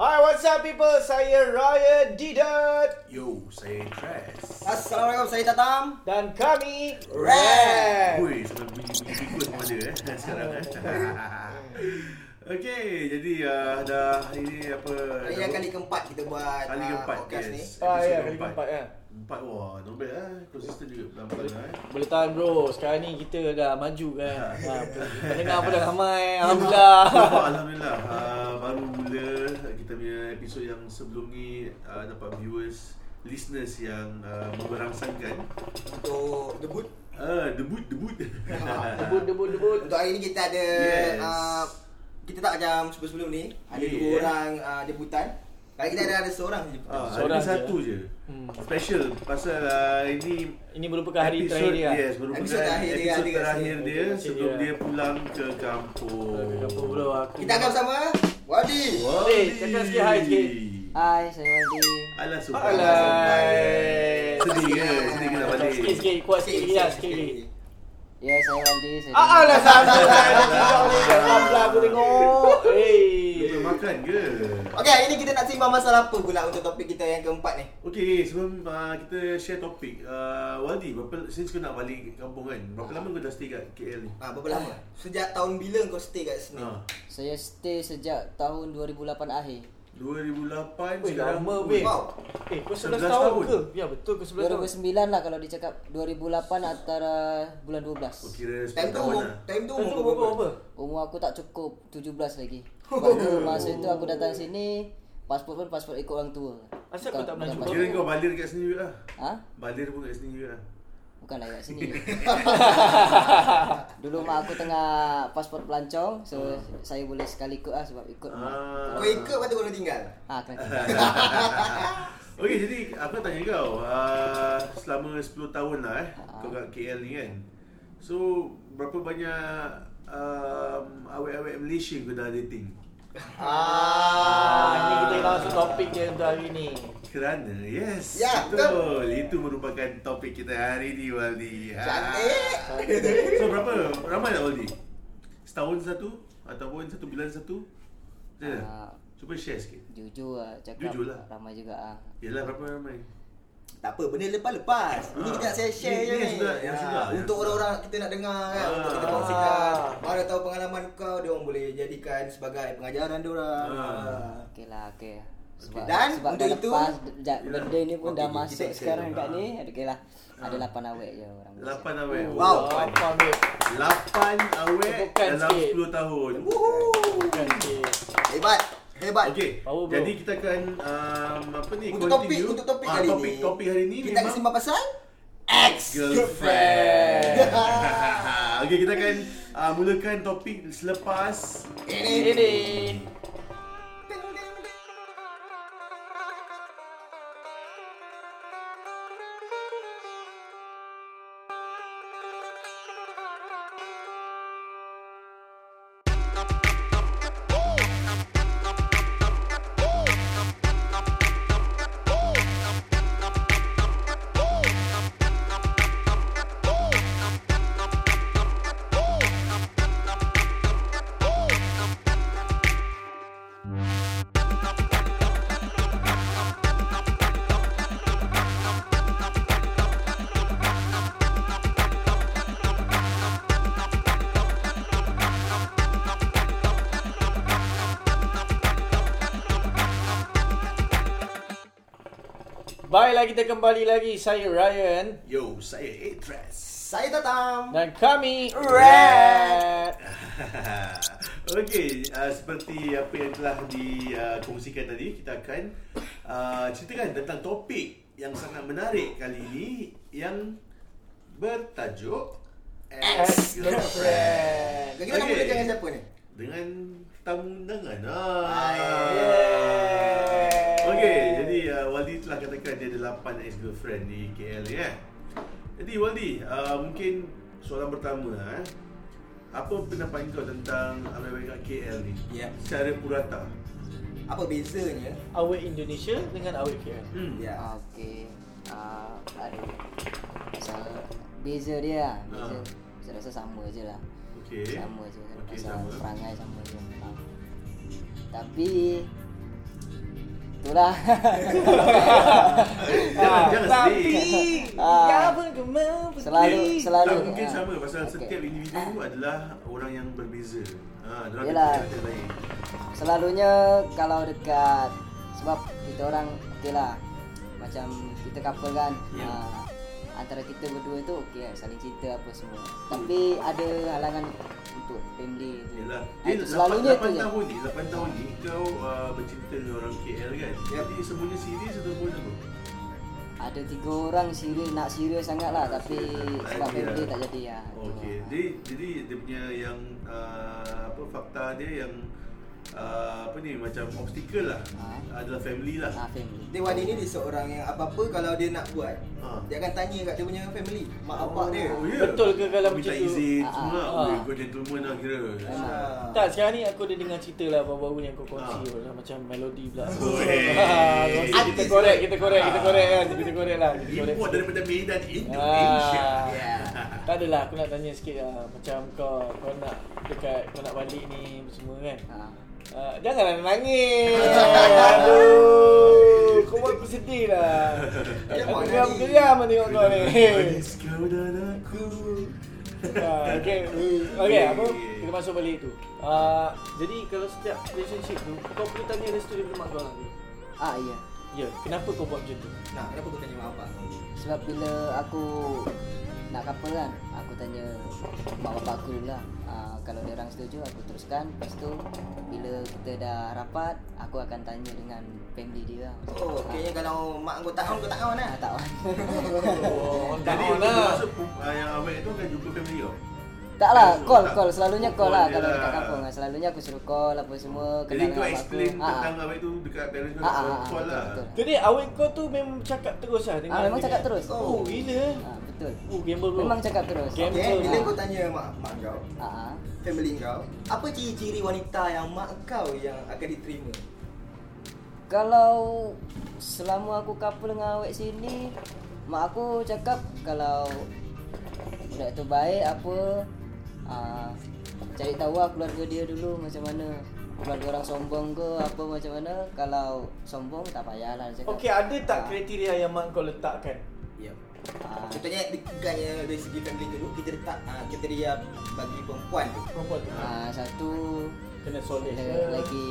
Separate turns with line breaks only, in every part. Hi, what's up people? Saya Ryan Didat
Yo, saya Dress.
Assalamualaikum, saya Tatam.
dan kami
Rap.
Woi, sampai bunyi bunyi tikus pun ada eh sekarang eh. Okey, jadi uh, dah ini apa?
Ini yang kali keempat kita buat
Kali
ah,
keempat,
podcast
yes.
ni.
Ah ya,
Episode
kali
keempat.
keempat ya.
Empat wah, not bad eh. Konsisten juga pelan-pelan eh.
Boleh tahan bro, sekarang ni kita dah maju kan ha, Pendengar pun dah ramai, Alhamdulillah
Alhamdulillah. Uh, baru mula kita punya episod yang sebelum ni uh, dapat viewers listeners yang uh, memberangsangkan
Untuk debut.
uh, debut debut
Debut, debut, debut
Untuk hari ni kita ada
Yes.
ah, kita tak macam sebelum-sebelum ni. Ada
Yeah.
dua orang ah, debutan. Kali kita ada ada seorang je debutan.
Ah,
Seorang
Seorang
je.
satu je.
Hmm.
Special pasal uh, ini
Ini merupakan hari terakhir dia
Yes, merupakan
Episod
episod
terakhir
terakhir,
dia ada kat
terakhir
sini.
dia
Episod terakhir
sebelum
dia.
dia pulang ke kampung.
Kenapa bro aku
Kita akan bersama Wadi.
Wadi.
Eh, cakap sikit hai sikit
Hai, saya Wadi.
Alah sumpah.
Alay
Sedih ke? Sedih ke nak balik?
Sikit, sikit, kuat sikit lagi lah, sikit lagi
Ya, saya Wadi. Saya
Ah, alah sama saya tidak boleh kat belah aku tengok
Dia
Eh
belum makan ke?
Okey, hari ni kita nak sembang masalah apa pula untuk topik kita yang keempat ni?
Okey, sebelum uh, kita share topik, uh, Wadi, berapa, since kau nak balik kampung kan, berapa lama kau dah stay kat KL ni?
Ah, berapa lama? Sejak tahun bila kau stay kat sini?
Ha,
Saya stay sejak tahun 2008 akhir.
2008
Weh,
sekarang.
lama,
Ui,
weh.
Wow.
Eh, kau 11
11
tahun
tahun.
ke? Ya betul kau 11 tahun
2009 lah kalau dicakap 2008 antara bulan 12.
Oh, Kira 10
Time tu
tahun
umur,
lah.
time tu
Tentu
umur kau
berapa?
berapa?
Berapa?
Umur aku tak cukup 17 lagi. Sebab tu masa tu aku datang sini, pasport pun pasport ikut orang tua.
Asal kau
Bukan-
tak
bukan
melaju?
pasport-
Kira kau balir kat sini juga lah.
Ha?
Balir pun kat sini juga lah.
Bukanlah kat sini. Dulu mak aku tengah pasport pelancong, so
Ah.
saya boleh sekali ikut lah sebab ikut mak.
Ah.
Kau ikut lepas tu kau dah tinggal?
Ah.
Ha, kena
Okey, jadi aku nak tanya kau uh, Selama 10 tahun lah eh Kau kat KL ni kan So, berapa banyak um, awet-awet Malaysia kau dah dating?
Ah,
Ah,
ini kita langsung topik dia untuk hari ni
Kerana, yes
Ya,
betul Itu merupakan topik kita hari ni, Waldi Ah.
Cantik.
So, berapa? Ramai tak, Waldi? Setahun satu? Ataupun satu bulan satu? Macam mana?
Ah.
Cuba share sikit
Jujur lah cakap
Jujur lah.
ramai juga ah.
Yelah, berapa ramai?
Tak apa, benda lepas-lepas. Ini
Ah.
kita nak share-share
Ini- ini
je
yang
ni.
sedap, yang
Ah,
sedap, yang
Untuk
sedap.
orang-orang kita nak dengar kan, untuk kita
Ah.
kongsikan. Mana tahu pengalaman kau, dia orang boleh jadikan sebagai pengajaran dia orang.
Ah.
Okey lah, okey. Sebab,
Dan
sebab
untuk
dah
itu-
lepas, ja,
Yelah.
benda ni pun
Okey,
dah
kita
masuk
share.
sekarang kat
Ah.
ni. Okey lah, ada lapan awet je orang Malaysia.
Lapan awet
Oh, Wow. kan
lapan.
Lapan weh
Lapan awet
Tepukan
dalam
sikit.
10 tahun.
Wuhuu.
Bukan sikit
Hebat. Hebat.
Okey.
Power, bro.
Jadi kita akan um, apa ni
Untuk topik,
continue.
untuk topik
Ah,
kali
topik,
ni.
Topik hari ni
Kita akan
memang
sembang pasal ex
girlfriend. Okey, kita akan uh, mulakan topik selepas
Ini.
Ini Baiklah kita kembali lagi Saya Ryan
yo saya Atres.
Saya Tatam.
Dan kami
Red.
Okey, uh, seperti apa yang telah dikongsikan tadi, kita akan uh, ceritakan tentang topik yang sangat menarik kali ini yang bertajuk Ex-Girlfriend
Red
Kita nak
Okey.
mulakan dengan siapa ni?
dengan tamu undangan. Ah.
Yeay.
Okey, jadi uh, Waldi telah katakan dia ada 8 ex-girlfriend di KL ni eh. Jadi Waldi, uh, mungkin soalan pertama eh. Apa pendapat kau tentang awet-awet kat KL ni?
Yep.
Secara purata.
Apa bezanya?
Awet Indonesia dengan awet KL
Hmm.
Ya.
Ah, Okey. Ah, aduh. Pasal beza dia lah. Beza.
Ah.
Saya rasa sama je lah.
Okey.
Sama je.
Okey,
Pasal
sama.
perangai sama je. Ah. Tapi Itulah.
Jangan, jangan sedih.
Ah.
kau mampu
Selalu,
sedih?
selalu.
Tak mungkin
Ah.
sama pasal
Okey. Ah.
setiap individu adalah orang yang berbeza. Ha, dia
Yelah.
orang ada lain.
Selalunya kalau dekat sebab kita orang okey lah macam kita couple kan
Ya.
Ah, antara kita berdua tu okey lah, saling cinta apa semua tapi ada halangan untuk family tu
Yalah.
Ah,
Dia
itu
8,
selalunya tu
8
je
tahun ni, 8 tahun ni kau uh, bercinta dengan orang KL kan.
Yep.
Jadi semuanya serius atau pun apa?
ada tiga orang serius nak serius sangat lah tapi
serius,
sebab
tak jadi
family
lah.
tak jadi lah tu.
Okey. Jadi jadi dia punya yang uh, apa fakta dia yang uh, apa ni macam obstacle lah.
Ha.
Adalah family lah.
ah, family
Dewan ini dia seorang yang apa-apa kalau dia nak buat
Ha.
Dia akan tanya kat dia punya family Mak abang dia
Oh, ya.
Betul ke kalau macam
Minta
tu?
izin
Ah,
semua lah.
ah.
Oi, kau gentleman lah kira.
Ah.
Tak, sekarang ni aku ada dengar cerita lah baru-baru ni aku
Ah.
kongsi pula macam melodi pula.
Weh.
Ah, kita korek, kita korek, kita korek kan, kita korek lah, kita korek.
Import daripada Medan, Indonesia.
Ah.
Yeah.
Tak adalah aku nak tanya sikit lah Macam kau kau nak dekat kau nak balik ni apa semua kan
Ah.
uh, Janganlah nangis Aduh Kau buat aku sedih lah
Dia
Aku
buat
geram
nangis.
geram lah tengok kau ni
Manis kau dan aku.
Ah, Okay Okay apa Kita masuk balik tu Ah, Jadi kalau setiap relationship tu Kau perlu tanya restu daripada mak kau lah dulu.
ah iya
Ya kenapa kau buat macam tu
Nah, kenapa kau tanya mak abang?
sebab bila aku nak couple kan aku tanya mak bapak aku dulu lah Ah, kalau dia orang setuju aku teruskan lepas tu bila kita dah rapat aku akan tanya dengan family dia lah
Oh, kayaknya kalau mak kau tahan, kau tahan lah
ah, tak on
Oh tak
Jadi
on lah
masa pu- ah, yang awet tu akan jumpa family kau.
tak lah
So,
call
tak-
call selalunya call lah
call je
kalau
lah.
dekat kampung kan. selalunya aku suruh call apa semua
Jadi
kenal
kau
dengan abang
explain
aku. Ah, ah.
tentang awet tu dekat parents kau
Ah, ah,
kau
ah,
call
betul,
lah.
betul.
Jadi awet kau tu memang cakap terus lah dengan
Ah, memang
dia.
cakap terus.
Oh gila eh.
Ah, betul
Oh gamble bro
memang cakap terus
Game.
Okay,
Betul.
bila kau tanya mak, mak kau,
ah, ah.
family kau Apa ciri-ciri wanita yang mak kau yang akan diterima?
Kalau selama aku couple dengan awek sini Mak aku cakap kalau budak tu baik apa uh, Cari tahu lah keluarga dia dulu macam mana Keluarga orang sombong ke apa macam mana Kalau sombong tak payahlah dia cakap
Okey, ada tak kriteria yang mak kau letakkan?
Ya yeah.
Ah,
Contohnya dekatnya dari segi family dulu kita letak ah, kriteria bagi perempuan tu
Perempuan tu
ah, Satu
kena soleh.
le- lagi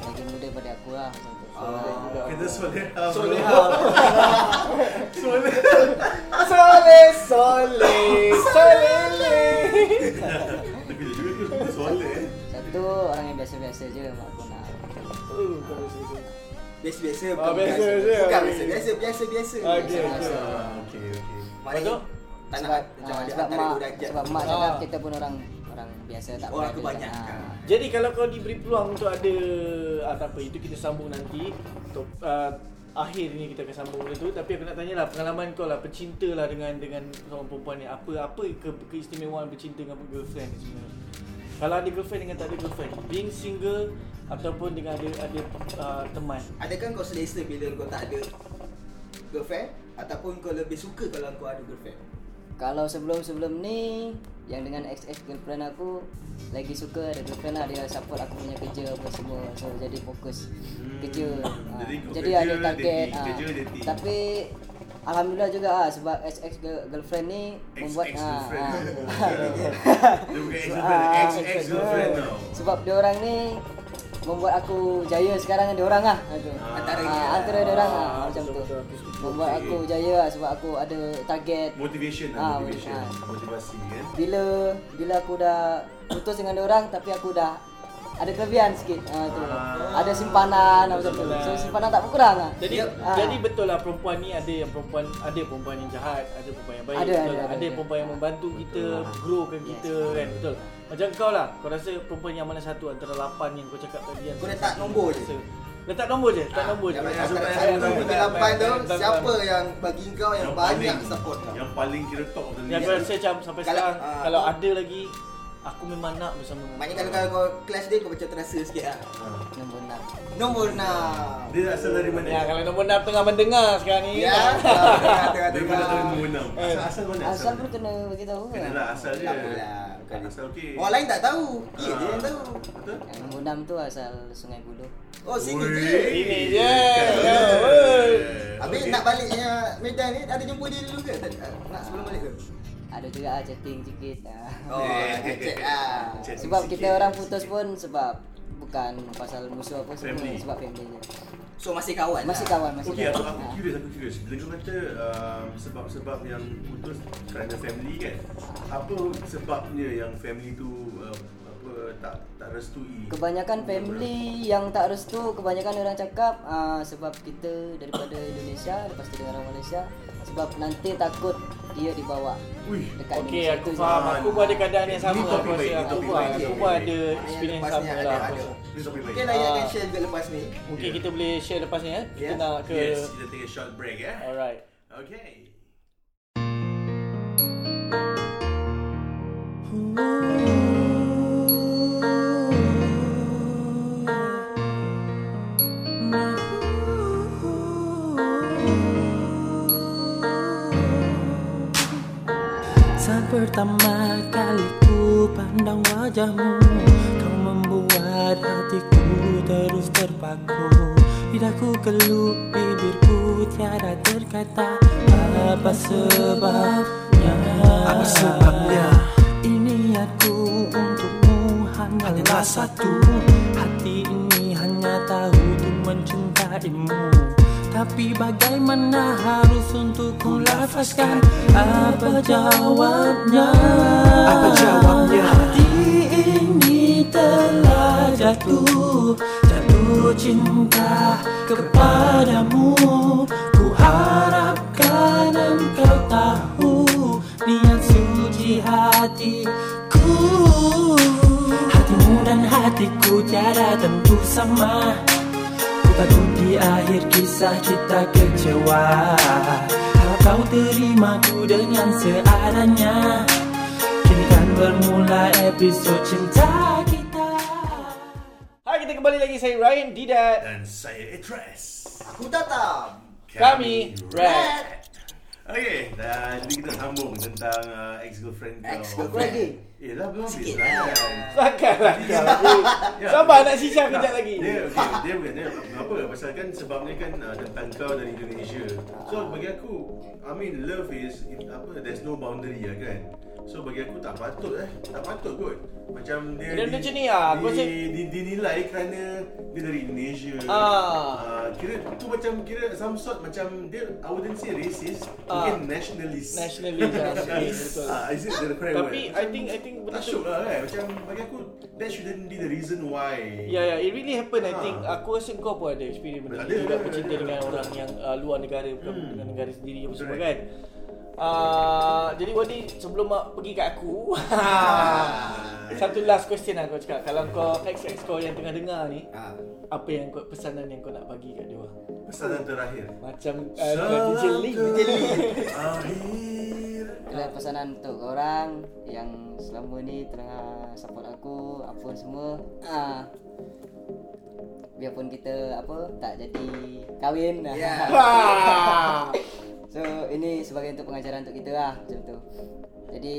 lagi muda pada aku lah macam tu
Ah.
Kita soleh.
Soleh.
Soleh.
Soleh, soleh, soleh.
Tapi dia juga tu semua soleh.
Ah, Satu orang yang biasa-biasa je mak aku nak
Oh, kau rasa macam tu.
Biasa-biasa
Ah,
bukan
biasa,
biasa.
biasa.
Bukan biasa-biasa, biasa-biasa
Okey,
okey.
Ah, Okey okey.
Maknanya
Betul?
tak nak
sebab,
macam
ah,
ada
sebab
antara
mak
dua darjat
sebab mak cakap
Ah.
kita pun orang orang biasa tak
Orang
berada
kebanyakan.
macam- ah.
Jadi kalau kau diberi peluang untuk ada ah, tak apa itu kita sambung nanti. Top, ah, akhir ni kita akan sambung benda tu tapi aku nak tanyalah pengalaman kau lah pecinta lah dengan dengan seorang perempuan ni apa apa ke, keistimewaan bercinta dengan girlfriend ni sebenarnya kalau ada girlfriend dengan tak ada girlfriend being single ataupun dengan ada ada ah, teman
Adakah kau selesa bila kau tak ada girlfriend ataupun kau lebih suka kalau kau ada girlfriend?
Kalau sebelum-sebelum ni yang dengan ex-ex girlfriend aku lagi suka ada girlfriend lah dia support aku punya kerja apa semua so jadi fokus
Hmm.
kerja.
Jadi
Ah,
kau
jadi
kerja,
ada target.
dating,
ah.
kerja, dating.
Tapi alhamdulillah juga ah sebab ex-ex girl- girlfriend ni membuat
Ex-ex
ah,
girlfriend.
ah.
Dia bukan ex girlfriend,
Ah,
ex-ex girlfriend tau.
Sebab dia orang ni membuat aku jaya sekarang dia orang ah. Aduh.
Ah.
Antara antara dia orang ah, macam tu.
betul, betul, aku setuju.
Membuat
Okey.
aku jaya lah sebab aku ada target.
Motivation
Ah,
lah, motivation.
ah.
Motivasi kan.
Bila bila aku dah putus dengan dia orang tapi aku dah ada kelebihan sikit. Ah tu.
Ah.
Ada simpanan apa macam tu.
Betul lah.
So simpanan tak berkurang ah.
Jadi
Yep.
ah. jadi betul lah perempuan ni ada yang perempuan ada perempuan yang jahat, ada perempuan yang baik,
Ada,
betul
ada,
lah.
ada, ada.
perempuan yang membantu kita
Ah.
growkan
Yes.
kita kan, betul. Macam kau lah, kau rasa perempuan yang mana satu antara lapan yang kau cakap tadi yang
Kau
satu-
letak nombor je.
rasa- Letak nombor je, letak
Ah,
nombor je.
yang
tak
banyak
suka
kat
yang
satu
nombor
hingga
tak,
lapan
tak,
tu
tak,
siapa
tak.
yang bagi kau yang banyak support kau?
Yang paling kira top tu
Yang
ni.
aku rasa macam sampai
Kalau-
sekarang
ah,
kalau
kau-
ada lagi Aku memang nak bersama dengan
Maknanya
kau.
kalau kau, kau kelas dia kau macam terasa sikit lah
Ah.
Nombor 6
Nombor 6
Dia asal dari mana?
Ya, kalau nombor 6 tengah mendengar sekarang ni.
Ya Tengah-tengah
Dia pun tak tahu nombor enam. Asal asal mana?
Eh, Asal pun kena bagi tahu kan.
Kenalah asal dia.
Tak apalah bukan dia.
Asal okey.
Orang lain tak tahu Dia je
Ah.
yang tahu
Betul?
Yang nombor 6 tu asal Sungai Buloh.
Oh sini
Ui.
je
Sini je.
Dekat
Ya,
sana.
oi.
Habis
Okey.
nak baliknya Medan ni Ada jumpa dia dulu ke? Tak- Nak sebelum balik tu?
Ada juga ah chatting sikit. Ah.
Oh cek lah
Cek
Sebab
sikit.
kita orang putus pun sebab bukan pasal musuh apa semua
Family.
sebab family je.
So masih kawan
Masih
lah.
kawan, masih
Okey, aku,
kawan.
aku
Ah.
curious, aku curious. Bila kau kata um, sebab-sebab yang putus kerana family kan, apa sebabnya yang family tu um, apa tak tak restui?
Kebanyakan family yang tak restu kebanyakan orang cakap ah, sebab kita daripada Indonesia lepas tu dengan orang Malaysia sebab nanti takut dia dibawa
Ui.
dekat
Okey,
Indonesia
aku
tu Ha.
faham.
sebab-
Aku pun ada keadaan yang
Ni
sama.
topik
Aku
baik,
rasa
ni
aku
topik
pun,
baik,
aku
topik
pun
baik.
ada experience
Yang lepas ni
sama
ada-
lah.
ada.
Ni topik baik.
Mungkin
lah.
Raya akan
Ah.
share juga lepas ni
Mungkin
Yeah.
kita boleh share lepas ni eh. Kita
Yeah.
nak ke
Ya. Yes, kita take a short break eh.
Alright.
Okay.
Saat pertama kali ku pandang wajahmu Kau membuat hatiku terus terpaku Lidahku keluh, bibirku tiada terkata Apa sebabnya
Apa sebabnya?
Ini aku untukmu hanyalah
Hanyalah
satu
satu.
Hati ini hanya tahu untuk mencintaimu Tapi bagaimana harus untuk ku lafazkan Apa jawabnya
Apa jawabnya?
Hati ini telah jatuh Jatuh cinta kepadamu Ku harapkan engkau tahu Niat suci hatiku Hatimu dan hatiku tiada tentu sama Ku takut di akhir kisah kita kecewa Kau terima ku dengan seadanya Kini kan bermula episod cinta kita
Hai, kita kembali lagi saya Ryan Didat.
Dan saya Idris.
Aku datang
Kami
Eh.
Red.
Okay, dan ni kita sambung tentang uh, ex-girlfriend kau.
Ex-girlfriend.
Lagi.
Eh, dah belum habis
Sikit
lah.
lah.
Sangkalah kau. Sabar nak sisah kejap lagi.
Ya. Dia, okay, dia bukan dia. Kenapa? Pasal kan sebabnya kan uh, tentang kau dari Indonesia. So bagi aku, I mean love is in, apa? There's no boundary lah kan. So bagi aku tak patut eh, tak patut kot. Macam dia
Benda macam ni lah. Aku
di,
rasa-
di, dinilai kerana dia dari Indonesia.
Ah.
Ah, kira tu macam kira some sort macam dia I wouldn't say racist,
Ah.
mungkin nationalist.
Nationalism. Betul.
Ah, is it the correct
Tapi
word?
I think I think benda
Tak
tu
syuk lah kan Macam bagi aku That shouldn't be the reason why
Ya ya, it really happen I
Ha.
think. Aku rasa kau pun ada experience benda
Ada,
tu juga
ada,
bercinta
ada.
dengan orang yang uh, luar negara bukan
Hmm.
dengan negara sendiri apa semua
Correct.
kan. Uh, jadi Wadi sebelum mak pergi kat aku
Ah.
Satu last question lah kau cakap Kalau kau ex-ex kau yang tengah dengar ni
Ah.
Apa yang kau pesanan yang kau nak bagi kat dia orang
Pesanan terakhir
Macam
Eh,
uh, DJ Lee DJ Lee
Akhir
Itulah pesanan untuk orang yang selama ni tengah support aku apa semua. Ah. Biarpun kita apa tak jadi kahwin.
Ya.
Wah.
so ini sebagai untuk pengajaran untuk kita lah macam tu. Jadi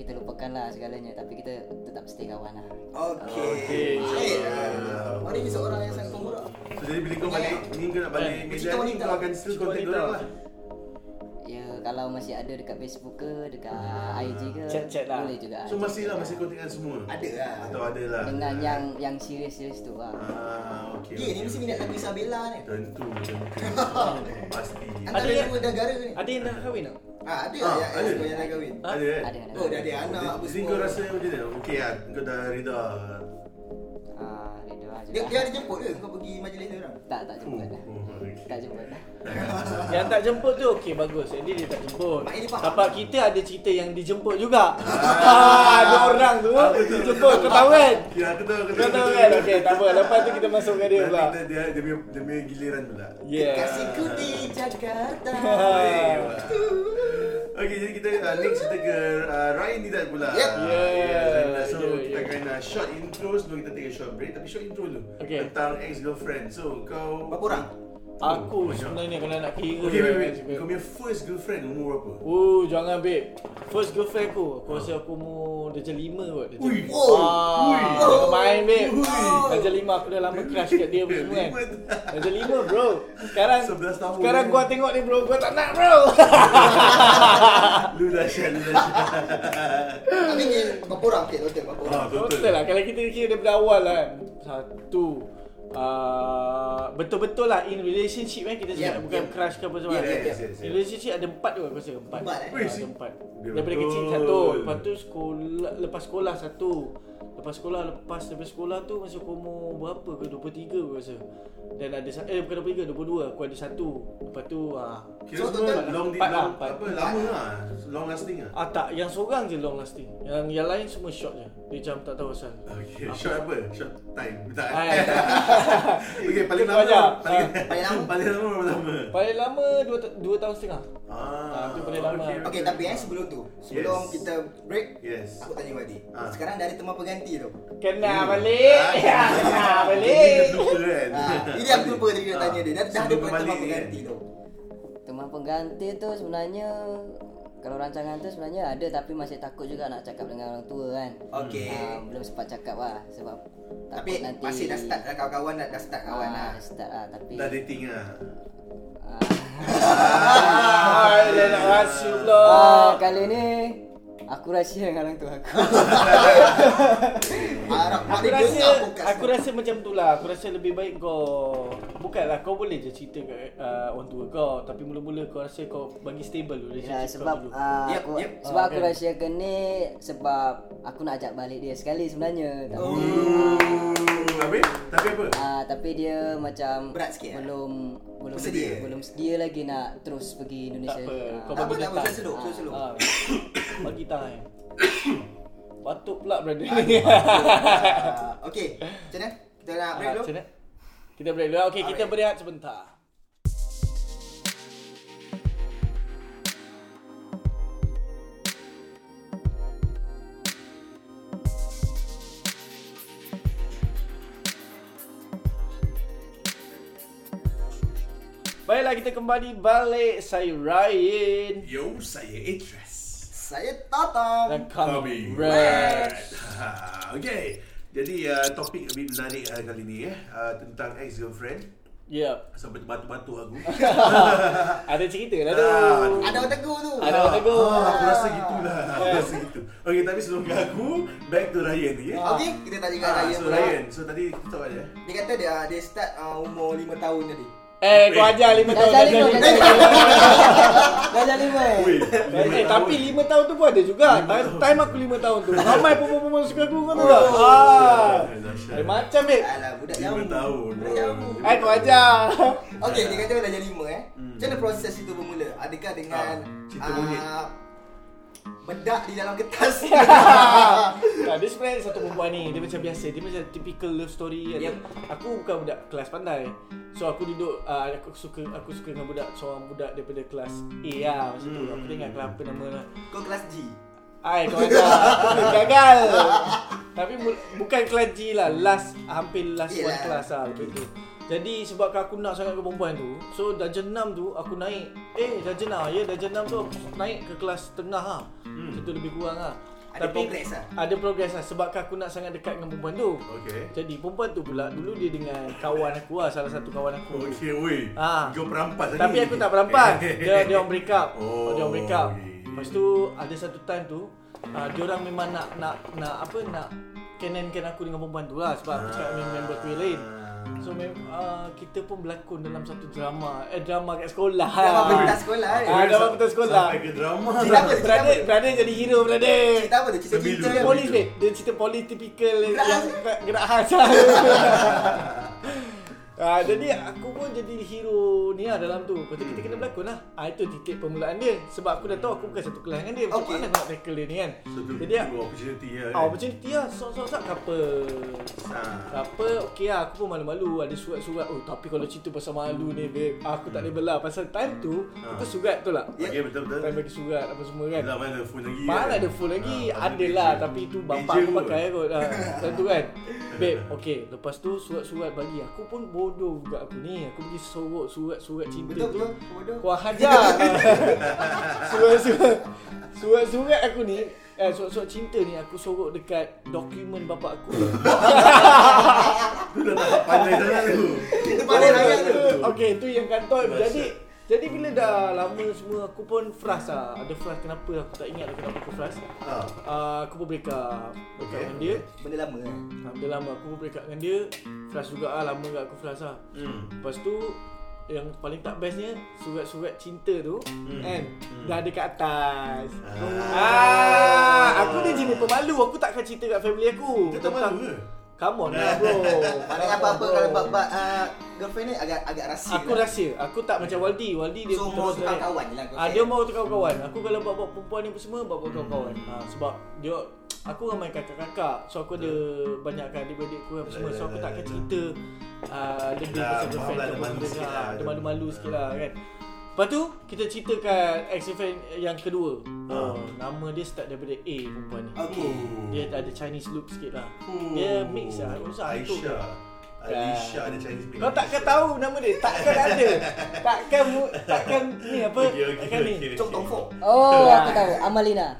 kita lupakanlah segalanya tapi kita tetap stay kawan lah.
Okey.
Okey,
Baik. Mari ni seorang yang sangat pemurah.
So jadi bila kau balik Ni kau nak balik Medan ni
Cerita Ya. Eh, wanita.
Kau akan still
Cerita
contact
wanita.
orang lah
Ya kalau masih ada dekat Facebook ke dekat IG ke
Chat-chat lah.
boleh juga.
So masih lah Masih contact dengan semua
Ada lah.
Atau ada lah
dengan yang yang serius-serius tu lah.
Ah, okay,
Dia ni mesti minat lagu Isabella ni.
Tentu tentu. Pasti
Antara
Ada-
dua negara ni.
Ada yang nak kahwin tak?
Ah, ada
Ah,
lah yang
ada.
yang sebenarnya nak kahwin.
Ada eh
Ada ada.
Oh, dia ada anak apa
Jadi kau rasa macam mana? Okay lah Kau dah reda
Ah, reda lah
dia,
juga.
dia ada jemput ke kau pergi majlis dia
Eh.
orang?
Tak tak
Oh,
jemput dah.
oh, okay.
Tak lah. jemput dah.
Yang tak jemput tu okey bagus. Jadi dia tak jemput.
Mak dia faham.
Dapat kita ada cerita yang dijemput juga. Ah, ada orang tu dijemput kau tahu kan?
Ya, aku tahu, aku
Kau tahu kan? Okey, tak apa. Lepas tu kita masukkan dia pula. Ya.
Nanti Dia dia punya- dia punya giliran pula.
Yeah.
Kasihku di Jakarta.
Ah.
Okay, jadi kita uh, next kita ke uh, Ryan Didat pula.
Yep.
Yeah,
Yeah,
yeah. So
yeah,
kita
yeah.
akan uh, short intro sebelum kita take a short break. Tapi short intro dulu.
Okay.
Tentang ex girlfriend. So kau
Berapa orang?
Aku
banyak.
sebenarnya kalau nak kira
Okay, wait, wait.
kan,
Kau punya first girlfriend umur berapa?
Oh, jangan babe. First girlfriend aku, aku rasa aku umur darjah lima kot. darjah
Ui.
lima.
Oh.
Ah, jangan main babe.
Ui.
Darjah lima aku dah lama crush kat dia apa semua kan.
Lima tu.
Darjah lima bro. Sekarang
11 tahun.
Sekarang gua tengok ni bro, gua tak nak bro.
Ah, Lu dahsyat, lu dahsyat.
Tapi ni berapa orang? Okay, total berapa orang?
Ah,
Total lah kalau kita kira daripada awal lah kan. Satu Uh, betul-betul lah in relationship kan kita
Yeah,
cakap bukan
yeah.
crush ke apa semua.
Yeah, yeah,
yes, yes, yes.
In relationship ada empat tu aku rasa empat.
ya, Empat, eh?
Ah,
Wih,
ada empat.
dia
Daripada
betul.
kecil satu, lepas tu sekolah lepas sekolah satu. Lepas sekolah lepas daripada sekolah tu masa aku umur berapa ke 23 aku rasa. Dan ada sa- eh bukan 23 22 aku ada satu. Lepas tu ah
Kira
So,
semua
total
long,
empat lah,
long
empat.
apa, lama lah. Long lasting lah.
ah tak yang seorang je long lasting. Yang yang lain semua short je. Dia macam tak tahu asal.
Okay,
Apa-
short apa? Short time. Tak.
Ah, tak.
okay, paling
Itu
lama.
aja.
Paling,
Ah. Paling lama.
Paling lama berapa lama?
Paling lama 2 2 tahun setengah. Ah, tu paling lama.
Okay, tapi eh sebelum tu Sebelum
Yes.
kita break
Yes. Hmm.
Aku tanya Wadi
Ah.
Sekarang dari tema pengganti tu
Kena Ya, balik. Ya, Kena balik.
Kita Ah, lupa kan.
ha, Ini aku lupa tadi nak tanya dia Dah, dah ada
Sebelum
tema
balik kan.
pengganti tu
Teman pengganti tu sebenarnya kalau rancangan tu sebenarnya ada tapi masih takut juga nak cakap dengan orang tua kan.
Okey.
Ah, belum sempat cakap lah sebab
Tapi
takut nanti
masih dah start dah kawan-kawan dah, dah start kawan
Ah,
lah
dah start lah tapi
Dah dating lah.
Ah, dia nak rahsia pula.
Ah, kali ni aku rahsia dengan orang tua aku.
Harap
Aku
mak Ah, dia
rasa
dengar podcast
aku rasa macam tu lah. Aku rasa lebih baik kau bukanlah kau boleh je cerita kat uh, orang tua kau tapi mula-mula kau rasa kau bagi stable dulu
Ya,
relationship kau
sebab
dulu.
ah,
Yep,
aku
yep.
sebab
Ah,
aku
kan.
rahsiakan ni sebab aku nak ajak balik dia sekali sebenarnya. Tapi
Oh.
Ooh, Habis? Hmm. Tapi apa?
Ah, tapi dia macam
Berat sikit, eh?
belum belum
Bersedia.
belum sedia lagi nak terus pergi Indonesia.
Tak apa,
Ah.
kau
Tak apa,
bagi
tak apa,
datang.
saya sedut, saya
Ah,
sedut
Ah, bagi time. Patut pula brother ni.
Ah, Okay, macam mana? Kita nak break
Ah,
dulu?
macam mana? Kita break dulu. Okey, kita
Alright.
berehat sebentar. Baiklah kita kembali balik saya Ryan
Yo, saya Idris.
Saya Tatang
dan kami
Kami
Red.
Ha, okay. Jadi uh, topik lebih menarik uh, kali ni eh uh, tentang ex girlfriend
Yep.
sampai terbatu-batu aku.
Ada cerita lah tu.
Ah,
Ada orang tegur tu
Ada orang tegur.
Ah, aku rasa gitulah. Aku rasa gitu. Okay, tapi sebelum ke aku, back to Ryan ni. Eh.
Okay, kita tanya dengan
Ah,
Ryan
so
pula.
Ryan, so tadi kita tahu ada.
lah. Dia kata dia dia start ah, umur 5 tahun tadi
Eh, kau ajar lima
Dah
tahun.
jadi
dah
kau,
jadi.
dah jadi. Dah jadi kau.
Weh, lima
Eh, tapi
tahun.
lima tahun tu pun ada juga. Time, time aku lima tahun tu. Ramai perempuan-perempuan suka aku kau tahu tak? Ah.
Dahsyat, dahsyat.
Eh, macam babe.
Alah, budak
Lima
jamu
tahun.
Budak jamu
Lima
Eh, kau ajar.
Okay, dia kata dah jadi 5 eh Macam mana proses itu bermula? Adakah dengan
Hmm. Ah, cerita
ah,
monyet.
Bedak di dalam kertas
Nah, dia sebenarnya satu perempuan ni Dia macam biasa Dia macam typical love story kan
Yep.
Aku bukan budak kelas pandai So aku duduk ah, Aku suka aku suka dengan budak Seorang budak daripada kelas A lah Masa tu Aku tak ingat apa nama lah
Kau kelas G
Ai, kau ada gagal. Tapi bu- bukan kelas G lah, last hampir last one
Yelah.
kelas lah begitu. Jadi sebabkan aku nak sangat ke perempuan tu, so darjah 6 tu aku naik. Eh, darjah 6 ya, darjah 6 tu aku naik ke kelas tengah ah. Hmm. Itu lebih kurang ah.
Ada progress lah. Oh.
Ada progress lah sebabkan aku nak sangat dekat dengan perempuan tu.
Okey.
Jadi perempuan tu pula dulu dia dengan kawan aku lah, salah satu kawan aku.
Oh,
Okey, weh.
Ah.
Kau perampas tadi.
Tapi aku tak berampas. Dia dia orang break up. Oh,
Oh,
dia orang break up.
okay.
Lepas tu ada satu time tu uh, dia orang memang nak nak nak apa nak kenenkan aku dengan perempuan tu lah sebab aku cakap dengan member aku yang lain. So
Ah.
mem, uh, kita pun berlakon dalam satu drama. Eh drama kat sekolah.
Drama pentas sekolah eh
Ah, dah betul sekolah.
Sampai ke drama.
Cerita apa? Cerita
Brother,
apa?
brother jadi hero brother.
Cerita apa tu? Cerita
Sembilu.
cinta
Cerita
ke?
polis babe. Dia cerita polis typical yang
Gerak khas.
gerak- gerak khas. Ah Ah, jadi aku pun jadi hero ni lah dalam tu Lepas tu kita kena berlakon lah ah, Itu titik permulaan dia Sebab aku dah tahu aku bukan satu kelas dengan dia Macam
Okay.
mana aku nak tackle dia ni kan
So tu
Jadi aku
dua opportunity lah
Ah, opportunity lah Sok-sok-sok couple
Ah.
Couple okey lah Aku pun malu-malu Ada surat-surat Oh tapi kalau cerita pasal malu ni babe Aku tak boleh belah Pasal time tu
Ah.
Kita surat tu lah
Okay betul-betul
Time bagi surat apa semua kan
Yelah mana ada phone lagi
Mana
kan?
ada full lagi
Ah,
Ada lah
meja.
Tapi tu
Meja
bapak aku
pun.
pakai kot ha, Macam tu kan Babe Okay Lepas tu surat-surat bagi Aku pun bodoh juga aku ni Aku pergi sorok surat-surat cinta
Betul
tu
betul bodoh.
Kau hajar Surat-surat Surat-surat aku ni eh, Surat-surat cinta ni Aku sorok dekat Dokumen bapak aku
Tu dah tak pandai sangat tu
Kita pandai sangat tu.
Okay tu yang kantor Jadi jadi bila dah lama semua aku pun frust lah Ada frust kenapa aku tak ingat lah kenapa aku frust
Ah.
uh, Aku pun break up Break up
Okay.
dengan dia
Benda lama eh.
Ha, dah lama aku pun break up dengan dia Flash juga lah Lama kat aku flash lah
Hmm.
Lepas tu Yang paling tak bestnya Surat-surat cinta tu
Hmm.
Kan
Hmm.
Dah ada kat atas
Ah.
ah. Aku ni jenis pemalu Aku takkan cerita kat family aku
Kau tak malu ke?
Come on lah bro
Mana
Come
apa-apa
on, bro.
kalau bab-bab ah, girlfriend ni agak agak rahsia.
Aku
lah.
rahsia Aku tak macam Waldi Waldi dia
So,
terus
mau
direct.
tukar kawan je lah kau Hmm.
ah,
cakap.
Dia mau tukar kawan Aku kalau bawa perempuan ni apa semua Bawa kawan-kawan ha, Sebab dia Aku ramai kakak-kakak So aku ada
Hmm.
Banyak kan adik-adik aku apa semua So aku takkan cerita ah, Lebih
Dah,
pasal
faham
girlfriend
lah,
ke
ada
apa
malu
semua.
sikit
Ah,
lah.
Ada malu-malu sikit lah kan Lepas tu Kita ceritakan Ex-girlfriend yang kedua
Ah.
oh, Nama dia start daripada A perempuan ni
Okey.
Dia ada Chinese look sikit lah
Hmm.
Dia mix lah Susah tu Ah.
Aisyah Aisyah ada Chinese
kau takkan tahu nama dia? Takkan ada. Takkan mu, takkan ni apa?
Okey, okey,
takkan ni.
okey, okey.
Cok Tong Fok.
Oh, aku tahu. Amalina.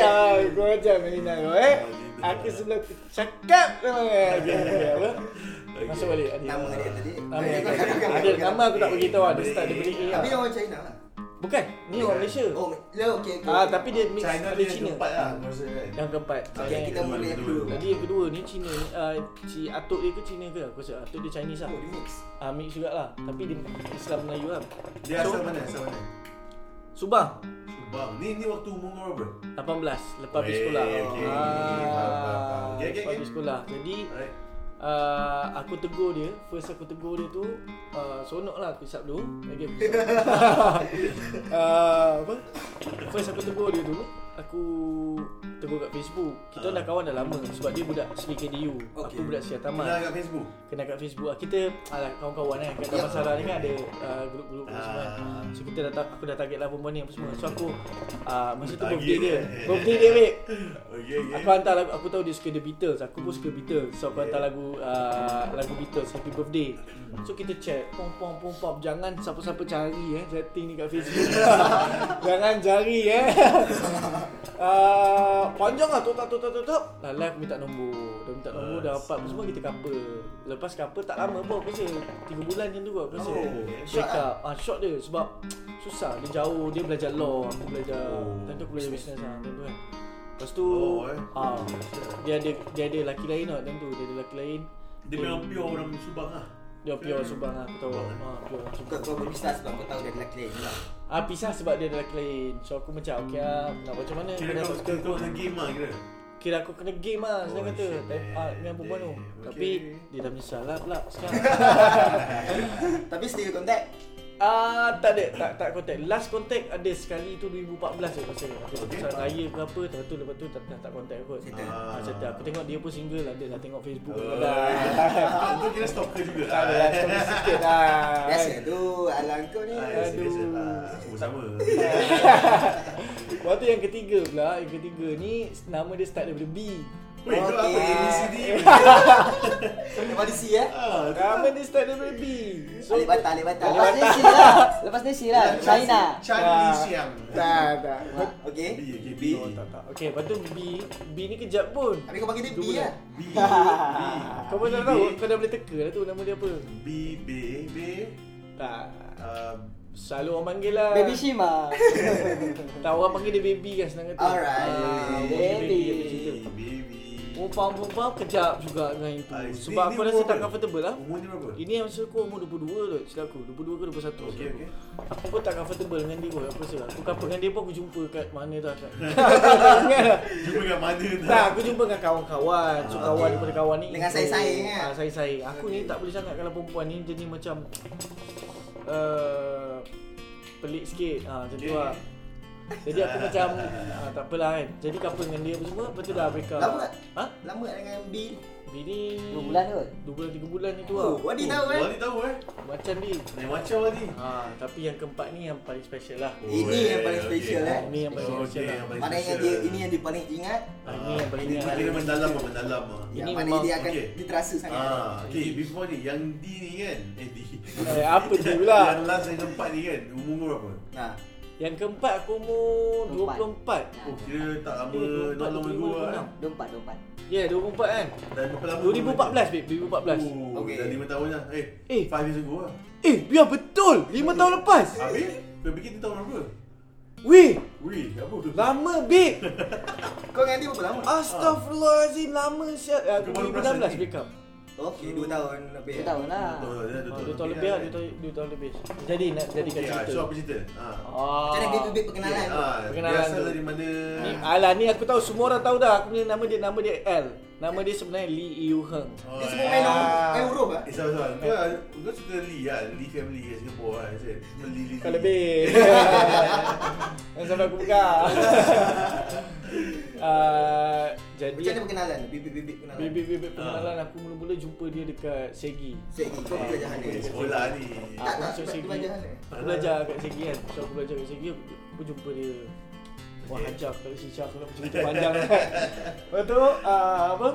Eh, ah, kau ajar Melina kau eh.
Ah,
Aku
gitu.
sebelum aku cakap nama dia. Okey, okey, apa?
Okey.
Masuk balik Adi.
Nama dia tadi.
Nama
Eh,
dia.
bukan, bukan,
Ada
bukan.
nama aku tak beritahu ada start daripada A.
Tapi dia
lah.
orang China lah.
Bukan, ni orang Malaysia.
Oh, le okey okey.
Ah, tapi dia mix ada
China dia yang
Cina.
keempat lah aku rasa kan
Yang keempat.
Okey, kita
Kedua,
mula yang
kedua.
dulu.
Jadi yang kedua ni Cina ni ah, si atuk dia ke Cina ke? Aku rasa atuk dia Chinese lah.
Oh, dia mix.
Ah, mix jugalah. Tapi dia Islam Melayu lah.
Dia asal mana? Asal mana?
Subang.
Subang Ni ni waktu umur kau berapa?
18 lepas habis
Weh,
sekolah.
okey. Faham, faham, faham.
Ah,
Okey, okey,
lepas habis
okey.
sekolah. Jadi
Alright
uh, aku tegur dia, first aku tegur dia tu uh, sonok lah aku hisap dulu. Lagi aku uh, apa? First aku tegur dia dulu. Aku tegur kat Facebook. Kita
Ah.
dah kawan dah lama sebab dia budak SBKDU.
Okey.
Aku budak Siataman.
Kenal kat Facebook?
Kena kat Facebook lah. Kita alah, kawan-kawan kan Kat Taman Sarah ni kan ada uh, Grup-grup apa semua kan
Ah.
So kita dah ta- aku dah target lah perempuan ni apa semua So aku uh, Masa tu
Target.
birthday dia Birthday dia babe
Okay, okay
Aku hantar lagu Aku tahu dia suka The Beatles Aku pun suka Beatles So aku hantar lagu uh, Lagu Beatles Happy Birthday
Hmm.
So kita chat Pom pom pom pom Jangan siapa-siapa cari eh Chatting ni kat Facebook Jangan cari eh uh, Panjang lah Tutup tutup tutup Lah live minta nombor Dah minta nombor Dah dapat Apa semua kita couple Lepas couple tak lama pun Aku rasa 3 bulan macam tu kot Aku rasa
Oh,
Break up ah, Short dia sebab Susah Dia jauh Dia belajar law Aku belajar
Oh.
Time tu aku belajar business lah Time tu kan Lepas tu
Oh, eh.
ah, dia ada dia ada lelaki lain tau time tu dia ada lelaki lain
Dia memang pure orang Subang lah
dia pure subang lah, aku tahu ah pure orang
Kau
subang
kau berpisah sebab kau tahu dia lelaki lain lah.
ah pisah sebab dia ada lelaki lain so aku macam okey lah nak macam mana
Kira kau kau kau kena game lah kira
kira aku kena game lah senang
Oh,
kata
shit, eh,
Tapi- ah,
man.
dengan perempuan tu
Damn,
tapi
okay.
dia dah menyesal lah pula sekarang
Tapi still contact.
ah tak ada tak tak contact last contact ada sekali tu 2014 je aku rasa aku
Okay.
pasal raya ke apa lepas tu lepas tu tak tak, tak contact kot
Settle.
ah settle aku tengok dia pun single lah dia dah tengok Facebook lah.
Oh.
dah
Kau Ah, kira stalker juga
Ah. tak ada lah story sikit lah
Biasa tu alang kau ni.
Ah, yes, biasa lah. Semua sama
Lepas tu yang ketiga pula Yang ketiga ni Nama dia start daripada B
Weh, kau apa
Okay.
ABCD
Dia polisi eh.
Ah,
Nama dia start daripada B So
Alik bata, alik bata.
Lepas ni si lah. Lepas ni si lah. China.
Charlie Siang
Tak tak
Okey.
B, okay, B
Oh, tak tak Okay lepas tu B B ni kejap pun
Habis kau panggil dia B
Dua
lah.
B, B
Kau pun tak
B,
tahu
B.
Kau dah boleh teka lah tu Nama dia apa
B, B, B
Tak
um,
Selalu orang panggil lah
Baby Shima.
Tak orang panggil dia baby kan senang kata
Alright.
Ah, orang panggil
Baby.
dia macam tu.
B, B
Perempuan-perempuan kejap juga dengan itu
Ah, ini-
Oh, Sebab
ini
aku
umur
rasa tak
berapa?
comfortable lah
Umur ni berapa?
Ini yang masa aku umur 22 tu Silap aku 22 ke 21
Okey,
silap aku.
okey.
Aku pun tak comfortable dengan dia pun Aku rasa Aku couple dengan dia pun aku jumpa kat mana dah kat Tak ingat lah.
Jumpa kat mana
Tak aku jumpa dengan kawan-kawan So kawan daripada kawan ni
Dengan saing-saing kan?
Ah, Saing-saing Aku ni tak boleh sangat kalau perempuan ni Dia ni macam uh, Pelik sikit ha, Macam tu
Okey.
lah jadi aku macam ah, tak apalah kan. Jadi couple dengan dia apa semua, lepas tu dah break up.
Lama tak?
Ha?
Lama tak dengan Bill?
Bini
Dua bulan kot.
2 bulan 3 bulan ni tu lah.
Oh, Wadi tahu kan?
Wadi tahu eh.
Macam ni.
Naik macam Wadi.
Ha, tapi yang keempat ni yang paling special lah.
Ini yang paling special eh.
Ini yang paling
Oh,
special
okey,
lah.
yang paling
Maknanya
special.
dia ini yang dia paling ingat.
Ha,
Ah,
ini yang paling
ini
ingat.
Dia mendalam lah, mendalam lah.
Ini
Yang mana
memang-
dia akan
okey.
dia terasa sangat.
Ah, okay, before ni, yang D ni kan Eh, D
Eh, apa D pula?
Yang last yang keempat ni kan, umur kau berapa?
Nah,
Yang keempat aku umur
Ah.
24.
Oh, kira tak lama,
Eh, dua
not
empat,
long ago
lima,
lah
enam.
eh.
Dompat, dompat.
Ya, yeah, 24 kan.
Dan berapa lama?
2014 babe, 2014.
Oh,
Okey.
dah 5 tahun lah Eh,
Eh.
5 years ago lah
Eh, ya betul. 5 tahun lepas.
Habis, kau fikir dia tahun berapa?
Weh,
Weh, apa?
lama babe.
kau dengan dia berapa lama?
Ah. Astaghfirullahalazim, lama siap. Eh, Aku
Kau baru perasan
2016
ni?
break up.
Okey, 2 tahun lebih.
Dua tahun lah.
Dua tahun, dia
Ha,
dua
2 tahun lebih lah, 2 tahun, dua tahun lebih. Jadi nak jadikan
Okey, ah, So,
cerita.
apa cerita? Ah.
Ah.
Macam mana dia duduk perkenalan tu?
Ah,
Perkenalan
Berasal
tu.
dari mana?
Ni ah. alah ni aku tahu semua orang tahu dah aku punya nama dia nama dia L. Nama dia sebenarnya Lee Yu Heng.
Oh,
Dia semua main
eh.
huruf, main huruf ah.
Eh, sabar, sabar. Kau, kau suka Lee lah. Lee family kat Singapore lah. Lee, Lee, Lee.
Kau lebih. Yang sampai aku buka. Ah,
Macam mana
jadi
perkenalan? Bibit-bibit perkenalan.
bibit-bibit pengenalan aku mula-mula jumpa dia dekat Segi.
Segi kau kerja jahat
Eh,
ni.
Sekolah ni.
Tak
Aku
tak,
masuk
sebab
Segi.
tu belajar ni.
Aku belajar kat Segi kan. So aku belajar kat Segi aku, aku jumpa dia. Wah hajar aku tak kasi syak aku nak cerita panjang kan. Lepas tu ah, apa?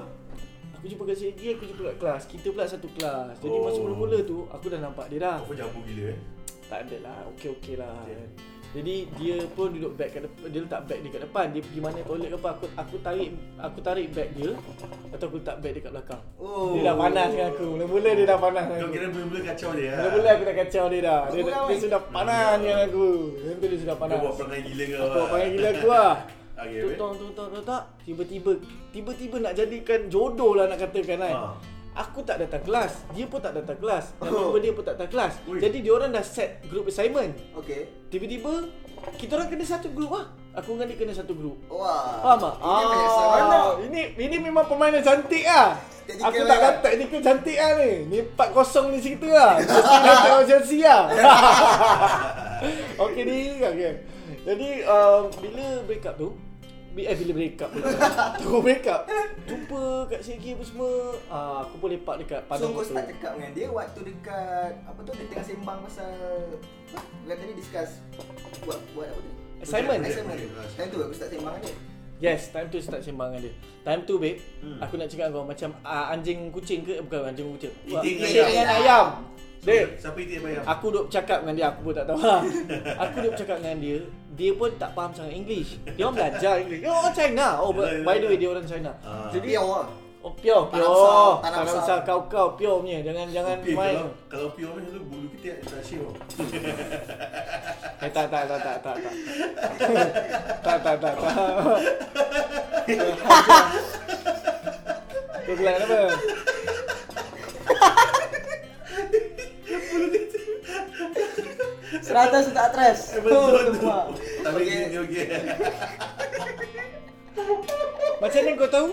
Aku jumpa kat Segi, aku jumpa kat kelas. Kita pula satu kelas. Jadi masa
Oh.
mula-mula tu aku dah nampak dia dah.
Kau jambu gila eh.
tak ada lah okey-okey lah
Okey.
jadi dia pun duduk bag kat depan, dia letak bag dia kat depan dia pergi mana toilet ke apa aku aku tarik aku tarik bag dia atau aku letak bag dia kat belakang
Oh.
dia dah panas dengan aku mula-mula dia dah panas dengan
Kau
aku
kira mula-mula kacau dia lah.
mula-mula aku dah kacau dia dah dia, dah, dia sudah panas dengan aku Lepas tu dia sudah
Kau
panas
buat perangai gila kau
aku
lah.
panggil gila aku lah
Okey, baik.
tutong tutong tutong tiba-tiba tiba-tiba nak jadikan jodoh lah nak katakan kan
Ha.
Aku tak datang kelas, dia pun tak datang kelas, dan
Oh.
member dia pun tak datang kelas.
Ui.
Jadi dia orang dah set group assignment.
Okey.
Tiba-tiba kita orang kena satu grup lah. Aku dengan dia kena satu grup.
Wah.
Faham tak?
Ini banyak sarana.
Ah. ini ini memang permainan cantik ah.
Technical
Aku tak
lah.
kata teknikal cantik ah ni. Ni 4-0 ni cerita ah. Chelsea nak tengok Chelsea ah. Okey ni okey. Jadi um, bila break up tu bi- Eh bila break up pula Tunggu break up Jumpa kat Segi apa semua ah, Aku pun lepak dekat
So
padang
kau
motor
start cakap dengan dia waktu dekat apa tu dia tengah sembang pasal apa? Bukan tadi discuss buat buat apa tu?
Assignment.
Assignment. dia. Time tu aku start sembang dengan dia.
Yes, time tu start sembang dengan dia. Time tu babe,
Hmm.
hmm. aku nak cakap dengan kau macam uh, anjing kucing ke eh, bukan anjing kucing.
Itik
Wah,
dengan
itik
ayam.
dengan ayam. Babe,
Siapa itu yang bayar?
aku duk cakap dengan dia, aku pun tak tahu lah. aku duk cakap dengan dia, dia pun tak faham sangat English. Dia orang belajar English. Dia orang China. Oh,
Yalah,
but, by the way
yalah.
dia orang China.
Ah.
Jadi
Jadi
yang awal.
Oh, pure,
Tanah
pure.
besar, tanah
Tanah
besar.
besar kau-kau pure punya. Jangan jangan
Okay,
main.
kalau lah. kalau pure macam tu bulu kita tak syiar.
Eh, tak, tak, tak, tak, tak, tak. tak, tak, tak, tak. Kau gelak kenapa?
Seratus tak atres.
Eh,
Betul tu.
Mak.
Tapi
Okey.
gini okey.
Macam mana kau tahu?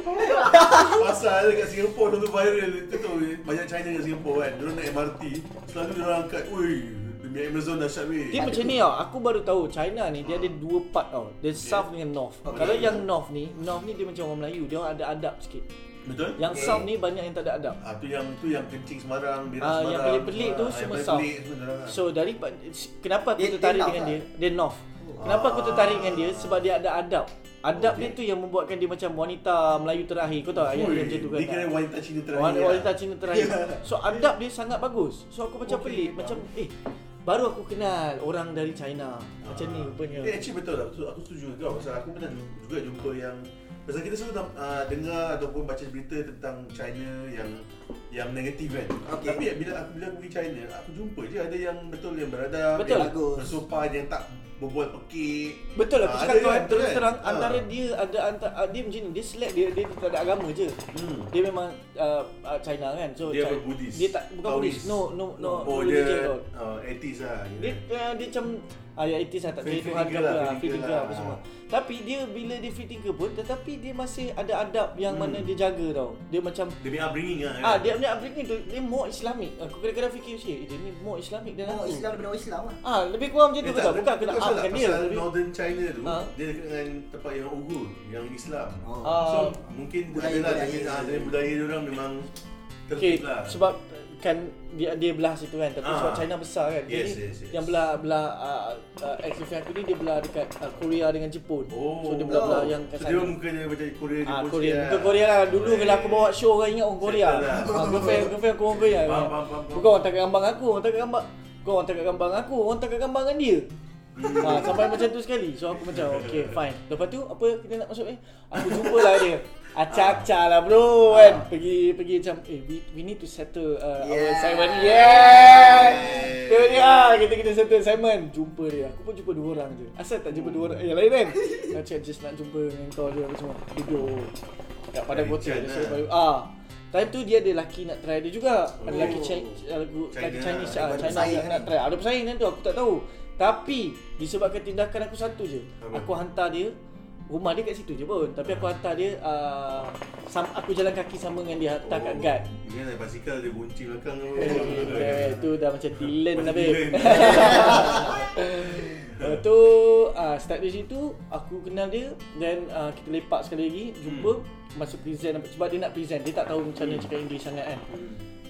Pasal dekat Singapore dulu viral itu tu banyak China kat Singapore kan. Dia naik MRT, selalu dia orang angkat, "Oi, demi Amazon dahsyat weh."
Dia macam ni tau, aku baru tahu China ni dia ada dua part tau. Dia south dengan north. Kalau yang north ni, north ni dia macam orang Melayu, dia orang ada adab sikit.
Betul?
Yang
Okay.
south ni banyak yang tak ada adab.
Ah tu yang tu yang kencing Semarang, berak
Ah,
Semarang.
yang pelik-pelik tu
Ah, yang
semua south.
pelik-pelik semua dia orang.
So dari pa- kenapa aku
Dia- dia
tertarik
north
dengan
lah.
dia? Dia north.
Oh.
Kenapa aku tertarik dengan dia? Sebab dia ada adab. Adab dia
Okay.
tu yang membuatkan dia macam wanita Melayu terakhir. Kau tahu ayat
Ui,
dia macam tu kan?
Dia kira wanita Cina terakhir.
Wanita,
lah.
wanita Cina terakhir. So adab dia sangat bagus. So aku macam pelik, macam eh baru aku kenal orang dari China. Macam ni rupanya.
Eh, actually betul lah. So, Aku setuju dengan kau pasal aku pernah ju- juga jumpa yang pasal kita selalu tam- ah, dengar ataupun baca berita tentang China yang yang negatif kan.
Okay.
Tapi bila aku bila aku pergi China, aku jumpa je ada yang betul yang beradab,
Betul.
yang
Bagus.
bersopan, yang tak berbual pekik.
Betul lah, aku
Ah,
cakap
ada
kau
kan?
terus
Betul kan?
terang
Ah.
antara dia ada antara dia macam ni, dia select dia dia tak ada agama je.
Hmm.
Dia memang uh, uh, China kan. So
Dia
Chi-
berbudis.
Dia tak bukan Buddhis. No no no.
Oh,
religion
dia
at all.
uh, atheist lah.
Dia uh, dia macam ayat etis lah tak percaya
Free- free
Tuhan ke
thinker
apa
lah,
lah,
free
free
thinker
thinker
lah.
apa semua. Tapi dia bila dia free thinker pun tetapi dia masih ada adab yang
Hmm.
mana dia jaga tau. Dia macam
Dia punya upbringing lah.
ah dia punya upbringing tu dia more Islamic. Aku kadang-kadang fikir macam eh, dia ni more Islamic dan
Nama
aku.
Islam daripada orang Islam lah
Ah lebih kurang
Eh,
macam tu ke tak? Bukan ah, aku nak
pasal-
upkan dia.
Pasal
tapi-
Northern China tu,
Ha?
dia dekat dengan tempat yang Uyghur, yang Islam.
Ah.
So, mungkin
budaya-
budaya, lah, adalah
budaya.
budaya, budaya, budaya dia orang memang
Okay,
tertib lah.
sebab kan dia dia belah situ kan tapi
Ah.
sebab China besar kan
Yes,
jadi
yes, yes.
yang belah belah uh, uh, ex-girlfriend aku ni dia belah dekat uh, Korea dengan Jepun so dia belah belah yang
Oh, So, dia orang muka dia macam Korea
Ah,
Jepun
Korea.
sikit
Bukan Korea lah. Dulu
Alright.
kalau aku bawa show orang ingat orang Korea.
Settle lah.
Ah, girlfriend, girlfriend aku orang Korea.
Faham, faham, faham, faham.
Bukan orang tangkap gambar aku, orang tangkap gambar. Bukan orang tangkap gambar aku, orang tangkap gambar dengan dia.
Hmm.
Ha, sampai macam tu sekali. So aku macam okay fine. Lepas tu apa kita nak masuk eh? Aku jumpalah dia. Acak-acak lah bro kan.
Ah.
Pergi pergi macam eh we, we need to settle uh, our
Yeah.
assignment. Yeah. Dia dia Eh, ya, kita kita settle assignment. Jumpa dia. Aku pun jumpa dua orang je. Asal tak jumpa dua orang yang lain kan? Aku cakap just nak jumpa dengan kau je apa semua. Duduk. Kat pada
Dari
hotel.
China.
Dia suruh balik. Ah. Time tu dia ada lelaki nak try dia juga. Ada
Oh.
lelaki Chi- lagu
China.
lelaki Chinese
Ada
ah, China
pesaing
nak,
ni.
nak try. Ada pesaing kan tu aku tak tahu. Tapi disebabkan tindakan aku satu je.
Apa?
Aku hantar dia rumah dia kat situ je pun. Tapi aku hantar dia ah, sam- aku jalan kaki sama dengan dia hantar
Oh.
kat guard.
Dia naik lah, basikal, dia gunci belakang.
Eh, Itu dah macam Dylan
Macam
dah babe.
Dylan.
Lepas tu ah, start dari situ aku kenal dia dan ah, kita lepak sekali lagi jumpa masuk present sebab dia nak present dia tak tahu macam mana cakap English sangat kan.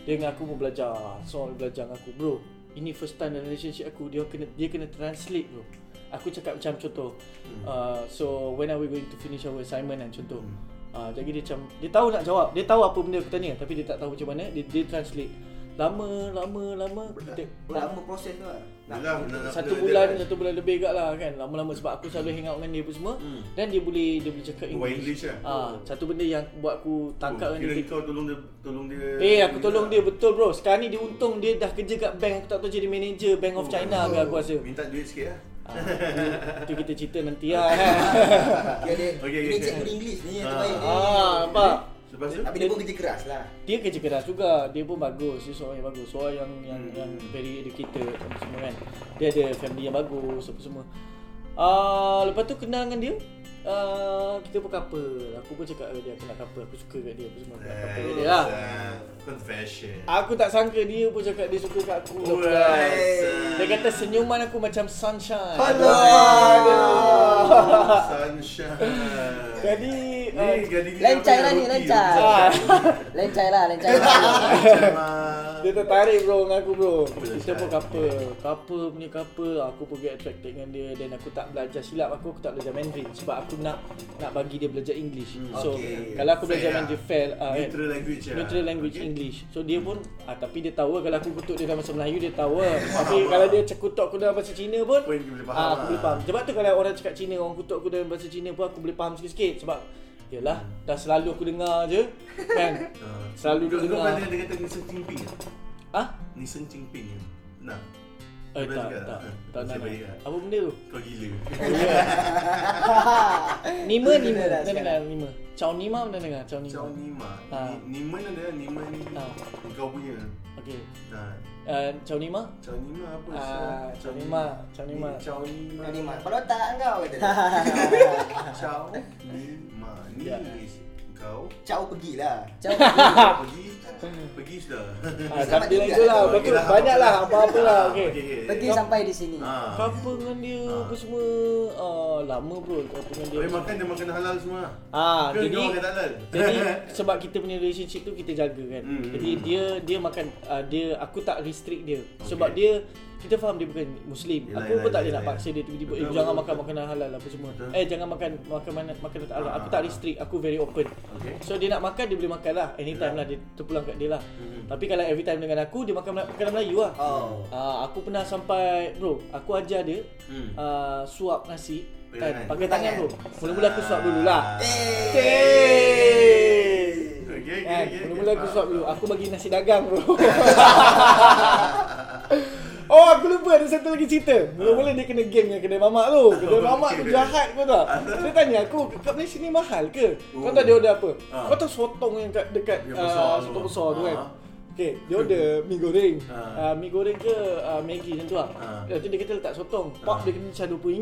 Dia dengan aku pun belajar soal belajar dengan aku bro. Ini first time dalam relationship aku dia kena dia kena translate bro. Aku cakap macam contoh ah, so when are we going to finish our assignment kan contoh. Ah, jadi dia macam dia tahu nak jawab. Dia tahu apa benda aku tanya tapi dia tak tahu macam mana. Dia dia translate. Lama lama lama kita
Lama proses tu lah
Yelah, nak- nak-
satu
dia-
bulan
dia-
satu bulan lebih agak lah kan lama-lama sebab aku selalu hang out dengan dia pun semua
Hmm.
dan dia boleh dia boleh cakap
Buat
English,
English lah.
ah satu benda yang buat aku tangkap
Oh,
dengan
Kira
dia
kau tolong dia tolong dia.
Eh aku tolong dia betul bro Sekarang ni dia untung dia dah kerja kat bank Aku tak tahu jadi manager Bank
Oh.
of China ke aku rasa
Minta duit sikit lah.
ah, tu, tu kita cerita nanti lah kan
Dia ada
Okey, okey,
Dia
okey.
cek good English ni yang
Ah.
terbaik ni
ah, Nampak
Lepas tu?
Tapi dia pun kerja keras lah
Dia kerja keras juga Dia pun bagus Dia seorang yang bagus Seorang yang yang, yang very educated apa semua kan Dia ada family yang bagus apa semua Ah, Lepas tu kenal dengan dia ah, Kita pun couple Aku pun cakap dengan dia Aku nak couple Aku suka kat dia apa semua Aku nak couple kat dia lah Ah,
Ah, Confession.
Aku tak sangka dia pun cakap dia suka kat aku lah pula. Dia kata senyuman aku macam sunshine
Alah. Sunshine.
Jadi
Ni
ah,
gading ni
Lencai
apa
lah
yang
ni,
roti
lencai.
tu?
ah,
Lencai lah, lencai
Lencai mah.
Dia tertarik bro dengan aku bro
Boleh
Kita pun
cakap.
couple Couple punya couple Aku pun get attracted dengan dia Dan aku tak belajar silap aku Aku tak belajar Mandarin Sebab aku nak nak bagi dia belajar English So
okay.
kalau aku
Fair
belajar
lah.
Mandarin fail ah, kan?
Neutral language lah.
Neutral language
Okay.
English So dia pun ah, Tapi dia tahu lah Kalau aku kutuk dia dalam bahasa Melayu Dia tahu lah Tapi kalau dia cekutuk aku dalam bahasa Cina pun
Pun dia boleh faham
ah, Aku
lah.
boleh faham Sebab tu kalau orang cakap Cina Orang kutuk aku dalam bahasa Cina pun Aku boleh faham sikit-sikit Sebab Yalah Dah selalu aku dengar je Kan
Ah.
Selalu
Kau- Kau
dengar.
pernah dengar kata Nissan Cingping tak?
Ah?
Nissan Cingping kan? Nah.
Eh
Kau pernah
tak,
dengar
tak, tak,
Nasib
nak,
baik
nak.
lah.
Apa benda tu?
Kau gila.
Hmm. Nima, Nima,
Benda dah
dah
sekarang.
dengar Nima Chow Nima pernah dengar? Chow Nima
Macam Nima.
Ha.
Ni- Niman ada Niman
Ha.
kau punya.
Okay
Nah.
uh, Chow Nima?
Macam Nima apa?
Ah,
Sah?
Macam
Macam
Nima, Macam Nima
Macam Nima.
Kau ni mak Kalau tak kau kata dia.
Macam Nima. Ni
Ya.
is kau
Cao pergilah
pergi pergi sudah.
Ah, Tapi
Selamat
lah
tinggal.
itulah,
Okey
betul
lah,
Banyak lah, apa-apa lah,
Ah,
okay
Pergi sampai di sini
Ah.
Couple dengan dia
Ah.
apa semua ah, Lama bro couple dengan dia
Tapi makan dia makan halal semua.
Ah,
Ke
jadi
kau makan tak halal?
jadi sebab kita punya relationship tu kita jaga kan.
Hmm.
Jadi dia dia makan uh, dia aku tak restrict dia sebab dia kita faham dia bukan muslim.
Yelah,
aku
yelah,
pun tak boleh
yelah,
nak
yelah.
paksa dia tiba-tiba eh
Betul,
jangan
betul,
makan
betul.
makanan halal apa semua.
Betul.
Eh jangan makan makan mana makanan tak halal. Aku
Ah.
tak restrict. Aku very open.
Okey.
So dia nak makan dia boleh makan lah anytime
Yelah.
lah dia terpulang kat dia lah.
Hmm.
Tapi kalau every time dengan aku dia makan makanan Melayu lah.
Oh
Ah, aku pernah sampai bro, aku ajar dia
Hmm.
ah, suap nasi
Pakai
kan,
tangan.
pakai tangan bro. Mula-mula aku suap lah. dululah.
Ah.
Eh.
Okey.
Okey, okey,
Kan,
okey.
mula-mula aku
Faham,
suap dulu.
faham.
Aku bagi nasi dagang bro. oh, aku lupa ada satu satu lagi cerita. Mula-mula dia kena game dengan kedai mamak tu. Kedai
Oh,
mamak tu
okay.
jahat kau tahu. Dia tanya aku, kat Malaysia ni mahal ke? Kau tahu dia order apa?
Ah.
Kau tahu sotong yang kat dekat
Yang besar
ah,
tu.
sotong besar tu kan.
Ah.
Okay, dia order mi goreng. Ah,
Ah.
mi goreng ke ah, Maggi macam tu lah.
Ah.
Lepas tu dia kata letak sotong.
Ah.
Pak dia kena cari RM20.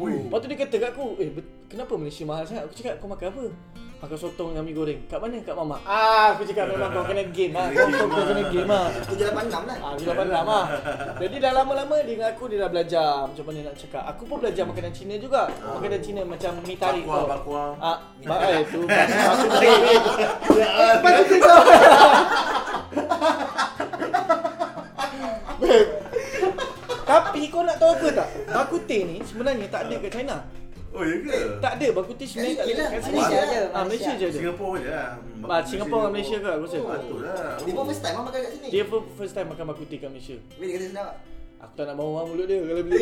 Ui.
Lepas tu dia kata kat aku, eh bet- kenapa Malaysia mahal sangat? Aku cakap, kau makan apa? Makan sotong dengan mi goreng. Kat mana? Kat mamak. Ah, aku cakap memang kau kena game lah. Kau, kau, kau kena game lah.
Kita jalan pandang lah.
Ah, dia dah pandang lah. Jadi dah lama-lama dia dengan aku dia dah belajar macam mana nak cakap. Aku pun belajar makanan Cina juga. Makanan Cina macam mi tarik
Bakwa,
tau.
bakwa.
Ah, ba eh tu. Aku tarik.
Lepas tu kau.
Tapi kau nak tahu apa tak? Bak Kut Teh ni sebenarnya tak ada kat China.
Oh, ya ke?
Tak ada Bak Kut Teh sebenarnya tak
Kat
ada
UK
kat
lah,
sini.
Malaysia
ada,
Ah, Malaysia je ada.
Singapura je lah.
Ah, Singapura dengan Malaysia ke aku rasa?
Oh, patut lah.
Dia pun first time lah makan kat sini.
Dia pun first time makan Bak Kut Teh kat Malaysia.
Bila dia kata sedap.
Aku tak nak bawa mulut dia kalau beli.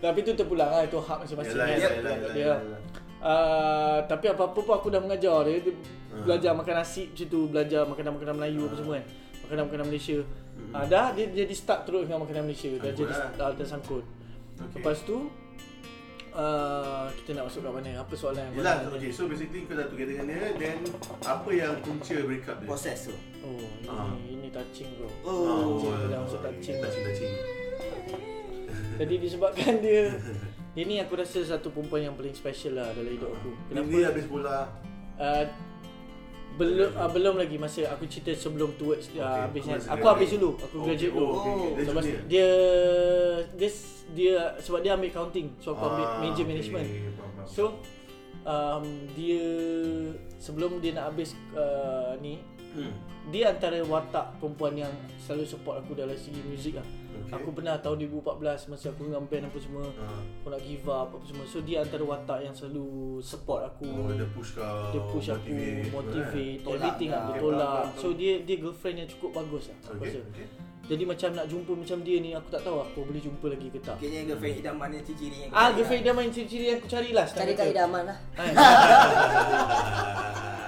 Tapi tu terpulang lah. Itu hak masing-masing.
Yelah,
kan.
yelah, yelah,
Dia
yelah,
lah.
yelah.
Uh, tapi apa-apa pun aku dah mengajar dia, dia
Ah.
belajar makan nasi macam tu, belajar makanan-makanan Melayu apa semua kan. Makanan-makanan Malaysia. Ah, dah dia jadi stuck terus dengan makanan Malaysia. Dah
Sangkut
jadi
Hmm. lah.
dah, dah sangkut.
Okay.
Lepas tu uh, kita nak masuk kat mana? Apa soalan yang kau
Yelah,
nak tanya?
okay. So, basically kau dah together dengan dia. Then, apa yang punca break up dia?
Proses tu.
Oh, ini,
Ah.
ini touching bro.
Oh.
Dah masuk touching.
touching, touching.
Jadi disebabkan dia dia ni aku rasa satu perempuan yang paling special lah dalam hidup aku.
Kenapa? Dia habis bola.
Uh, belum uh, belum lagi masa aku cerita sebelum towards uh,
Okay,
habisnya.
kau masih
Aku
graduate.
habis dulu, aku
Oh,
graduate
okay.
dulu.
Oh, okay, okay. Dia
Lepas
junior?
dia dia s- dia sebab dia ambil accounting, so aku ambil
Ah,
major
okay,
management.
faham, faham.
So um, dia sebelum dia nak habis uh, ni
Hmm.
dia antara watak perempuan yang selalu support aku dalam segi muzik lah.
Okay.
Aku pernah tahun 2014 masa aku dengan band apa semua,
Ah.
aku nak give up apa semua. So dia antara watak yang selalu support aku
Oh, dia push kau.
dia push aku
motivate, eh.
motivate
Tolak
everything
lah.
lah dia
Okay,
tolak
faham, faham.
so dia dia girlfriend yang cukup bagus lah aku
Okay,
rasa
okay.
jadi macam nak jumpa macam dia ni aku tak tahu aku boleh jumpa lagi ke tak
Kayaknya girlfriend idaman yang ciri-ciri yang lah.
ah girlfriend dia main ciri-ciri yang aku carilah sekarang
Cari
tu.
kat idaman lah.
Hai.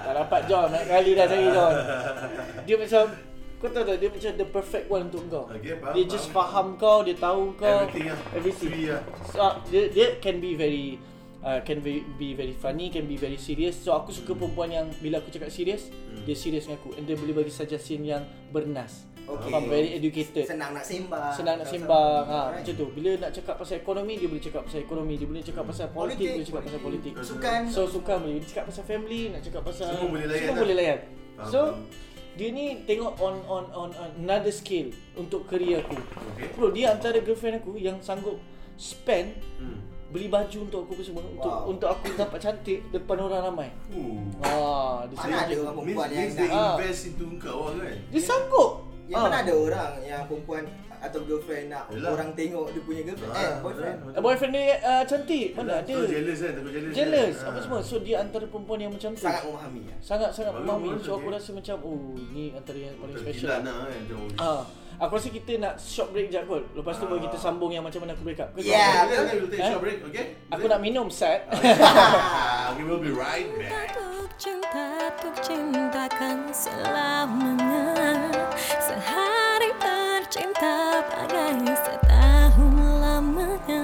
tak dapat John nak kali dah cari John dia macam kau tahu tak dia macam the perfect one untuk kau
Okay, faham,
dia just
faham.
faham kau dia tahu kau
Everything lah.
everything
Free lah.
so, ah, dia, dia can be very uh, can be, be very funny can be very serious so aku
Hmm.
suka perempuan yang bila aku cakap serious dia serious dengan aku and dia boleh bagi suggestion yang bernas
Okay.
Faham? very educated
Senang nak sembang.
senang nak sembang ha, macam tu bila nak cakap pasal ekonomi dia boleh cakap pasal ekonomi dia boleh cakap pasal politik,
Politik,
boleh cakap pasal politik
Sukan.
so suka boleh dia cakap pasal family nak cakap pasal
Semua boleh layan
semua
lah.
boleh layan
Faham,
so
faham.
dia ni tengok on on on on another scale untuk career aku
Okay.
bro dia antara girlfriend aku yang sanggup spend
Hmm.
beli baju untuk aku apa semua untuk
Wow.
untuk aku nampak cantik depan orang ramai
Ooh.
ah dia
Mana
sanggup
ada orang
Hmm. Means,
perempuan yang
means they
nak
Ah.
invest into kau lah kan?
dia sanggup
Yang Ya,
ah.
mana ada orang yang perempuan atau girlfriend nak
Yelah.
orang tengok dia punya girlfriend eh boyfriend.
betul.
Ah, boyfriend dia ah, cantik
Yelah,
mana ada
So jealous kan, takut jealous.
jealous
kan?
apa
Ah.
semua so dia antara perempuan yang macam tu
Sangat memahami ya.
sangat sangat
Bagus,
memahami
bagus,
so aku
okay.
rasa macam oh ni antara yang paling
Betul,
special
Kilan lah kan. macam, oh,
ah aku rasa kita nak short break jap kot lepas tu baru kita sambung yang macam mana aku break up Kau tahu?
Okay,
Yeah.
okay, okay, we'll take a short
Eh?
break, okay?
aku nak minum set
Ah, okay, we'll be right back.
Untuk cinta, untuk cintakan selamanya Sehari bercinta bagai setahun lamanya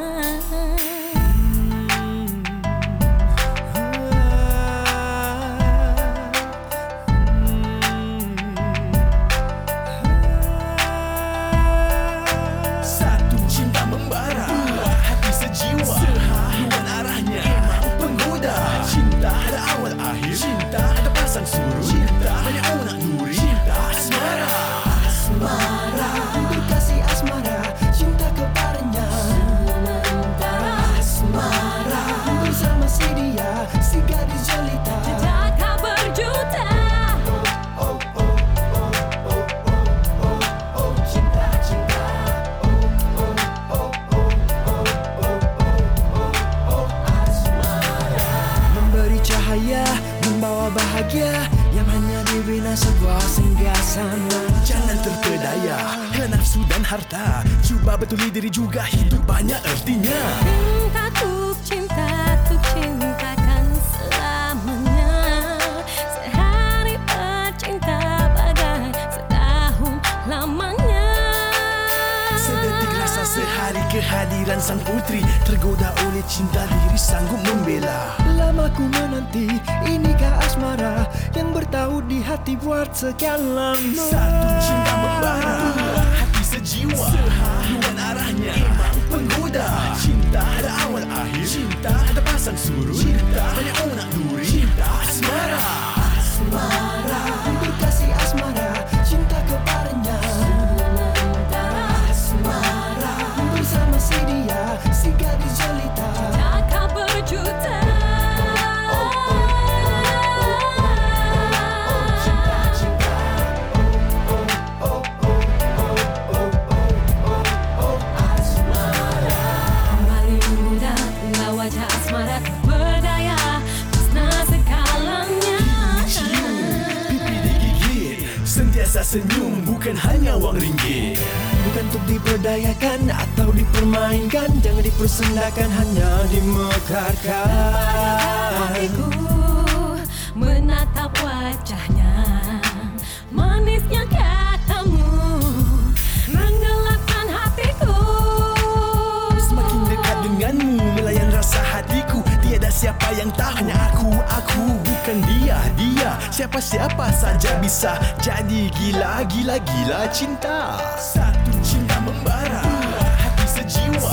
Satu cinta membara Dua hati sejiwa Seharuan arahnya Emang penggoda Cinta ada awal akhir Cinta ada pasang suruh Cinta banyak anak duri Cinta asmara Asmara Berkasih asmara Cinta kepadanya Sementara Asmara Bersama si dia Si gadis jelita
Jaka berjuta
Oh oh oh oh oh oh oh cinta cinta oh oh oh oh oh oh oh oh asmara memberi cahaya membawa bahagia yang hanya dibina sebuah singgasana jangan terpedaya nafsu dan harta cuba betuli diri juga hidup banyak artinya.
Cinta tuk cinta tuk cintakan selamanya Sehari bercinta bagai setahun lamanya
Sedetik
Kehadiran sang putri Tergoda oleh cinta diri sanggup membela Lama ku menanti Inikah asmara Yang bertaut di hati buat sekian lama Satu cinta membara Hati sejiwa Luan arahnya Emang penggoda Cinta ada awal akhir Cinta ada pasang surut Cinta banyak onak duri Cinta asmara Asmara Berkasih asmara Cinta kepadanya asmara Bersama si dia Si gadis jelita
Kakak berjuta Kembali muda, lah wajah asmara tak berdaya Pesna segalanya
Pipi digigit Sentiasa senyum Bukan hanya wang ringgit Bukan untuk diperdayakan Atau dipermainkan Jangan dipersendakan Hanya dimekarkan
Hatiku menatap wajahnya Manisnya katamu Menggelapkan hatiku
Semakin dekat denganmu Melayan rasa hatiku Tiada siapa yang tahu Hanya aku, aku Bukan dia, dia Siapa-siapa saja bisa Jadi gila, gila, gila cinta Satu cinta membara Hati sejiwa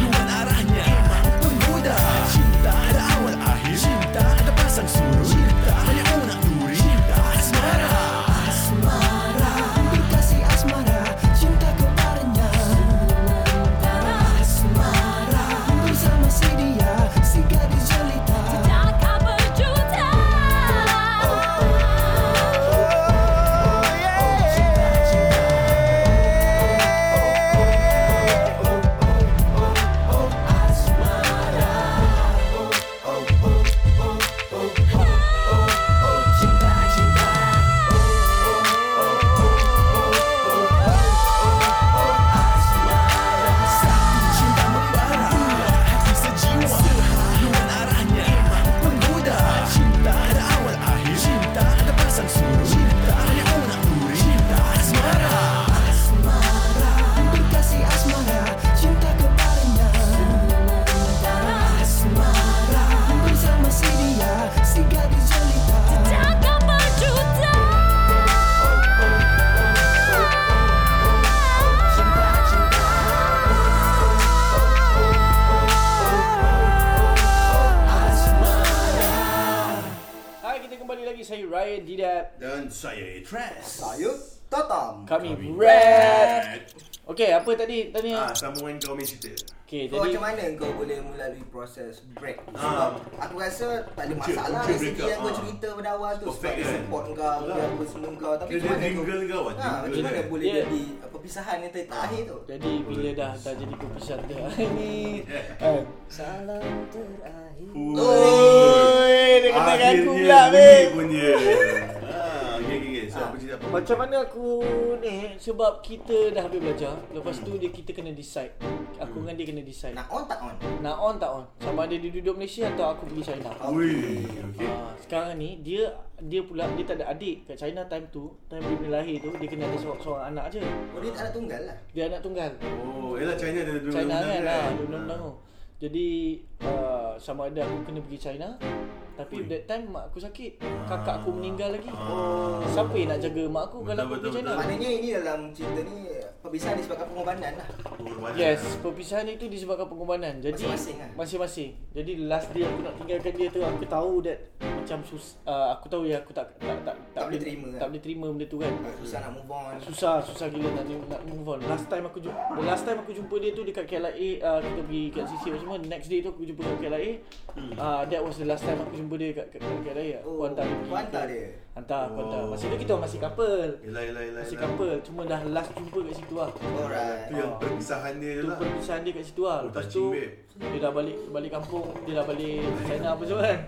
Luan arahnya Penggoda Cinta ada awal akhir Cinta ada pasang surut Cinta banyak onak duri Cinta asmara Asmara Berkasih asmara Cinta kepadanya asmara Bersama si dia, si gadis jelita
Kakak berjuta
Cinta membara, hati sejiwa Luan arahnya, menggoda Cinta ada awal akhir Cinta ada pasang surut Cinta hanya onak duri Cinta asmara Asmara Berkasih asmara Cinta kepadanya Asmara Bersama si dia, si gadis jelita
Kakak berjuta
Ha, kita kembali lagi saya Ryan Didat.
Dan saya Tres.
Saya Tatam
Kami Red. Okey, apa tadi tadi?
Ah, sambungan kau main cerita.
Okey, jadi
Kau Oh, macam mana kau boleh melalui proses break?
Ah.
Sebab aku rasa tak ada
Punca- punca
masalah dari segi
breakup,
yang kau
ah.
cerita pada awal tu Sebab
Perfect,
dia
kan?
support kau, dia apa semua kau Tapi
Dia- dia
macam mana kau
jingle kau, ah,
Ha, Macam
jingle
mana
kan?
boleh
Yeah.
jadi apa, perpisahan yang ter- terakhir tu
jadi bila dah dah jadi keputusan dia ni. Eh.
Salam terakhir
Oi,
dia katakan aku pula, babe.
Bunyi. Ah, okey okey okey. So apa cerita apa?
Macam mana aku ni sebab kita dah habis belajar, lepas tu dia kita kena decide. Aku dengan dia kena decide.
Nak on tak on?
Nak on tak on? Sama ada dia duduk Malaysia atau aku pergi China.
Ui, okey.
Ah, sekarang ni dia dia pula dia tak ada adik kat China time tu, time dia punya lahir tu dia kena ada seorang, seorang anak je.
Oh dia tak ada tunggal lah
Dia anak tunggal.
Oh, ialah China ada dua
China
undang-undang
kan lah, dia undang-undang
Ah.
tu. Jadi uh, sama ada aku kena pergi China tapi
Ui.
that time mak aku sakit,
Ah.
kakak aku meninggal lagi.
Ah.
Siapa yang nak jaga mak aku kalau aku
Betul,
pergi
betul,
China?
betul.
Maknanya ini dalam cerita ni Perpisahan disebabkan pengorbanan lah
Pengorbanan.
Yes, perpisahan itu disebabkan pengorbanan. Jadi
Masing-masing
eh?
lah.
masing-masing. Jadi last day aku nak tinggalkan dia tu aku tahu that macam sus uh, aku tahu yang aku tak tak tak
Tak boleh terima
tak
kan?
eh?
boleh terima benda tu kan.
Ah, Susah nak move on
Susah, susah gila nak, nak move on. Last time aku jumpa, the last time aku jumpa dia tu dekat KLIA, uh, kita pergi kat CC apa semua. Next day tu aku jumpa kat KLIA. Uh, that was the last time aku jumpa dia kat, kat, kat KLIA. Aku
Oh,
hantar dia.
kau
pergi
hantar
ke-
dia?
Hantar, aku hantar.
Oh.
Masa tu kita masih couple.
Yelah, yelah, yelah.
Masih
yelah.
couple, cuma dah last jumpa kat situ lah.
Alright
Tu yang perpisahan dia
Tu
je lah.
perpisahan dia kat situ lah
Oh,
Lepas
touching,
tu
babe.
Dia dah balik balik kampung Dia dah balik China apa semua kan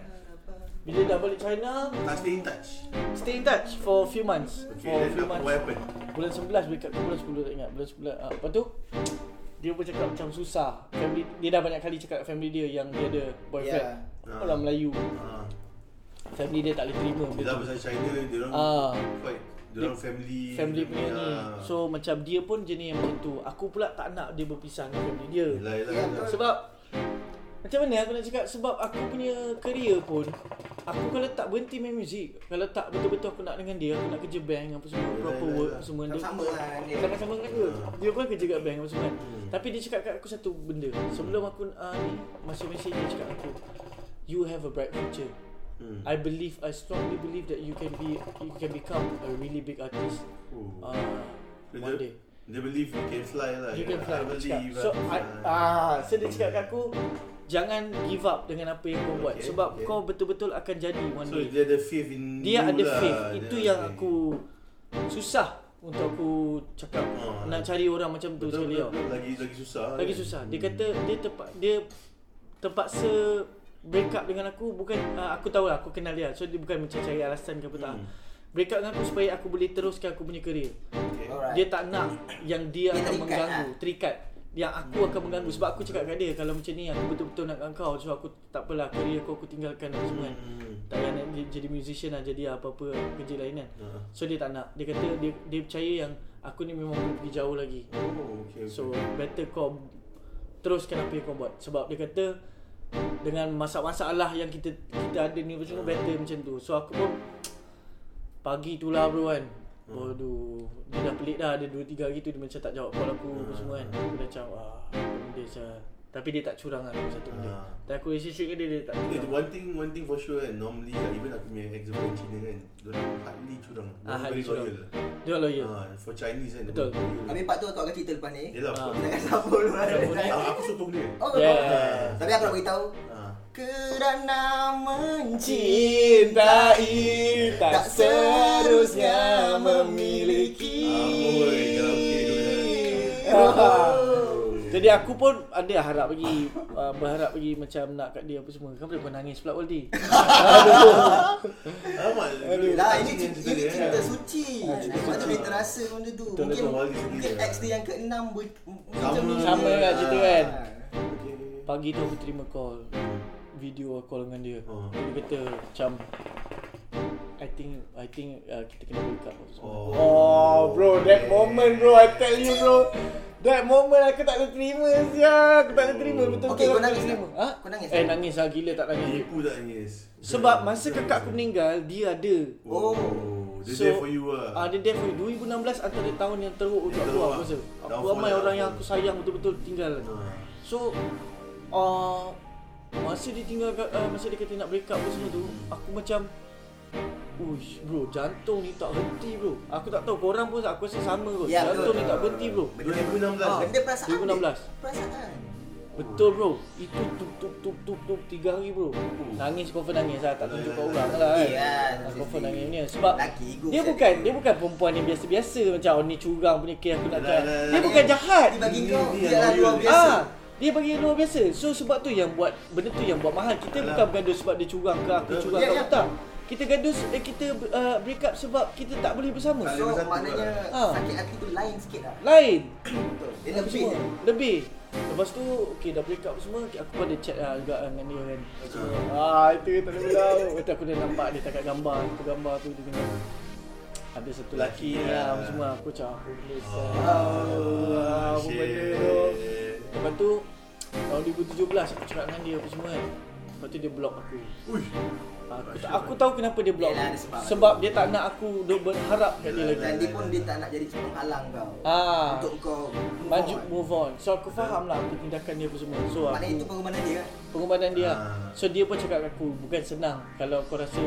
Bila dah balik China
Tak stay in touch.
Stay in touch for a few months
Okay,
For a
then
few
apa what
months
happen?
Bulan 11 Bulan kat bulan 10 tak ingat Bulan 11 ah, Lepas tu Dia pun cakap macam susah family, Dia dah banyak kali cakap family dia Yang dia ada boyfriend
Yeah.
yeah. Orang Melayu
Ah,
Family dia tak boleh terima
Dia dah
benda tu
pasal China, dia orang
Ah,
fight. Diorang family
family punya ni.
Ah.
So macam dia pun jenis yang macam tu. Aku pula tak nak dia berpisah dengan family dia.
Yelah yelah
Ya,
yelah.
betul.
Sebab macam mana aku nak cakap sebab aku punya career pun aku kalau tak berhenti main muzik, kalau tak betul-betul aku nak dengan dia, aku nak kerja bank apa semua, proper
yelah,
work
yelah.
apa semua dia.
Sama-sama lah dengan dia.
Sama-sama dengan dia. Dia pun kerja kat bank apa semua. kan.
Hmm.
Tapi dia cakap kat aku satu benda. Sebelum aku uh, ni masuk message dia cakap aku, you have a bright future.
Hmm.
I believe I strongly believe that you can be you can become a really big artist.
Oh.
Uh,
Dia-
one day.
Dia believe you can fly lah
You can fly
I
dia cakap.
believe
So I,
ah.
ah, so dia cakap kat aku Jangan give up dengan apa yang kau buat
Okay,
Sebab
okay.
kau betul-betul akan jadi one
So
day
dia ada faith in
Dia
you
ada
lah.
faith
Dia
Itu
ada
yang
faith.
aku Susah untuk aku cakap
Ah.
Nak cari orang macam tu
Betul,
sekali
betul,
tau
betul. Lagi lagi susah
Lagi
kan?
susah Dia kata dia terpa, dia terpaksa break up dengan aku Bukan ah, aku tahu lah aku kenal dia So dia bukan macam cari alasan ke apa tak
Hmm.
Break up dengan aku supaya aku boleh teruskan aku punya career
Alright.
dia tak nak yang dia akan
Dia terikat lah.
mengganggu, terikat. Yang
Hmm.
aku akan mengganggu sebab aku cakap kat dia kalau macam ni aku betul-betul nak dengan kau. So aku tak apalah career aku aku tinggalkan apa semua kan.
Hmm.
Tak payah nak jadi- jadi musician lah jadi apa-apa kerja lain kan.
Ha.
So dia tak nak. Dia kata dia dia percaya yang aku ni memang boleh pergi jauh lagi.
Oh, okay, okay.
So better kau teruskan apa yang kau buat sebab dia kata dengan masalah-masalah yang kita kita ada ni macam tu better macam tu. So aku pun pagi tu lah bro kan.
Hmm.
Waduh, dia dah pelik dah ada 2 3 hari tu dia macam tak jawab call aku
Hmm.
apa semua kan. Aku dah macam ah benda saya. Tapi dia tak curang lah aku satu benda.
Ah. Eh,
Dan aku relationship dengan dia dia tak
Okay,
curang.
one thing one thing for sure kan normally kan, even aku punya ex-girlfriend Cina kan diorang hardly curang
Ah,
Diorang
hardly
very
curang.
loyal.
Dia loyal.
lah. Ah, for Chinese kan
Betul.
Habis part tu kau akan cerita lepas ni.
Yelah,
Ah.
aku,
Kita akan sambung dulu lah.
lah, ah, aku sokong dia
Oh,
Yeah.
Tapi aku nak beritahu
Ah.
Kerana mencinta
Cintai
Tak seharusnya memiliki.
Ah, oi, kalau okay tu
Ah. Jadi aku pun ada harap lagi uh, Berharap lagi macam nak kat dia apa semua Kenapa kau nangis pula Waldi?
kan. Amat.
Lah ini
Cina cerita
cerita,
dia,
ini cerita
kan.
suci Sebab tu dia terasa benda tu
Betul,
Mungkin
betul. Wali sendiri
mungkin
lah.
ex dia yang ke-6 ber-
Sama.
macam ni Ah,
Sama lah cerita kan
Okay.
Pagi tu aku terima call Video call dengan dia
Oh.
Dia kata macam I think I think uh, kita kena break up apa semua.
Oh.
bro that moment bro I tell you bro That moment aku tak boleh terima sia Aku tak boleh terima betul-betul
Okay,
aku
kau
tak
nangis
boleh terima.
tak?
Ha?
Kau nangis
Eh
tak?
nangis lah gila tak nangis
Dia pun tak nangis.
Sebab masa kakak aku meninggal dia ada.
Oh, dia there for you lah.
Ah, dia there for you. 2016 antara tahun yang teruk untuk aku
teruk
aku
lah.
rasa. Aku
Downfall
ramai
lah,
orang yang aku
downfall.
sayang betul-betul tinggal.
Ah.
So uh, masa dia tinggal kat- uh, masa dia kata nak break up apa semua tu, aku macam Uish bro, jantung ni tak henti bro Aku tak tahu, korang pun aku rasa sama bro
Ya,
Jantung
betul.
ni tak berhenti bro
2016
Ah.
kan?
Benda perasaan dia.
2016.
Perasaan
Betul bro Itu tup tup tup tup tup Tiga hari bro Nangis confirm nangis lah Tak tunjuk kat orang lah kan
Hmm. Ya,
Ah, Confirm nangis punya Sebab
Laki ego
Dia
saya
bukan
tengok.
Dia bukan perempuan yang biasa-biasa Macam oh, ni curang punya Kira
Lah,
aku nak
Yalah,
cakap
yalah,
Dia
yalah.
bukan jahat
Dia bagi
Ini-
kau
ini
Dia
yang
lah luar
loyal.
biasa
Ah, dia bagi luar biasa. So sebab tu yang buat benda tu yang buat mahal. Kita
Alah.
bukan bergaduh sebab dia curang ke aku
Betul,
curang
betul.
ke
Ya, ya.
tak. Kita gaduh eh, kita uh, break up sebab kita tak boleh bersama.
Tak
So
Lima satu
maknanya
lah.
sakit hati tu lain sikit lah
Lain.
Betul Dia
Apa
lebih
semua.
je
Lebih. Lepas tu okay dah break up semua okay, aku pun ada chat lah juga dengan dia kan. Ah itu tak boleh tahu. Kata aku dah nampak dia tak kat gambar, tu gambar tu dia kena ada satu
Lelaki
lelaki
lah.
lah apa semua aku cakap aku kisah.
Ah,
Apa benda tu.
shit.
Lepas tu tahun 2017 aku cakap dengan dia apa semua kan. Lepas tu dia block aku.
Ui.
Aku, tak, aku tahu kenapa dia block.
Ah, Yelah, ada sebab.
sebab dia tak nak aku duk berharap kat dia lagi.
Dan dia pun dia tak nak jadi penghalang kau
Ah.
Untuk kau move
Maju
on.
move on. So aku faham lah apa tindakan dia apa semua. So aku
Maknanya itu pengumuman dia kan
pengorbanan dia.
Ah.
So dia pun cakap kat aku bukan senang. Kalau kau rasa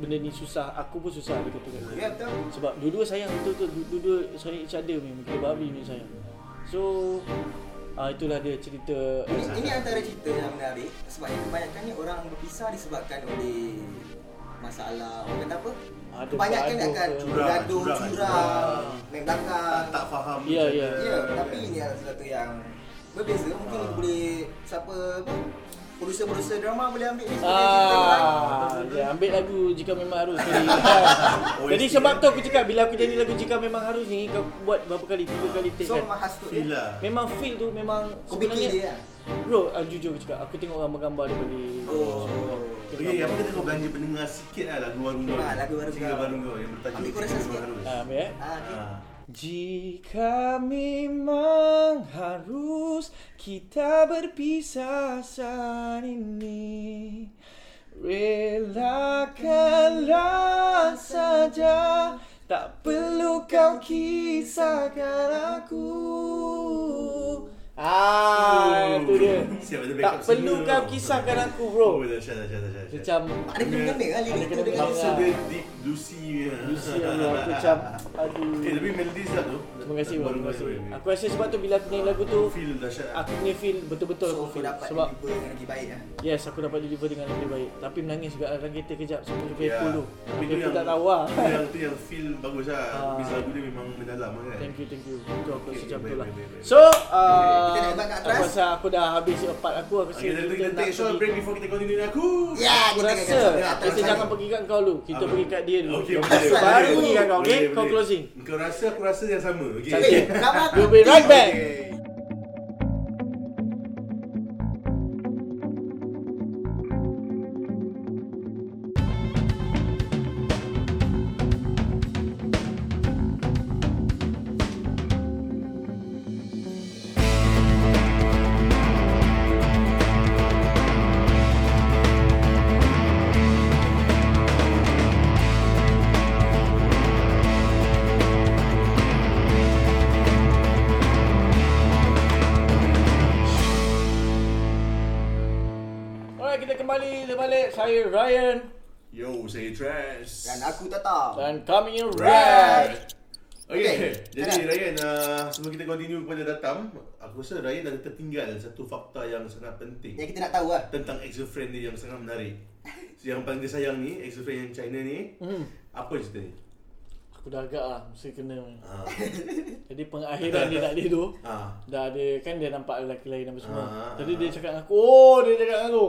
benda ni susah, aku pun susah dia kata kat aku.
Ya betul
Sebab dua-dua sayang betul-betul du- dua-dua sayang each other ni, gila babi ni sayang. So ah itulah dia cerita
Ini, ini antara cerita yang menarik sebab yang kebanyakannya orang berpisah disebabkan oleh masalah orang kata apa?
Ada
Kebanyakan
gaduh
akan
ke-
Curang,
gaduh,
curang.
curang, main
Tak
belakang.
tak faham.
Ya, ya.
Ya, tapi ini adalah sesuatu yang berbeza. Mungkin
Ah.
boleh siapa apa? Produser-produser drama boleh ambil ni sebagai cerita orang.
Ah, dia ambil lagu jika memang harus tadi.
Oh,
Jadi
yes,
sebab
ya.
yes.
tu aku cakap bila aku jadi lagu jika memang harus ni kau buat berapa kali? Tiga kali take kan.
So mahas tu
Feel lah.
Memang feel tu memang
Kau fikir dia. ya?
Bro, ah, jujur aku cakap aku tengok gambar-gambar dia balik.
Oh.
Okay, apa kata kau belanja pendengar sikit lah lagu baru kau
Ah, lagu baru
Single
kau.
baru kau yang bertajuk
Ambil kurasa
Single
sikit.
Harus.
Ah, ambil eh.
Ah, okay.
Ah.
Jika memang harus kita berpisah saat ini Relakanlah saja Tak perlu kau kisahkan aku Ah, itu dia
Hmm. Siap ada backup
Tak perlu kau
singer tau.
kisahkan aku bro
Oh, dah syah, dah syah, dah syah, syah.
Macam
Ada kena kena lah lirik
Ada
tu dengan
kena-kena.
Langsung dia deep Lucy punya.
Lucy aku aku macam
Eh,
Aduh
tapi melodies lah tu
Terima kasih bro,
Baru-
terima kasih
baru- baru-
Aku rasa sebab tu bila aku nyanyi lagu tu
Feel dahsyat
Aku punya feel betul-betul
So
aku
kau
feel
dapat
Sebab
jumpa dengan lagi baik lah
yes aku dapat deliver dengan lebih baik Tapi menangis juga dalam kereta kejap Sampai jumpa
Ya.
yeah. dulu
Tapi
Tapi
tu
aku
yang-
tak tahu lah
tu yang tu yang feel bagus lah
Ah.
Bisa lagu dia memang mendalam kan
Thank you, thank you Itu aku rasa
Okay,
macam tu
baik,
lah
baik, baik, baik.
So uh,
Kita nak letak kat
Aku
atas.
rasa aku dah habis part aku Aku rasa
Okay, dari tu kita take short break before kita continue dengan aku
Ya,
Aku
Ah, kita
rasa kita jangan pergi kat kau dulu Kita
Apa?
pergi kat dia dulu
Okay, boleh, boleh,
Baru
boleh.
pergi kat kau, okay?
Boleh,
Kau
boleh.
closing
Kau rasa, aku rasa yang sama okay?
Cantik.
Eh, kenapa?
We'll be right back
Okay.
Alright, kita kembali balik Saya Ryan
Yo, saya Trash
Dan aku tak tahu
Dan kami Ryan
Right. Okay,
Okay,
jadi
Sarah.
Ryan, uh, sebelum kita continue kepada Datam, aku rasa Ryan dah tertinggal satu fakta yang sangat penting
Yang kita nak tahu lah
tentang ex-girlfriend dia yang sangat menarik. So, yang paling dia sayang ni, ex-girlfriend yang China ni,
Hmm.
apa cerita ni?
Aku dah agak lah Mesti kena
Ah,
Jadi pengakhiran dia tadi tu
ah,
Dah ada Kan dia nampak lelaki lain apa semua
Ah.
Jadi dia cakap dengan aku Oh dia cakap dengan aku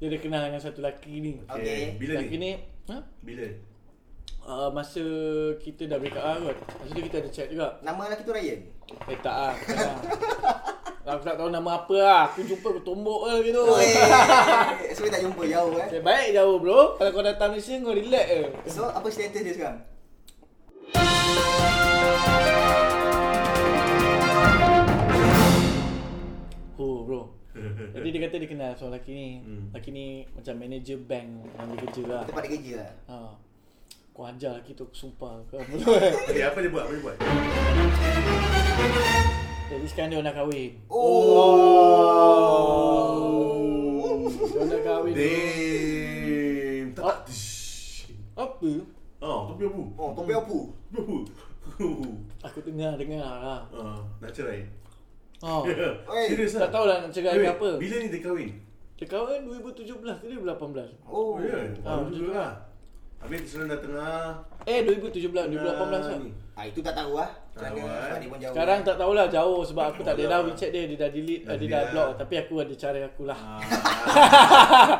Dia ada kenal dengan satu lelaki ni
okay.
Okay.
Bila
Lelaki
ni?
ni ha?
Bila?
Uh, masa kita dah break up lah kot Masa tu kita ada chat juga
Nama lelaki tu Ryan
Eh tak lah tak lah. Aku tak tahu nama apa lah Aku jumpa aku tombok lah gitu
Oh,
Weh, So kita Oh. tak jumpa jauh eh
Saya baik jauh bro Kalau kau datang Malaysia kau relax je
So apa status dia sekarang?
Oh bro Jadi dia kata dia kenal seorang lelaki ni
Hmm.
Lelaki ni macam manager bank Yang dia kerja lah
Tempat dia kerja lah
ha. Aku ajar lelaki tu aku sumpah kau.
Okay, apa dia buat? Apa dia buat?
Jadi sekarang dia orang dah kahwin
Oh.
Dia orang dah kahwin bro.
Damn. Tak,
Oh.
tak.
Apa?
Oh, kopi abu.
Oh, kopi apa?
Kopi abu.
Aku dengar dengar lah
Ah, nak cerai?
oh.
Ya.
Oi,
Serius
Tak tahu lah nak cerai ke
Wait,
apa
Bila ni dia kahwin?
Dia kahwin 2017 ke 2018
Oh,
Oh,
ya. Baru
Ah, betul
juga lah. Habis sekarang dah tengah.
Eh 2017 2018 lah
ni.
ah, itu tak tahu lah
Tak
Kerana
tahu, eh.
sebab dia pun jauh
sekarang tak tahulah jauh sebab aku tak ada
Jauh
dah
lah.
WeChat dia, dia dah delete,
Dah
dia
delete
dah
lah.
block tapi aku ada cara aku lah.
Ah.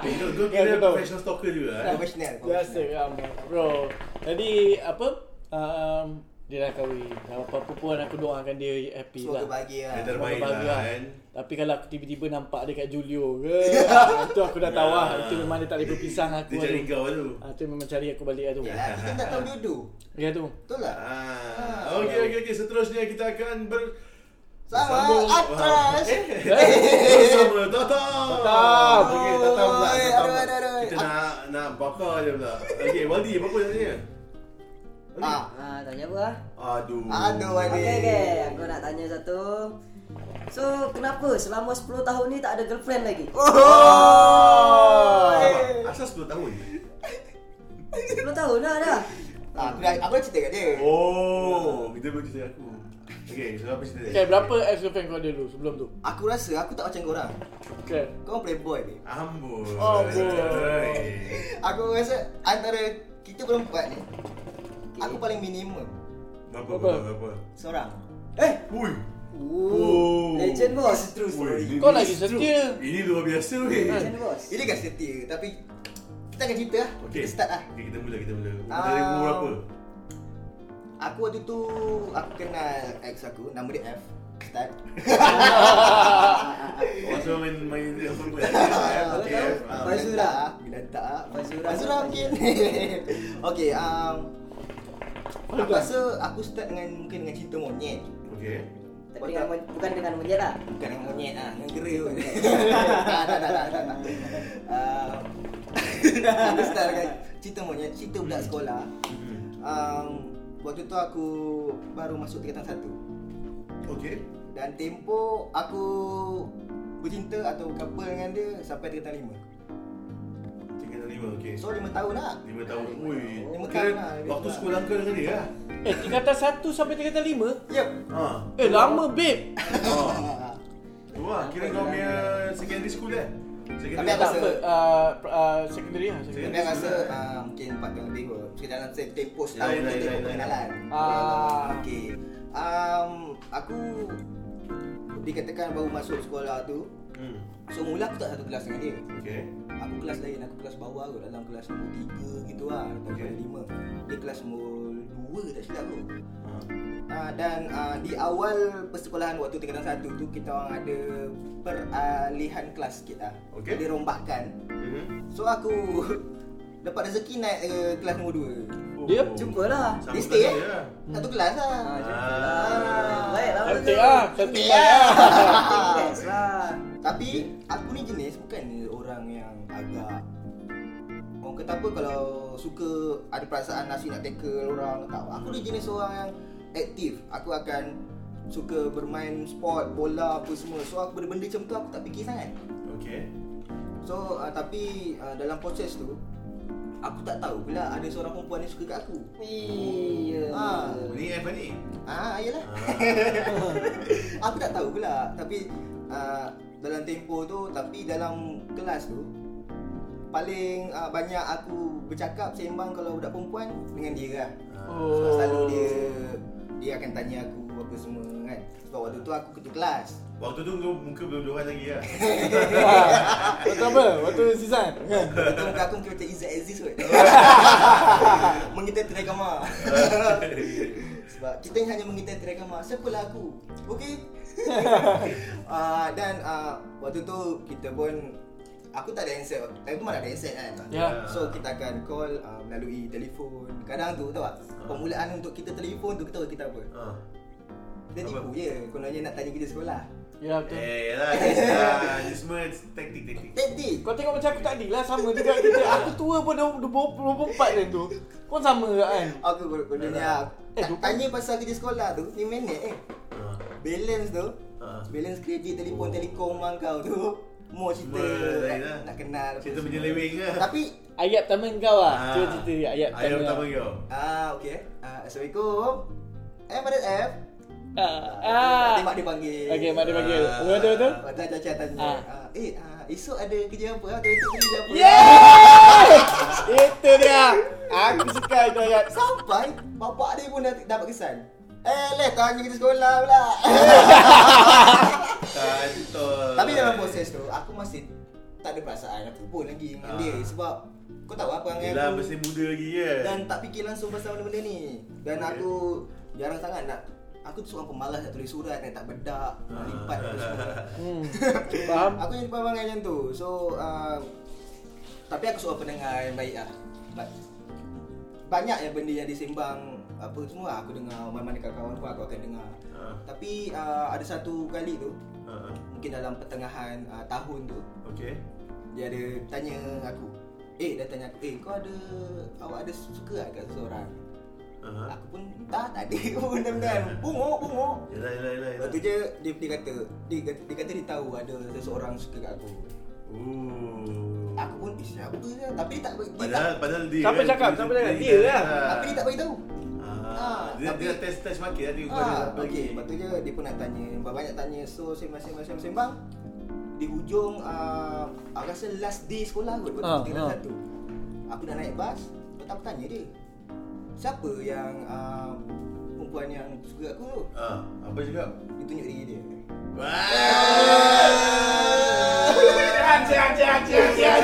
Eh, Kau kau
Ya,
kira
aku tahu.
professional stalker juga eh?
Professional
Biasa um, bro. Jadi apa? Um, dia dah kahwin. Dan apa-apa pun aku doakan dia happy
Semoga
lah.
bahagia
Dia
lah
terbaik lah
bahagia.
kan.
Tapi kalau aku tiba-tiba nampak dia kat Julio ke, ah, itu aku dah tahu lah. Itu memang dia tak boleh berpisah dengan aku.
Dia cari
tu.
kau tu.
Ah, itu memang cari aku balik lah tu.
Yalah, Ya kita tak tahu jodoh
Ya tu.
Betul lah
Ah. Okey okey okey seterusnya kita akan ber
Sama,
Sambung.
atas Eh.
bersama Tatam.
Tatam.
Okey Tatam lah.
Oi,
Tatam.
Oh, aduh, aduh, aduh.
Kita nak nak bakar je pula. Okey Waldi apa pun tanya?
Ah,
Ah, tanya apa ah?
Aduh.
Aduh, aduh.
Okey okey, aku nak tanya satu. So, kenapa selama 10 tahun ni tak ada girlfriend lagi?
Ah, Asal 10 tahun.
10 tahun dah dah.
ah, aku dah aku dah cerita kat dia.
Oh, kita boleh cerita aku. Okey, so apa cerita?
Okay, berapa ex-girlfriend kau ada dulu sebelum tu?
Aku rasa aku tak macam korang.
Okay.
Kau orang playboy ni.
Amboi.
Oh, boy.
Aku rasa antara kita berempat ni aku paling minimum
Apa
Apa?
apa apa?
seorang.
Eh,
Ui.
Ooh, legend bos.
Ui,
True story.
ini-
Kau lagi
ini true.
setia.
Ini luar biasa weh.
Legend bos.
Ini kan setia tapi kita akan cerita lah.
Okey.
Kita start lah.
Okey, kita mula kita mula.
Ah.
Dari umur berapa?
Aku waktu tu aku kenal ex aku nama dia F. Start.
Orang semua main main apa apa. Okay.
Ah, Fazura Bila tak Fazura Fazura mungkin Okay um, Aku rasa aku start dengan mungkin dengan cerita monyet
Okay.
Tapi dengan, mon- bukan dengan monyet lah
Bukan dengan monyet ah, dengan kera pun. Tak tak tak tak tak. tak. Ah, Aku start dengan cerita monyet, cerita budak sekolah.
Hmm.
Um, waktu tu aku baru masuk tingkatan satu
Okay.
dan tempo aku bercinta atau couple dengan dia sampai tingkatan lima.
Tinggal lima. Okay.
So lima tahun lah.
Lima tahun. Ui.
Lima
Kira
tahun lah, lebih
waktu
kurang.
sekolah kau dengan dia lah.
Eh, tingkatan 1 sampai tingkatan 5?
Yep.
Ha.
Eh, lama babe.
Ha. Tu lah. Kira kau punya secondary school eh.
Tapi
Secondary
aku
Tak apa, uh, uh, secondary lah.
Tapi
Secondary.
aku rasa ah, mungkin empat tahun lebih kot. Mungkin dalam se- tempo setahun
Lain,
tu
lain,
tempo
lain,
pengenalan.
Ah.
Okey. Um, aku dikatakan baru masuk sekolah tu.
Hmm.
So mula aku tak satu kelas dengan dia.
Okay.
Aku kelas lain, aku kelas bawah kot dalam kelas nombor 3 gitu lah, atau
Okay.
okay. 5. Dia kelas nombor 2 tak silap aku.
Ha.
Uh, dan uh, di awal persekolahan waktu tingkatan satu tu kita orang ada peralihan kelas sikit lah.
Okay.
Dia rombakan.
Mhm.
So aku dapat rezeki naik uh, kelas nombor 2
Oh.
Dia
Jumpa lah
Sama
Dia
kelas
stay eh
dia lah.
Satu kelas lah
Ah.
Baik lah
Cantik lah, cantik lah.
Best lah
Tapi aku ni jenis bukan orang yang agak Orang kata apa kalau suka ada perasaan nasi nak tackle orang tak Aku ni jenis orang yang aktif Aku akan suka bermain sport, bola apa semua So aku benda-benda macam tu aku tak fikir sangat
Okay.
So uh, tapi uh, dalam proses tu Aku tak tahu pula ada seorang perempuan yang suka kat aku
Iya
Ah.
Ni eh Fani.
Ah, ayolah. Ah. aku tak tahu pula tapi uh, dalam tempo tu tapi dalam kelas tu paling uh, banyak aku bercakap sembang kalau budak perempuan dengan dia lah.
Ah.
Sebab
Oh.
selalu dia dia akan tanya aku apa semua kan. Sebab waktu tu aku ketua kelas.
Waktu tu kau muka belum dua lagi lah.
Ah, Waktu apa? Waktu season kan?
Waktu tu muka aku mungkin macam Izzat Aziz kot. mengita tirai kamar. Sebab kita hanya mengita tirai kamar. Siapalah aku? Okey. uh, dan uh, waktu tu kita pun aku tak ada handset. Time tu mana ada handset kan.
Ya.
So kita akan call uh, melalui telefon. Kadang tu tahu tak? Permulaan untuk kita telefon tu kita tahu kita apa?
Ah.
Kita tipu je. Kononnya nak tanya kita sekolah.
Ya betul.
Eh, yalah. Ini semua- ini semua taktik-taktik.
Taktik.
Kau tengok macam aku tadi lah sama juga kita. Aku tua pun dah 24 dah tu. Kau sama ke kan?
Aku kononnya
Eh,
tak tanya pasal kerja sekolah tu 5 minit eh.
Ah.
Balance tu
Ah.
Balance kredit telefon telekom mak kau tu More cerita
Semua lain
nak,
lah.
nak kenal apa
Cerita
semua.
menyeleweng lah.
Tapi
Ayat pertama kau lah.
Ah.
Cuba cerita ayat pertama.
Ayat pertama kau.
Ah okey eh ah, Assalamualaikum M ada F
Ah.
Nanti mak dia panggil
Okey, mak dia panggil.
Ah.
Betul betul.
Lepas tu Caca tanya
Ah.
ah. Eh ah, esok ada kerja apa Atau esok kerja apa
Yeah! Itu dia. Aku suka itu ayat.
Sampai bapak dia pun dah, dapat kesan Eh leh tanya kita sekolah pula
Ah. Betul.
Tapi dalam proses tu aku masih tak ada perasaan apa pun lagi
Ah.
dengan dia Sebab kau tahu apa perangai
Yelah,
aku.
masih muda lagi kan.
dan tak fikir langsung pasal benda-benda ni dan
Okey.
aku jarang sangat nak aku tu seorang pemalas nak tulis surat dan tak bedak nak lipat apa semua
Hmm. Faham?
aku jadi perangai macam tu so uh, tapi aku seorang pendengar yang baik lah Ba- banyak yang benda yang disembang apa semua lah. aku dengar mana-mana kawan-kawan pun aku akan dengar
Ah.
tapi uh, ada satu kali tu
Ah, ah.
mungkin dalam pertengahan uh, tahun tu
Okey.
dia ada tanya aku eh dia tanya aku eh kau ada awak ada suka tak kat seseorang
Ah.
Aku pun entah tak ada pun teman-teman. Bungok, bungok.
Yalah, yalah, yalah.
Lepas
yalah.
tu je dia, dia kata dia, kata- dia kata dia tahu ada seseorang suka kat aku.
Ooh.
Aku pun eh, siapa ni? Tapi dia tak dia
Padahal,
tak,
padahal dia.
Siapa cakap? Siapa cakap? Dia lah.
tapi dia tak bagi tahu.
Ah. Dia
Tapi-
dia test test market lah tengok kau ada
Ha,
apa lagi.
okey, lepas tu je dia pun nak tanya, banyak tanya. So sembang sembang sembang sembang di hujung uh, aku rasa last day sekolah kot
Ah,
waktu tingkat
ah.
satu. Aku dah naik bas, lepas tu aku tanya dia. Siapa yang uh, perempuan yang suka aku tu?
Ah, apa cakap?
Dia tunjuk diri dia.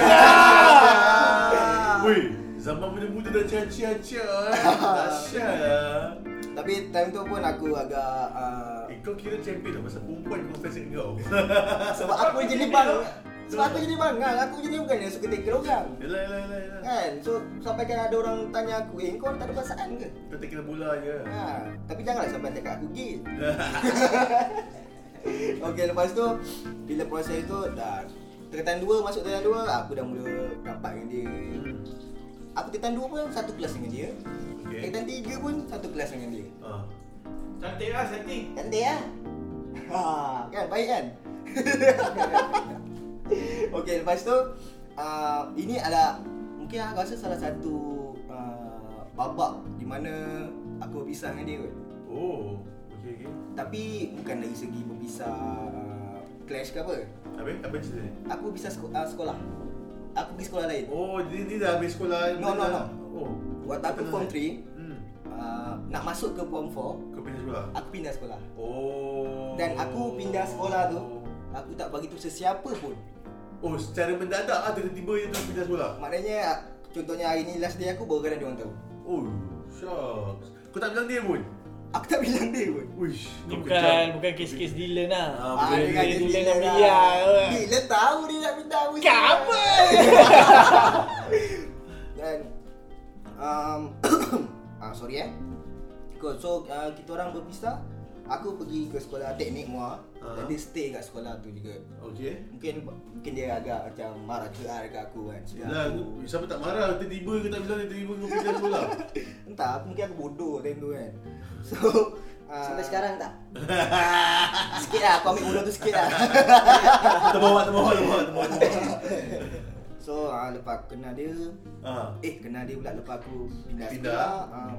Ah!
Weh, zaman muda-muda dah cia-cia-cia eh. Dahsyat lah.
Tapi Tapi time tu pun aku agak uh,
Eh, kau kira champion lah pasal perempuan confess kat kau.
Sebab aku jadi bang Sebab aku jadi bangang Aku jadi bukan yang suka tackle orang
Yalah, yalah, yalah. yalah.
Kan So sampai kan ada orang tanya aku Eh kau tak ada perasaan ke?
Kau tak kira bola je.
Ha, tapi janganlah sampai cakap aku gay Okey lepas tu Bila proses tu dah Terketan dua masuk terketan dua Aku dah mula rapat dengan dia
Hmm.
Aku terketan dua pun satu kelas dengan dia
Okey.
Terketan tiga pun satu kelas dengan dia
Ah.
Cantik lah setting.
Cantik lah ha, Kan baik kan Okey lepas tu uh, Ini adalah Mungkin aku rasa salah satu uh, Babak Di mana Aku berpisah dengan dia kot
Oh. Okey, okey.
Tapi bukan dari segi berpisah uh, clash ke apa.
Habis apa cerita ni?
Aku berpisah seko- uh, sekolah. Aku pergi sekolah lain.
Oh, dia, dia dah habis sekolah.
No,
dia
no,
dah-
no.
Oh.
Waktu aku form 3,
Hmm.
uh, nak masuk ke form 4,
Kau pindah sekolah?
aku pindah sekolah.
Oh.
Dan aku pindah sekolah tu, aku tak bagi tahu sesiapa pun.
Oh, secara mendadak ah tiba-tiba je tu pindah sekolah.
Maknanya ah, contohnya hari ni last day aku baru kadang dia orang tahu.
Oh, shucks. Kau tak bilang dia pun?
Aku tak bilang dia pun.
Uish.
Ni
kau
bukan, bukan kes-kes Dylan lah.
Ah,
Ah,
bukan
Dylan Dylan
dia lah.
nak ah, beliau.
Bila tahu dia nak minta aku
Kenapa?
Dan um, ah, Sorry eh Good. So uh, kita orang berpisah Aku pergi ke sekolah teknik MUA uh-huh. Dan
Ah.
dia stay kat sekolah tu juga
Okey.
Mungkin mungkin dia agak macam marah cerai dekat aku kan Sebab
Yalah,
aku,
aku- Lah, siapa tak marah tiba-tiba kau tak bilang dia tiba-tiba kau lah? pindah sekolah.
Entah aku mungkin aku bodoh time tu kan So uh,
Sampai sekarang tak?
Sikit lah aku ambil bodoh tu sikit lah
terbawa, terbawa, terbawa, terbawa.
So uh, lepas aku kenal dia
Ah.
Eh kenal dia pula lepas aku
Pindah.
pindah, sekolah uh,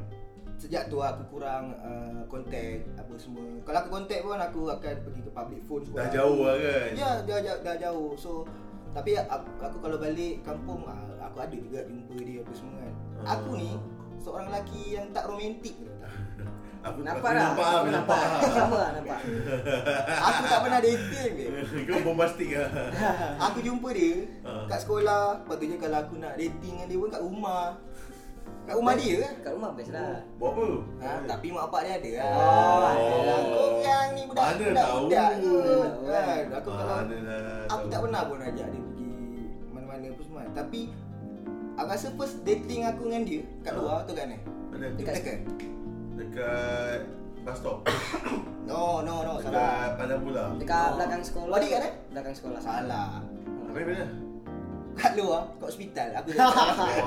Sejak tu aku kurang uh, contact apa semua Kalau aku contact pun aku akan pergi ke public phone sekolah
Dah jauh lah kan.
Ya dah, dah, dah jauh So tapi aku, aku kalau balik kampung ah, aku ada juga jumpa dia apa semua kan
Ah.
Aku ni seorang lelaki yang tak romantik
Aku
Nampak
aku
lah.
dah?
Nampak ah, aku nampak.
Sama lah nampak.
Aku tak pernah dating ke
ah. Kau bombastik ah.
Aku jumpa dia
Ah.
kat sekolah Patutnya kalau aku nak dating dengan dia pun kat rumah Kat rumah dia kan
Kat rumah best lah.
Buat apa?
Ha, tapi mak bapak dia ada lah.
Oh.
Adalah. Korang ni budak
Mana
budak
tahu.
budak ke? Kan,
Mana
aku kalau
Mana lah
aku
tahu.
tak pernah pun ajak dia pergi mana-mana pun semua. Tapi aku rasa first dating aku dengan dia kat
Ah.
luar tu kat mana?
Mana?
Dekat
Dekat,
Tekan.
dekat bus stop.
No, no, no,
dekat
salah.
Padang Bola.
Dekat belakang sekolah.
Adik kat mana?
Belakang sekolah.
Salah.
Apa yang mana?
Kat luar, kat hospital. Aku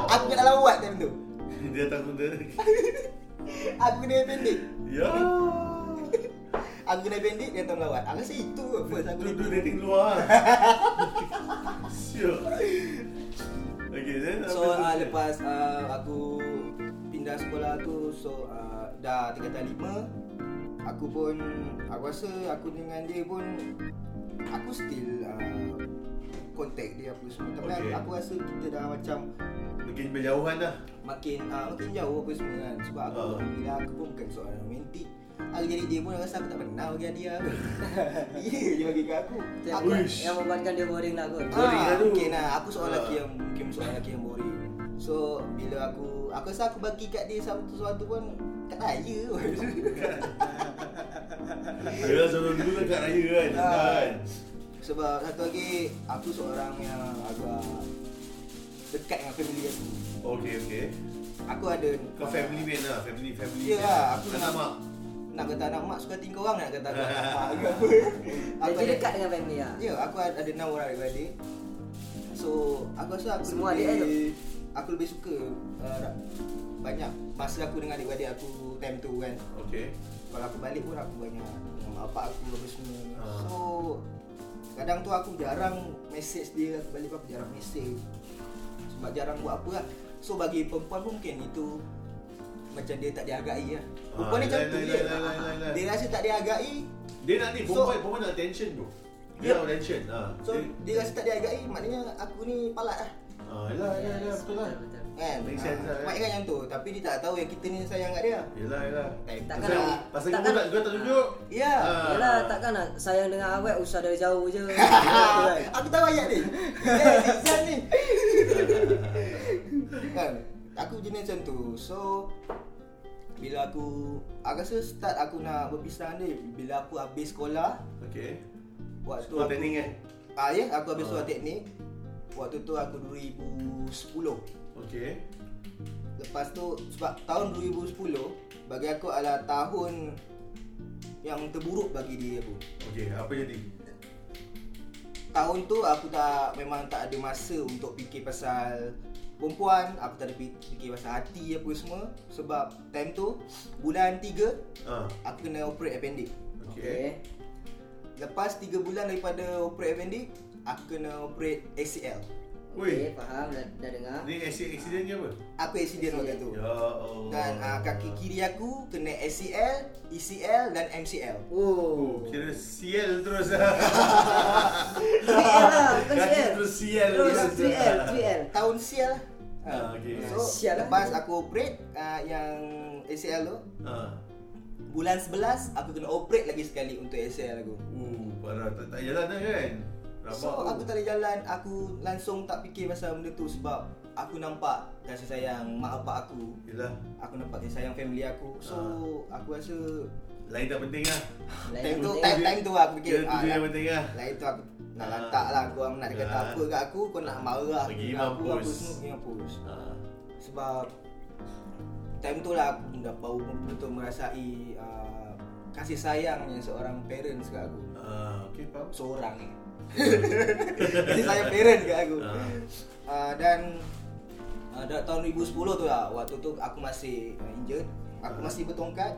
aku kat dalam ward time tu.
Dia datang tunda.
Aku kena pendek.
Ya.
Aku kena pendek dia datang lawat. Aku rasa itu kot first aku
Itu tu
dating.
dating luar. Siap. Okay, then apa
So
tu?
uh, lepas uh, aku pindah sekolah tu so uh, dah tingkatan lima aku pun aku rasa aku dengan dia pun aku still uh, contact dia apa semua tapi
Okay.
okay. aku rasa kita dah macam
Makin berjauhan lah.
makin uh, makin jauh apa semua kan sebab aku
Ah.
uh. bila aku pun bukan seorang romantik aku jadi dia pun aku rasa aku tak pernah bagi hadiah dia dia je bagi ke aku
Itu yang,
aku
buat-
Uish.
yang membuatkan dia boring lah kot.
Ah. Boring lah tu.
Mungkin lah Aku seorang
Ah.
lelaki yang Mungkin seorang lelaki yang boring So bila aku Aku rasa aku bagi kat dia Satu sesuatu pun Kat raya pun
Yelah, sebelum dulu kan kat raya kan.
Ah.
Kan.
Sebab satu lagi Aku seorang yang agak Dekat dengan family aku
Okay, okay.
Aku ada
Kau family man lah. Family, family.
Ya lah Aku
Anak mak.
Nak kata anak mak Suka tinggal orang nak kata aku anak mak ke apa. Aku
Jadi
ada-
dekat dengan family lah.
Ya, aku ada ada enam orang adik-beradik. So, aku rasa aku
Semua
lebih,
adik-adik
aku lebih suka uh, ra- banyak masa aku dengan adik-adik aku time tu kan.
Okay.
Kalau aku balik pun aku banyak dengan mak bapak aku apa semua.
Ha.
So, kadang tu aku jarang message dia, aku balik pun aku jarang message. Sebab jarang buat apa lah. So, bagi perempuan pun mungkin itu macam dia tak dihargai lah. Perempuan ni
Ah, lain,
macam tu
lain,
je.
lain, lain, lain, lain.
Dia rasa tak dihargai,
Dia nak ni,
So-
perempuan, perempuan nak attention tu. Dia
Ya.
nak attention. Ah.
So dia rasa tak dihargai Maknanya aku ni palat lah
Ah, yelah, yelah, yelah, betul lah.
betul.
Kan
Make sense lah,
Ah,
kan?
Baik kan yang tu Tapi dia tak tahu yang kita ni sayang kat dia
Yelah, yelah.
Eh,
Takkan
lah, ya Pasal,
lah.
nak-
pasal
takkan-
kau tak, kau tak tunjuk.
Ya
Ah.
Yelah takkan nak sayang dengan awet usah dari jauh je. kan?
Ah.
Aku tahu ayat ni Eh Zizan ni Kan Aku jenis macam tu So Bila aku Aku rasa start aku nak berpisah ni Bila aku habis sekolah
Okay.
Waktu
Sekolah
aku-
teknik eh?
Ah ya, aku
Ah.
habis sekolah teknik Waktu tu aku 2010
Okay.
Lepas tu sebab tahun 2010 bagi aku adalah tahun yang terburuk bagi diri aku.
Okay, apa jadi?
Tahun tu aku tak memang tak ada masa untuk fikir pasal perempuan, aku tak ada pi- fikir pasal hati apa semua sebab time tu bulan 3
Ah,
aku kena operate appendix.
okay.
Lepas 3 bulan daripada operate appendix, aku kena operate ACL.
Weh.
Okey, faham dah, dah dengar.
Ni accident, accident ni apa?
Aku accident waktu tu.
Ya Allah.
Dan uh, kaki kiri aku kena ACL, ECL E dan MCL.
Oh.
Kira sial terus lah.
CL lah, bukan
Kaki
CL.
terus sial.
Terus 3L, 3L.
tahun sial lah. Ha.
Ah, okay.
So
Sial lah.
lepas aku operate uh, yang ACL tu
Ah.
Bulan 11 aku kena operate lagi sekali untuk ACL aku
Uh, parah. Tak, tak jalan dah kan? Rabak.
So aku tak ada jalan, aku langsung tak fikir pasal benda tu sebab Aku nampak kasih sayang mak bapak aku
Yelah.
Aku nampak kasih sayang family aku So
Ah.
aku rasa
Lain tak penting lah.
Lain
time tu,
penting.
time, time tu aku
Kira
fikir
tu je
lah-
yang penting lah.
Lain tu aku nak
Ah.
lantak lah korang nak kata
Ah.
apa kat aku Kau nak marah
Pergi
dengan aku,
mampus.
Aku semua pergi mampus
Ah.
Sebab Time tu lah aku dah baru betul-betul merasai uh, Kasih sayangnya seorang parents kat aku
Ah, okay, faham.
Seorang eh Kasih sayang parents kat aku
Ah.
uh, Dan uh, dah tahun 2010 tu lah Waktu tu aku masih uh, injured
Ah.
Aku masih bertongkat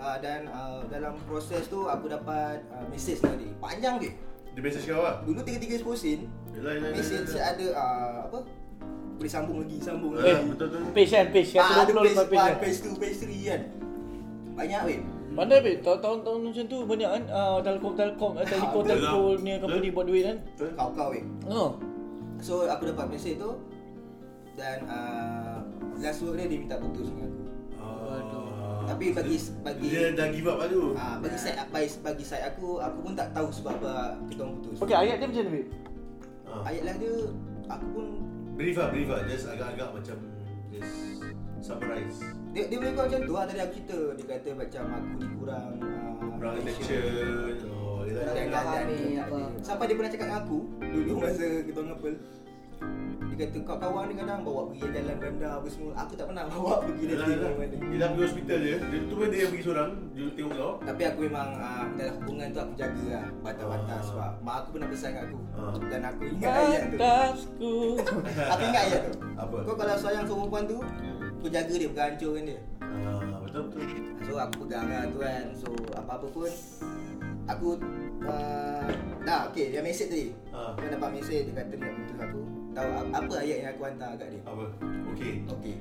uh, Dan uh, dalam proses tu aku dapat uh, message tadi Panjang je
Dia message kau lah.
Dulu tiga-tiga 10 sen
Yelah, yelah, yelah,
Message
yelah.
ada uh, apa boleh sambung lagi, sambung
Ah,
lagi.
Betul tu.
Page kan, page.
Ah,
120
ada
Eh,
phase
lepas page
1,
kan.
phase 2, phase 3 kan Banyak weh
Pandai babe, tahun-tahun macam tu banyak kan ah, Telkom-telkom, eh, telco-telco ni company buat duit kan
Kau-kau weh
Oh,
So aku dapat mesej tu Dan uh, last word dia, dia minta putus dengan aku
Ah.
Tapi bagi- bagi-
Dia dah give up lah tu.
Ah, bagi saya bagi, bagi saya aku aku pun tak tahu sebab apa kita orang putus.
okay ayat dia macam mana babe?
Ah.
Ayat lah dia aku pun
Brief lah, brief lah. Just agak-agak macam just summarize.
dia dia boleh buat macam tu lah tadi aku cerita dia kata macam aku ni kurang ah,
Kurang attention. Oh, yelah.
Kurang
yelah.
keadaan
Fahami
dia.
apa.
Sampai dia pernah cakap dengan aku dulu masa kita orang ngepel. Dia kata kau kawan ni kadang bawa pergi jalan rendah apa semua. Aku tak pernah bawa pergi
Yelah,
dating
yelah.
mana.
Yelah, pergi hospital je. Dia tu pun dia yang pergi seorang. Dia tengok kau.
Tapi aku memang uh, dalam hubungan tu aku jaga lah batas-batas
Ah.
sebab mak aku pernah pesan kat aku
Ah.
dan aku ingat ayat tu.
Batasku
aku ingat ayat tu.
Apa? Hmm.
Kau kalau sayang sama perempuan tu, kau jaga dia bukan hancurkan dia.
Ah, betul betul.
So aku pegang lah tu kan. So apa-apa pun aku uh, dah okay dia mesej tadi.
Ah.
Dia dapat mesej dia kata dia nak putus aku. Tahu a- apa ayat yang aku hantar kat dia?
Apa? Ah. Okay.
Okey.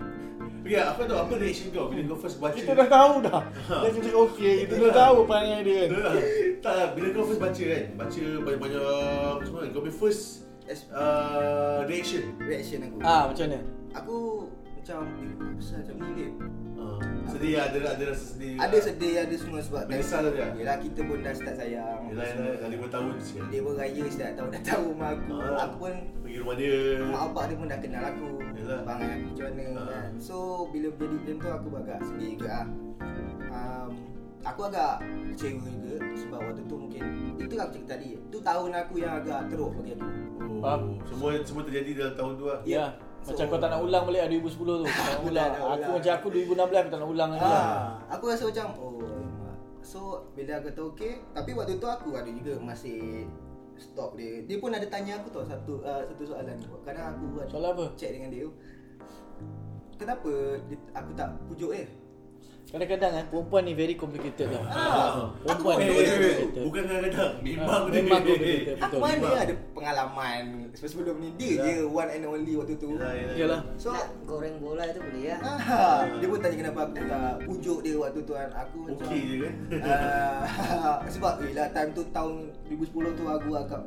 Okay, apa tu? Apa reaction kau bila kau first baca?
Kita dah tahu dah Dia cakap okey, kita dah tahu perangai dia kan
Betul lah. Tak lah, bila kau first baca kan Baca banyak-banyak apa semua kan Kau punya first
As-
uh, reaction
Reaction aku.
Ah macam mana?
Aku macam eh, apa pasal macam ni dia?
uh, Sedih lah, ada, ada rasa sedih
Ada sedih ada semua sebab
Menyesal
time-
dia?
Yelah kita pun dah start sayang
Yelah, yelah, dah lima tahun sial
Dia pun raya saya tak tahu dah tahu mak aku
Ah.
Aku pun
Pergi rumah dia
Mak bapak dia pun dah kenal aku
Yelah.
Abang aku macam mana
Ah.
kan So bila jadi macam tu aku agak sedih juga lah um, Aku agak kecewa juga Sebab waktu tu mungkin Itu aku cakap tadi Tu tahun aku yang agak teruk bagi aku
Faham.
oh, Semua semua terjadi dalam tahun tu lah
Ya, macam kau tak nak ulang balik lah 2010 tu Tak nak
Aku tak
ulang
nak
Aku
ulang.
macam aku 2016 aku tak nak ulang lagi lah
Ah, aku rasa macam oh. alamak. So bila aku kata okey, tapi waktu tu aku ada juga masih stop dia. Dia pun ada tanya aku tau satu uh, satu soalan. Kadang aku buat
Soalan apa?
check dengan dia. Kenapa dia, aku tak pujuk dia?
Kadang-kadang kan perempuan ni very complicated tau
Ah,
Perempuan ni
Eh,
very
eh, eh,
complicated
bukan kadang-kadang Memang
Ah,
dia
memang complicated,
Aku
betul
mana ada pengalaman sebelum ni dia je one and only waktu tu.
Yelah, yelah,
Yalah
So
Nak goreng bola itu boleh ya.
ah, dia pun tanya kenapa aku tak pujuk dia waktu tu kan. Aku macam
Okey je kan
Ah, sebab yelah time tu tahun 2010 tu aku agak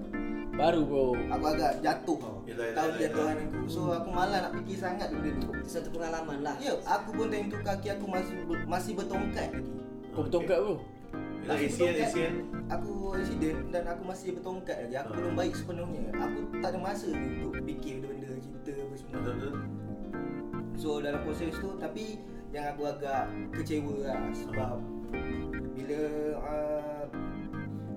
Baru bro
aku agak jatuh tau.
Yelah, yelah,
Tahu
yelah,
jatuhan aku. So aku malah nak fikir sangat benda ni.
Itu satu pengalaman lah.
Ya, aku pun time tu kaki aku masih ber- masih bertongkat lagi.
Kau bertongkat bro
Yelah,
Masih
ACL,
bertongkat.
ACL
Aku accident dan aku masih bertongkat lagi. Aku
Ah.
belum baik sepenuhnya. Aku tak ada masa ni untuk fikir benda-benda cinta apa semua.
Betul-betul
So dalam proses tu tapi yang aku agak kecewa lah sebab bila uh,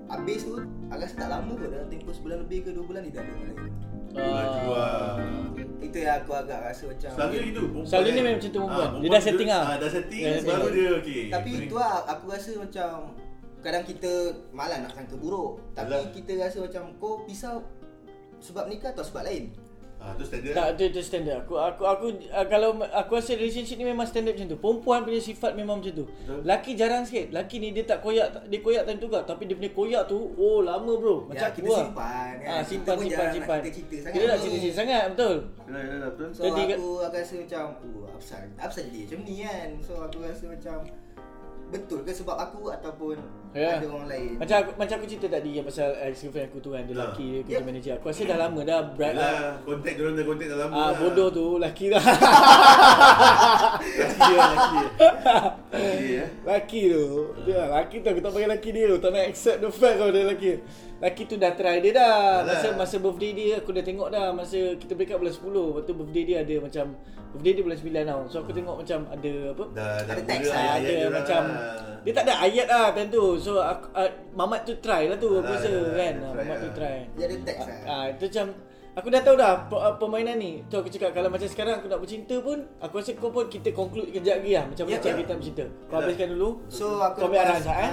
habis tu aku rasa tak lama kot dalam tempoh sebulan lebih ke 2 bulan dia dah ada orang lain
Ah.
Bulan tu lah.
itu yang aku agak rasa macam
Selalunya gitu perempuan
Selalunya
kan?
memang macam tu perempuan.
Ah,
Dia dah setting lah.
ah, Dah setting
Dah setting.
Baru dia okey
Tapi tu lah aku rasa macam Kadang kita malah nak sangka buruk Tapi
Alah.
kita rasa macam kau pisau Sebab nikah atau sebab lain
Ah, tu standard
Tak tu tu standard. Aku aku aku uh, kalau aku rasa relationship ni memang standard macam tu. Perempuan punya sifat memang macam tu. Laki jarang sikit. Laki ni dia tak koyak tak- dia koyak time tu kau tapi dia punya koyak tu oh lama bro. Macam
Ya,
tu
kita
lah.
simpan, kan?
Ah
Kita
simpan
pun
simpan
jarang nak
simpan.
cerita-cerita sangat
Kita nak
ni.
cerita-cerita sangat betul.
Yalah, yalah, betul
So
Jadi kat-
aku akan rasa macam Oh apa pasal, apa pasal jadi macam ni kan So aku rasa macam Betul ke sebab aku ataupun
Ya.
ada orang lain
Macam aku, macam aku cerita tadi yang pasal ex girlfriend aku tu kan dia
Ah.
lelaki dia kerja
Yep.
manager. Aku rasa dah lama dah bright
Yalah,
lah.
kontak diorang dah kontak dah lama
Ah
lah.
bodoh tu lelaki dah.
Laki dia, laki dia Laki
Laki
dia eh.
tu dia, Laki tu aku tak panggil laki dia tu Tak nak accept the fact kalau dia laki Laki tu dah try dia dah
Alah.
Masa masa birthday dia aku dah tengok dah Masa kita break up bulan 10 Lepas tu birthday dia ada macam Birthday dia bulan 9 tau So aku tengok macam ada apa
Dah, dah
Ada
mula
teks lah,
ayat-ayat
ada
diorang
macam
lah.
Dia tak ada ayat lah time tu So aku, uh, Mamat tu try lah tu
Alah,
Aku rasa
alah,
kan
dia
Ah,
try
Mamat tu
lah.
try
Dia ada teks lah
Ah, ah, itu macam Aku dah tahu dah pe- ah, permainan ni Tu aku cakap kalau macam sekarang aku nak bercinta pun Aku rasa kau pun kita conclude kejap lagi lah Macam
Ya,
macam
ya.
kita nak bercinta Kau
Ya.
habiskan dulu
So aku
Kau ambil arahan Zat eh
ah,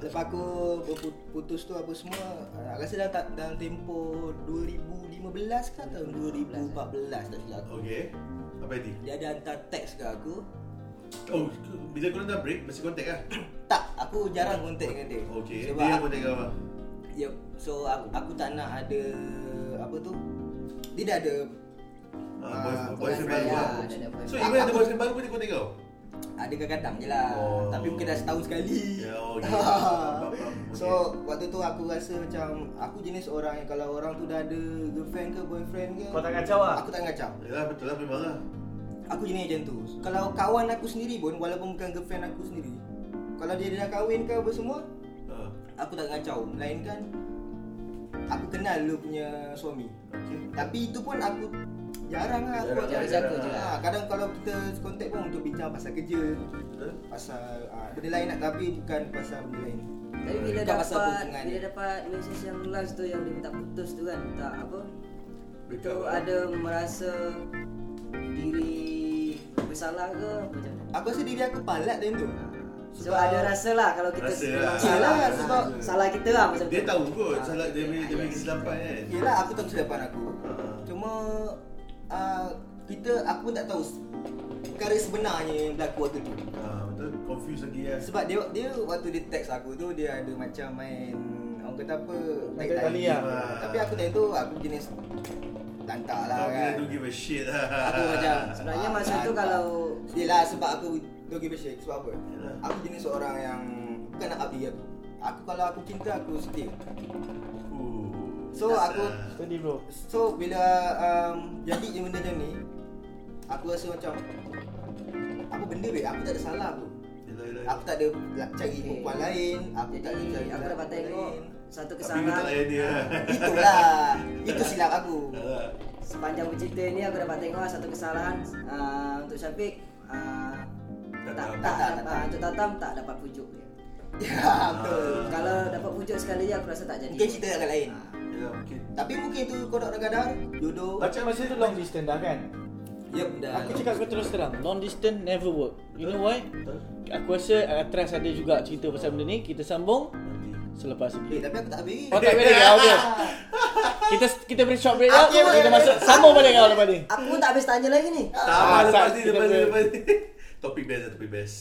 Lepas aku berpu- putus tu apa semua ah, Aku rasa dalam, ta- dalam tempoh 2015 ke atau 2014 tak silap
Oh.
aku
Okey Apa tadi?
Dia ada hantar teks ke aku
Oh, bila korang dah break, masih kontak lah
Tak, aku jarang kontak dengan dia
Okey,
Sebab
dia yang
aku,
kontak kau apa?
ya, So aku, aku tak nak ada Apa tu Dia dah ada
Ah,
ah,
boys- boyfriend
boyfriend
baru
lah.
lah.
Dah ada boyfriend.
So, even ada boyfriend baru pun dia kontak kau?
Ada kadang-kadang je lah
Oh.
Tapi mungkin dah setahun sekali
Ya, okey.
So waktu tu aku rasa macam Aku jenis orang yang kalau orang tu dah ada girlfriend ke boyfriend ke
Kau tak kacau lah
Aku tak kacau
Yalah, betul lah memang lah
Aku jenis macam tu Kalau kawan aku sendiri pun Walaupun bukan girlfriend aku sendiri Kalau dia dah kahwin ke apa semua
Ah,
Aku tak kacau Melainkan Aku kenal lu punya suami
Okey
Tapi itu pun aku Jarang lah aku
Jarang
ajak
lah,
dia
jarang
aku je
lah.
lah. Kadang kalau kita kontak pun Untuk bincang pasal kerja
Betul?
Pasal ah, benda lain nak Tapi bukan pasal benda lain
Tapi bila
Bukan pasal
dapat
hubungan
bila
ni.
dapat message yang last tu yang dia minta putus tu kan tak apa
Break
tu
up lah.
ada merasa diri bersalah ke apa macam mana?
Aku rasa diri aku palat time tu
So Ah. ada rasa lah kalau kita
Rasa
memang
lah.
salah
Yalah,
sebab
sebab-
salah kita lah macam
Dia
tu.
tahu kot
Ah,
salah dia punya dia punya kesilapan kan.
Yelah aku tahu kesilapan aku
Ah.
Cuma ah, Kita Aku pun tak tahu Perkara sebenarnya yang berlaku waktu tu
Ah, betul confuse lagi kan.
Sebab dia dia waktu dia teks aku tu Dia ada macam main Orang kata apa tag
Tag tali
time.
lah.
Tapi aku time tu Aku jenis Lantak lah
Kau
kan
kena don't give a shit lah.
Aku macam
Sebenarnya
ah,
masa tu
lantak.
kalau-
Yelah sebab aku Don't give a shit Sebab apa
Yelah.
Aku jenis orang yang Bukan nak habis aku Aku kalau aku cinta Aku setia
Ooh,
So,
that's
aku-
a-
Steady bro
So bila um, jadi je benda macam ni Aku rasa macam Apa benda weh, aku tak ada salah aku
Yelah, yelah.
Aku tak ada la- cari
Okay.
perempuan lain ah. Aku tak ada
Jadi
cari
aku dapat
perempuan
tengok
lain.
satu
Tapi kau tak layan
kesalahan
dia. Ya lah.
Itulah, itu silap aku
Alah.
sepanjang bercerita ni aku dapat tengok satu kesalahan ah, untuk Syafiq ah,
Tak
tak
tahu.
tak, tak,
Tak, tak,
dapat-
tak.
untuk Tatam tak dapat pujuk dia.
Ya betul
Ah.
Kalau dapat pujuk sekali je aku rasa tak jadi.
Mungkin cerita akan lain
Ah.
Yelah, Ya lah, mungkin.
Tapi mungkin tu kodok kadang-kadang Jodoh
Macam masa tu long distance dah kan
Yep dah
Aku cakap aku terus terang Long distance never work You know why? Aku rasa uh, Trust ada juga cerita pasal benda ni Kita sambung Selepas
Eh
ini
tapi aku tak habis
Oh tak boleh dah okay. Kita kita beri short break lah
Okey,
Kita
boleh.
masuk Sambung balik kau lepas ni
Aku pun tak habis tanya lagi ni.
Tak apa,
Ah,
lepas
Sat,
ni,
kita
lepas ni,
boleh.
lepas ni. Topik best lah, topik best.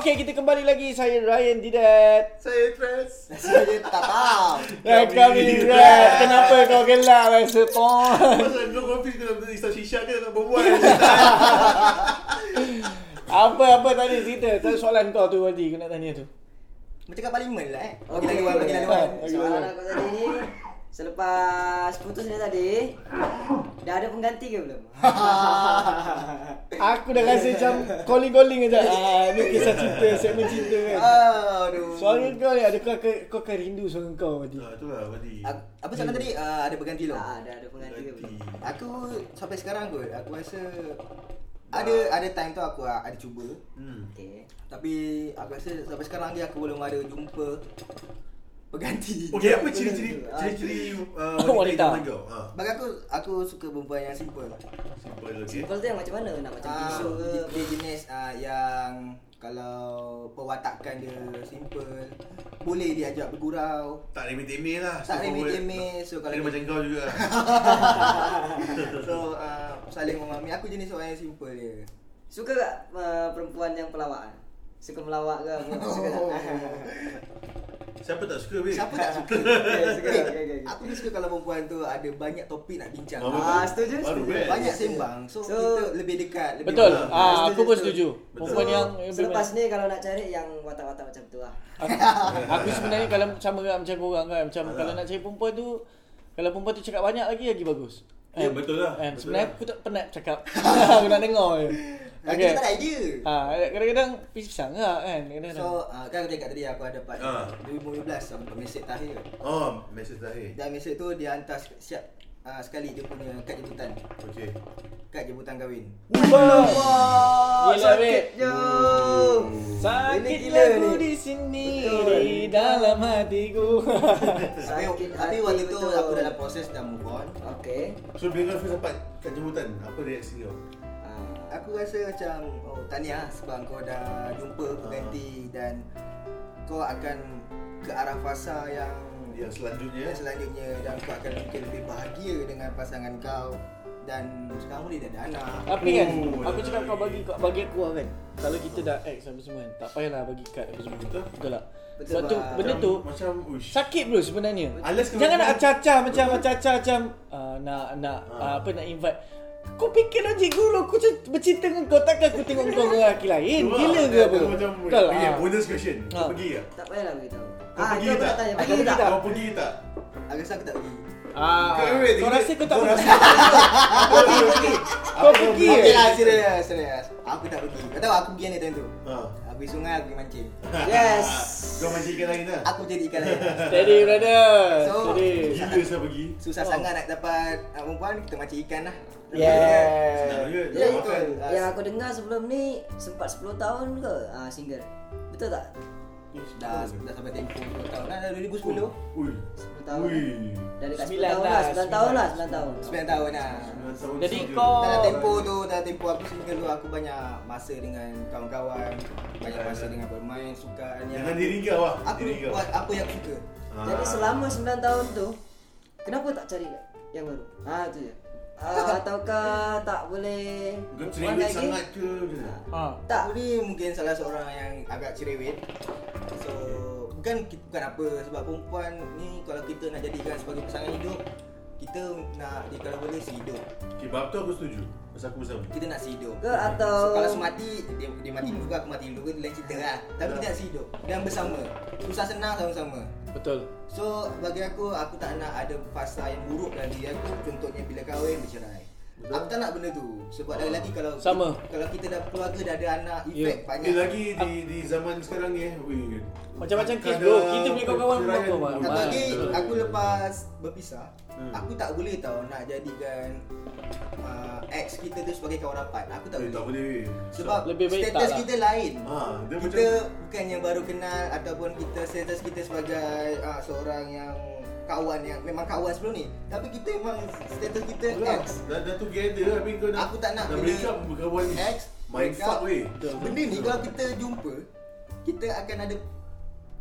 Okey, kita kembali lagi. Saya Ryan Didat.
Saya Tres.
Saya tak faham.
Ya, kami Didat. Kenapa kau gelap rasa pon?
Pasal no confuse kena nak isap shisha ke nak berbual.
Apa-apa tadi cerita? Tadi soalan kau tu tadi. Kau nak tanya tu.
Macam kat parlimen lah eh.
Okey,
Bagi laluan, bagi laluan.
Okey,
Soalan
boleh.
aku tadi ni Selepas putus dia tadi Dah ada pengganti ke belum?
Aku dah rasa macam calling-calling aja. Ah, ni kisah cinta, segmen cinta kan.
Aduh.
Suara kau ni ada kau akan, kau akan rindu suara kau tadi.
Ah, itulah Wadi.
Aku- Apa soalan tadi? Ah, ada berganti lo.
Ah, dah ada pengganti ke belum?
Aku sampai sekarang kot aku rasa ada ada time tu aku ah, ada cuba
Hmm.
Okey
tapi aku rasa sampai sekarang lagi aku belum ada jumpa pengganti.
Okey, apa ciri-ciri
Ah,
ciri-ciri uh,
Wanita.
wanita zaman kau? Ha.
Bagi aku aku suka perempuan yang simple.
Simple okey.
Simple tu yang macam mana? Nak macam
Ah,
tisu ke?
dia- dia jenis ah, yang kalau perwatakan dia simple, boleh diajak bergurau.
Tak remeh-temeh lah.
Tak
straightforward.
remeh-temeh, so kalau
Kira
dia-
macam kau juga.
So ah, saling memahami. Aku jenis orang yang simple dia.
Suka tak uh, perempuan yang pelawak? Suka melawak ke? apa? Suka tak?
Siapa Eh, tak suka weh?
Siapa tak suka?
Okey, suka tak?
Eh,
Okey, okey, okey.
Aku ni suka kalau perempuan tu ada banyak topik nak bincang.
Baru-
Ah, setuju,
Baru
setuju.
best.
Banyak sembang. So,
So,
kita lebih dekat, lebih
Betul.
kenal.
Ah, aku pun setuju.
Betul.
Perempuan
So,
yang
Selepas ni kalau nak cari yang watak-watak macam tu lah
Aku, aku sebenarnya kalau sama dengan macam korang kan Macam
Alah.
kalau nak cari perempuan tu Kalau perempuan tu cakap banyak lagi lagi bagus
Ya,
Kan?
betul lah.
Kan?
Betul
Sebenarnya
lah.
aku tak penat cakap Aku nak dengar je
Ah,
okay.
Kita tak ada idea.
ha, Kadang-kadang pisang lah kan kadang-kadang.
So, ah, kan aku cakap tadi aku ada dapat
Ah.
2015 sampai mesej terakhir.
Oh, mesej terakhir.
Dan mesej tu dia hantar sek- siap ah, sekali dia punya kad jemputan.
Okey.
Kad jemputan kahwin.
Wah, Gila, sakit
je
Sakit
Ini gila
lagu
ni.
di sini Di dalam hatiku
Tapi,
Sakit
tapi
hati
waktu tu
betul.
aku dalam proses dah move on.
Okay
So, bila kau first dapat kat jemputan, apa reaksi kau?
Ah,
Aku rasa macam oh tahniah sebab kau dah jumpa pengganti dan kau akan ke arah fasa yang
Yang
yang
selanjutnya,
selanjutnya dan kau akan mungkin lebih bahagia dengan pasangan kau dan sekarang boleh dah ada anak.
Tapi kan
Oh.
Aku cakap kau bagi kau bagi aku lah kan Kalau kita dah ex apa semua kan Tak payahlah bagi kad apa semua Betul
Betul.
tak?
Betul, lah.
Sebab tu
Bang.
benda
macam-
tu
macam uish.
Sakit bro sebenarnya.
Alas kena
Jangan nak
buat.
acah-acah macam acah-acah macam ah, nak nak ah, apa nak invite. Kau fikir logik dulu Aku c- bercinta dengan kau Takkan aku tengok kau dengan lelaki lain
Tu lah.
Gila ke apa
Macam
Betul
Okay,
ah.
bonus question.
Ah.
Kau pergi tak?
Tak payahlah beritahu
Kau
Ah,
pergi
itu aku
tak?
nak tanya
Kau
Pergi
pergi
tak?
tak?
Kau pergi tak?
Aku rasa aku tak pergi.
Ah,
Kau- wait,
Kau
kita-
rasa kau tak
kau
pergi
rasa- Kau pergi.
Kau pergi
Okey
eh?
lah serius serius. Aku tak pergi. Kau tahu aku pergi ni time tu.
Ha.
Habis sungai aku pergi mancing.
Yes.
Kau mancing ikan lain lah.
Aku jadi ikan lain.
Steady brother
So,
Steady
Gila saya pergi.
Susah sangat nak dapat anak perempuan kita mancing ikan lah.
Senang
Yeah
je.
Ya,
Makan.
betul.
Yang aku dengar sebelum ni Sempat 10 tahun ke ah, single Betul tak?
Dah dah sampai tempoh 10 tahun dah dah 2010.
Oh, Ui.
10 tahun
Ui.
eh?
Dah dekat 10
Sembilan
tahun
lah,
lah 9 tahun lah 9 tahun
9 tahun dah.
Sembilan tahun
Jadi
single.
kau-
Dalam tempoh tu, dalam tempoh aku single tu aku banyak masa dengan kawan-kawan, banyak masa dengan bermain sukan yang
Dengan diri kau lah.
aku
Diri kau.
buat apa yang aku suka.
Ah.
Jadi selama 9 tahun tu Kenapa tak cari yang baru? Ah tu je Ah, Ataukah tak boleh
Kau cerewet
berhubungan
sangat ke?
ha.
Aku
Tak
ni mungkin salah seorang yang agak cerewet. So bukan bukan apa sebab perempuan ni kalau kita nak jadikan sebagai pasangan hidup, kita nak dia kalau boleh sehidup.
Okay, bab tu aku setuju. Pasal aku bersama.
Kita nak sehidup.
ke atau
So, kalau semati dia, dia mati dulu ke aku mati dulu ke dia lain cerita lah. Tapi kita nak sehidup dan bersama. Susah senang sama-sama.
Betul
So bagi aku aku tak nak ada fasa yang buruk dalam diri aku contohnya bila kahwin bercerai.
Betul.
Aku tak nak benda tu sebab lagi lagi kalau
Sama.
kalau kita dah keluarga dah ada anak
Ya.
efek
Ini
banyak.
lagi di, di zaman sekarang ni eh. Ui.
Macam-macam kes
Kadang
bro Kita punya kawan-kawan
perceraian-
berapa Mak?
Kata
Mak.
lagi
Betul.
aku lepas berpisah
Hmm.
aku tak boleh tau nak jadikan uh, ex kita tu sebagai kawan rapat. Aku tak
Eh,
boleh.
tak boleh.
Sebab
Lebih baik tak
status
lah.
kita lain.
Ha, dia
kita bukannya baru kenal ataupun kita status kita sebagai ah, seorang yang kawan yang memang kawan sebelum ni tapi kita memang status kita
Betul.
ex
Dah, dah together lah Bin. kau nak
Aku tak nak
Dah
bila
break up berkawan ni
ex
Mind
break
fuck
up.
weh
benda ni kalau kita jumpa kita akan ada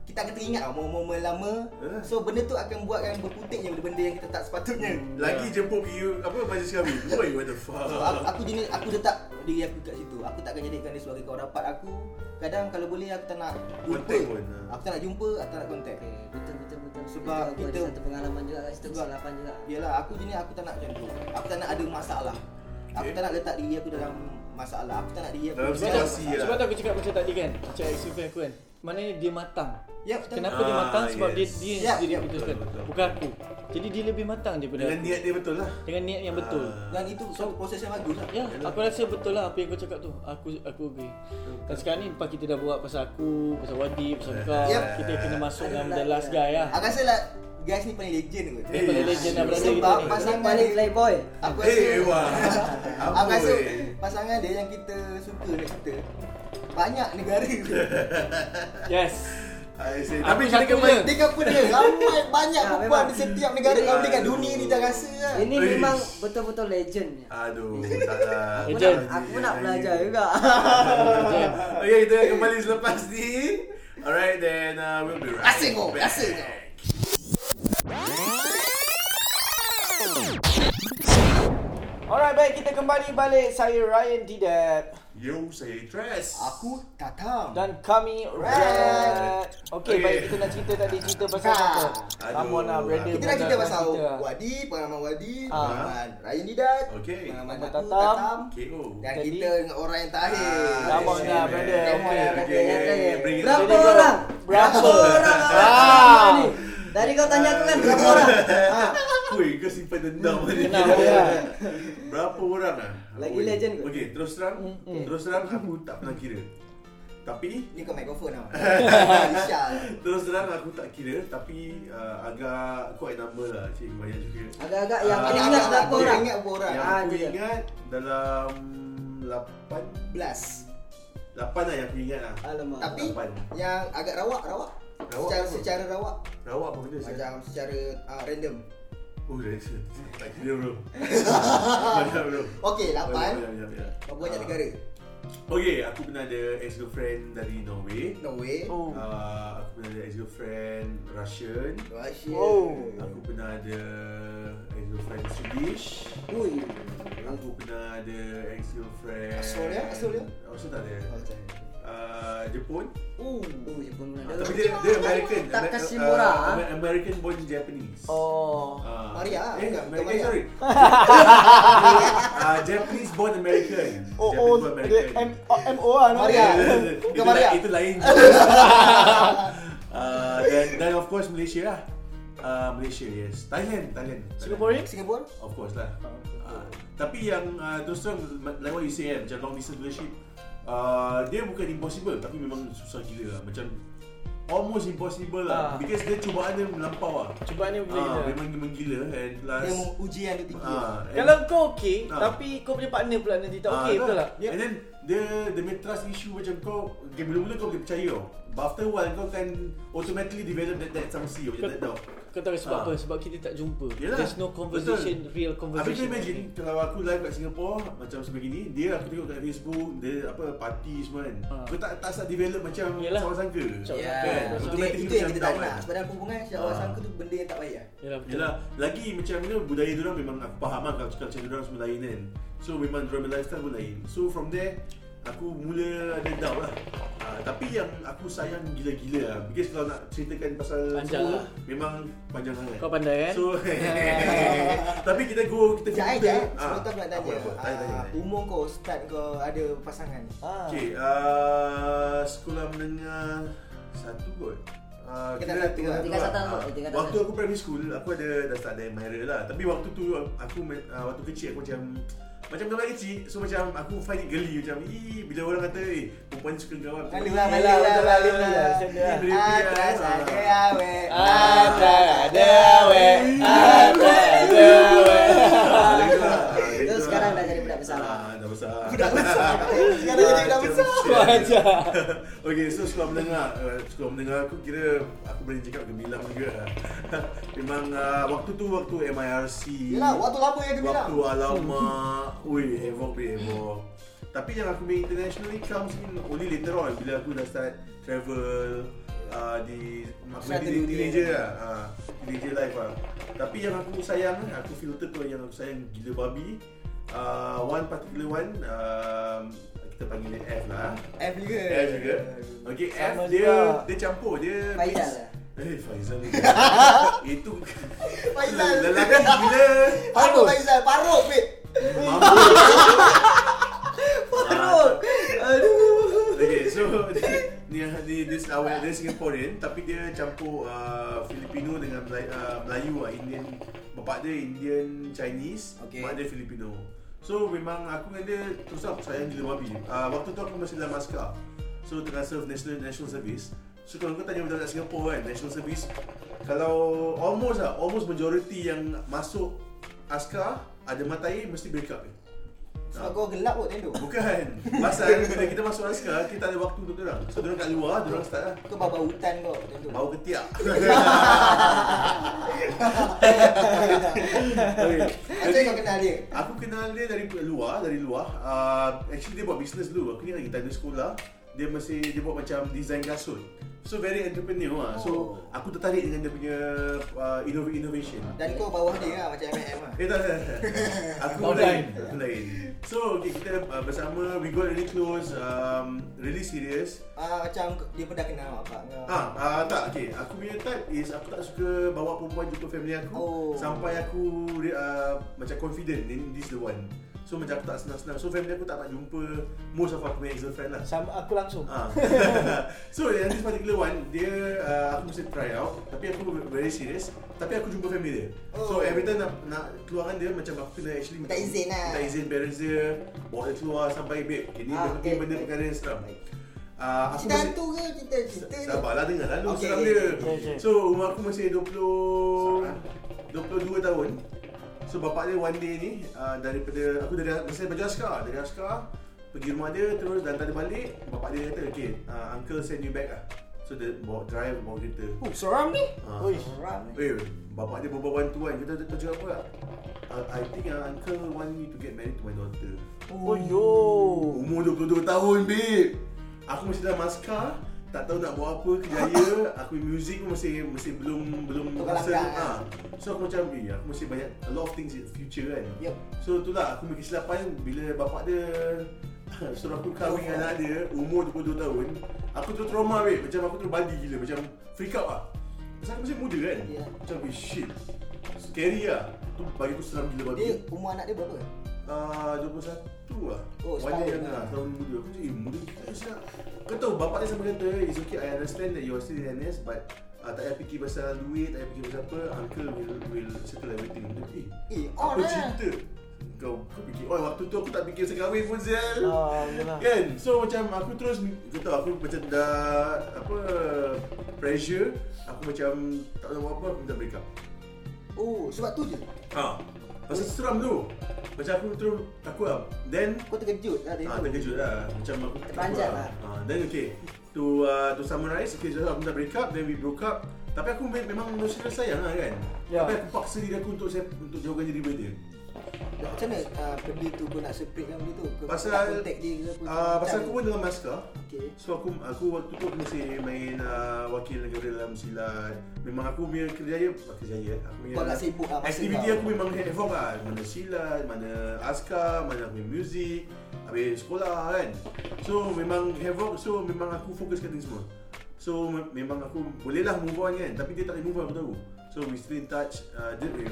kita akan teringat lah momen-momen lama
Eh.
so benda tu akan buatkan berputiknya benda-benda yang kita tak sepatutnya
Lagi jemput pergi apa majlis kami Woi what the fuck
so, aku, aku jenis aku letak diri aku kat situ Aku takkan jadikan dia sebagai kawan rapat aku Kadang kalau boleh aku tak nak jumpa
Contact pun, ah.
Aku tak nak jumpa, aku tak nak contact
Okey, betul betul betul.
Sebab
Itu aku ada
kita-
satu pengalaman juga kat situ
Sebab-
kesilapan juga.
Yalah aku jenis aku tak nak macam tu Aku tak nak ada masalah Aku
Okay.
tak nak letak diri aku dalam masalah Aku tak nak diri aku
Dalam
dalam
Sebab tak,
Situasi lah.
sebab tak aku cakap macam tadi kan Macam ex-girlfriend aku kan Maknanya dia matang
Ya, betul.
Kenapa dia
Ah,
matang Sebab dia
yes.
dia
Ya,
sendiri
ya,
yang putuskan
betul, betul.
Bukan aku Jadi dia lebih matang daripada
Dengan
aku
niat dia betul lah
Dengan niat yang betul
Ah.
Dan itu suatu proses yang bagus lah
Ya, aku rasa betul lah apa yang kau cakap tu. Aku aku agree. Dan sekarang ni lepas kita dah buat pasal aku, pasal Wadi, pasal kau,
Yep.
kita kena masuk dalam
Ada
the
lah,
last
ada
guy lah.
Aku rasa lah guys ni paling legend kot
Dia paling legend lah berada kita
Sebab
ni.
Pasal
pasangan
paling
dia
playboy.
Aku rasa
Eh, Ewa.
Aku
Apa
rasa
eh?
pasangan dia yang kita suka kat kita Banyak negara
Yes.
I say,
Aku
tapi kita
satu
kena
je.
Dia kan pun dia ramai banyak
Ya,
perempuan
memang.
di setiap negara
Ini-
Kalau dia kat dunia ni dah rasa lah
Ini
Eish.
memang betul-betul legend ni.
Aduh, tak lah.
Aku
Legend.
nak, aku nak belajar juga.
Okay, kita akan kembali selepas ni. Alright, then uh, we'll be right
Asing kau,
back.
asing kau.
Alright, baik kita kembali balik. Saya Ryan Didat
Yo, saya Tres.
Aku tatam
dan kami Red. Okey,
Okay.
baik kita nak cerita tadi cerita pasal
Ha.
apa?
Aduh.
Ramon lah, Brandon.
Kita dah cerita pasal
lah.
Wadi, pengalaman Wadi,
Ah.
pengalaman Ryan Didat
Okay.
Pengalaman
Pengalaman
aku,
Tatam.
Tatam
KO.
Dan
Jadi-
kita dengan orang yang terakhir
Ramon
Yes,
lah,
man.
Brandon.
Ramon
Okey.
lah,
Okay,
Brandon.
okay, okay. Bring it
Berapa
Jadi kau-
orang?
Berapa orang?
Lama
Wow.
ni. Tadi kau tanya aku kan berapa orang? Ha.
Weh, kau simpan dendam ni.
Dendam, ya.
Berapa orang ah?
Lagi
Weh.
legend kot.
Okey, terus terang, terus terang aku tak pernah kira. Tapi
Ni kau mikrofon tau Isya
terus terang aku tak kira tapi uh, agak quite number lah cik banyak juga.
Agak-agak yang
Ah,
aku
agak-
ingat
agak-
berapa
agak-
orang?
Ingat berapa orang
Yang
Ah,
aku
dia.
ingat dalam 8
Belas
8 lah yang aku ingat lah.
Alamak.
Tapi
Lapan.
yang agak rawak rawak.
Rawak
secara
apa?
secara rawak
Rawak apa benda saya?
macam secara uh, random.
Oh, legend. Tak kira bro. Banyak bro.
Okey, lapan.
Banyak, banyak, banyak.
Berapa banyak
Ah.
negara?
Okey, aku pernah ada ex-girlfriend dari Norway.
No way.
Oh.
Uh, aku pernah ada ex-girlfriend Russian.
Russia.
Oh.
Aku pernah ada ex-girlfriend Swedish.
Ui.
Aku pernah ada ex-girlfriend...
Australia? Australia?
Australia tak ada.
Oh, tak.
Uh, Jepun. Ah,
Uh, Jepun pun ada.
Tapi dia, dia American.
Tak
Amer-
kasih murah, ah.
Amer- American born Japanese.
Oh.
Ah.
Maria,
Eh,
bukan- bukan
American,
Maria.
sorry. Ah, Japanese born American.
Oh, oh,
Japanese born
dia
American.
M- oh, MO lah nama
Maria.
dia.
itu,
Bukan
lain-
Maria.
itu lain. Ah, dan dan of course Malaysia lah. Ah, Malaysia yes. Thailand, Thailand. Thailand.
Singaporean?
Singapura?
Of course lah. Ah, tapi yang ah, terus terang like what you say kan, macam long distance relationship ah, dia bukan impossible tapi memang susah gila lah. Macam almost impossible lah
Ah.
because dia cubaan dia melampau lah.
Cubaan dia
Ah,
gila-gila.
memang menggila and plus
Dia mau ujian dia tinggi.
ah, and-
Kalau kau okey,
Ah.
tapi kau punya partner pula nanti tak
Ah,
okey, betul tak?
And then dia dia punya trust issue macam kau okay, mula-mula kau boleh percaya tau. But after a while kau akan automatically develop that that sanksi macam that tau.
Kau tahu sebab
Ah.
apa? Sebab kita tak jumpa. There's no conversation,
Betul.
real
Habis kau
conversation.
imagine kalau aku live kat Singapore macam sebegini, dia aku tengok kat Facebook, dia apa party semua kan.
Ah.
Kau tak tak start develop macam
Yelah.
sama sangka.
Macam
Ya.
Kan?
Itu-
Automatically
Itu
macam
yang
down,
kita tak nak.
lah.
kan?
Sebab dalam hubungan syawal
Ah.
sangka tu benda yang tak payah.
Yalah, betul.
Yelah, lagi macam mana budaya diorang memang aku faham lah kalau cakap macam diorang semua lain kan So memang diorang punya lifestyle pun lain So from there, aku mula ada doubt lah Ah, Tapi yang aku sayang gila-gila lah Because kalau nak ceritakan pasal
Panjang
semua
lah.
Memang panjang sangat
Kau pandai kan?
So, tapi kita go, kita
Sekejap eh,
kita-
sekejap.
Ah,
Sebelum tu aku nak
apa,
tanya.
apa, Tanya, tanya,
ah,
tanya.
Umur kau, start kau ada pasangan?
Ah.
Okay, ah, sekolah menengah satu kot. Ah,
Tingkat
kira
satu
tingkat
lah.
Tingkat
lah.
satu
Ah,
kot, tingkat
Waktu
satu.
aku primary school, aku ada dah start ada admirer lah. Tapi waktu tu aku ma- ah, waktu kecil aku macam macam gambar kecil, so macam aku find it geli macam Ih, bila orang kata eh perempuan suka gambar
Malu lah, malu
Yelah,
lah,
betul lah,
malu lah.
dia punya macam dia lah.
Ah, terus ada lah, awet.
Ah, tak ada lah, weh. Ah, tak ada weh.
Terus sekarang dah jadi budak besar lah.
lah. Ah, dah besar.
Budak besar. Sekarang jadi budak
Macam
besar.
Kau
shit.
ajar.
Okay, so sekolah menengah uh, Sekolah menengah aku kira Aku boleh cakap gemilang juga Memang uh, waktu tu waktu MIRC
Yelah, waktu lama yang dia bilang.
Waktu alamak Ui, havoc be havoc Tapi yang aku main internationally comes in only later on Bila aku dah start travel uh, Di Maksudnya
Start
di
the
teenager
dunia.
lah uh, Teenager life lah Tapi yang aku sayang Aku filter tu yang aku sayang gila babi uh, one particular one um, kita panggil dia F lah.
F juga
F juga. Okay, F
Sama
dia
juga.
dia campur dia.
Faizal
mix-
lah.
Eh, Faizal. ni. Itu
Faizal.
Lelaki gila.
Parut Faizal Parut babe
Mampu.
Parut Aduh
Okay, so ni ni this awal dia Singaporean tapi dia campur uh, Filipino dengan Melayu, uh, Melayu lah, Indian bapak dia Indian Chinese,
Okay.
mak dia Filipino. So memang aku dengan dia terus aku sayang gila babi. Uh, waktu tu aku masih dalam askar. So tengah serve national national service. So kalau kau tanya budak-budak Singapura kan, national service kalau almost lah, almost majority yang masuk askar ada matair mesti break up. eh.
Sebab kau gelap kot tendo
Bukan. Pasal bila kita masuk askar, kita tak ada waktu untuk orang. So orang kat luar, orang start lah.
Kau bau hutan kau tendo
Bau ketiak. okay.
Macam kau kenal dia
Aku kenal dia dari luar, dari luar. Uh, actually dia buat bisnes dulu. Aku ni lagi tanda sekolah. Dia mesti dia buat macam design kasut. So very entrepreneur lah. So aku tertarik dengan dia punya uh, innov- innovation.
Dan kau bawah dia lah Macam M&M lah
Eh tak tak tak. Aku
Kau
lain
lain.
Aku lain So okay, kita uh, bersama We got really close um, Really serious
Ah, Macam dia pun dah kenal lah. apa kau
Ah, ah tak okey. Aku punya type is aku tak suka bawa perempuan jumpa family aku
Oh.
oh. sampai aku uh, macam confident then this the one. So macam aku tak senang-senang. So family aku tak nak jumpa most of aku punya ex-girlfriend lah.
Sama aku langsung.
Ah. so yang this particular one dia uh, aku mesti try out tapi aku very serious tapi aku jumpa family dia.
Oh.
So every time nak, nak keluarkan dia macam aku kena actually
Minta izin lah.
Minta izin parents dia bawa dia keluar sampai babe. Ini
Ah,
ah,
okay.
okay. benda perkara yang seram.
Baik.
Uh, aku
Cinta
masih-
hantu ke Cinta cinta ni
Sabarlah dengar lah, lalu
Okey,
okay, seram
okey,
dia.
okey, okey.
So umur aku masih 20 22 tahun. So bapak dia one day ni uh, daripada aku dari masih baju askar, dari askar pergi rumah dia terus dan tadi balik bapak dia kata okay uh, uncle send you back lah. So dia bawa drive bawa kereta.
Oh seram ni
Uh,
Oi.
Seram
Eh, bapak dia berbual bantu kan. Kita kau cakap apa tak? Uh, I think uh, uncle want me to get married to my daughter.
Oh yo.
Umur 22 tahun, babe. Aku masih dalam maskar, tak tahu nak buat apa, kerjaya. aku punya music pun masih masih belum belum
Tukar langkah,
Ah. So aku macam, eh, aku masih banyak a lot of things in future kan.
Yup.
So itulah aku punya kesilapan bila bapak dia suruh aku kahwin dengan anak dia umur 22 tahun. Aku tu trauma babe, macam aku tu body gila, macam freak out ah. Pasal aku masih muda kan.
Ya.
Macam eh, shit. Scary ah. Tu bagi tu seram gila babi.
Dia umur anak dia berapa?
Ah, 21 lah
Oh,
One year
setahun lah.
lah Tahun muda Aku cakap, eh muda kita siap Kau tahu bapak dia sama kata It's okay, I understand that you are still in NS But uh, tak payah fikir pasal duit Tak payah fikir pasal apa Uncle will, will settle everything Macam, Eh,
Eh, on
aku
lah.
cinta Kau, kau fikir Oh, waktu tu aku tak fikir pasal kahwin pun Zel
Ah, yalah.
Kan? So macam aku terus Kau tahu aku macam dah Apa Pressure Aku macam Tak tahu apa Aku minta break up
Oh sebab tu je
Ha Pasal seram tu Macam aku terus takut lah Then
Kau terkejut lah dia
Ah,
tu
terkejut lah. Macam aku
Terperanjat lah.
Ah, then okay. To uh, to summarize, okay, so aku dah break up, then we broke up. Tapi aku me- memang manusia yang sayang lah kan.
Ya.
Tapi aku paksa diri aku untuk saya untuk jauhkan diri daripada dia.
Macam mana uh, pergi tu kau nak separate kan benda tu? Kau
Pasal-
nak contact dia ke apa?
Ah, pasal aku pun dalam maskar.
Okay.
So aku aku waktu tu aku masih main uh, wakil negara dalam silat. Memang aku punya kerjaya, bukan kerjaya. Aku punya
Kau agak sibuk lah masa
Aktiviti
kau.
aku memang havoc lah. Mana silat, mana askar, mana aku punya muzik, habis sekolah kan. So memang havoc, so memang aku fokus kat ni semua. So me- memang aku bolehlah move on kan, tapi dia tak boleh move on aku tahu. So we still in touch. Uh, dia,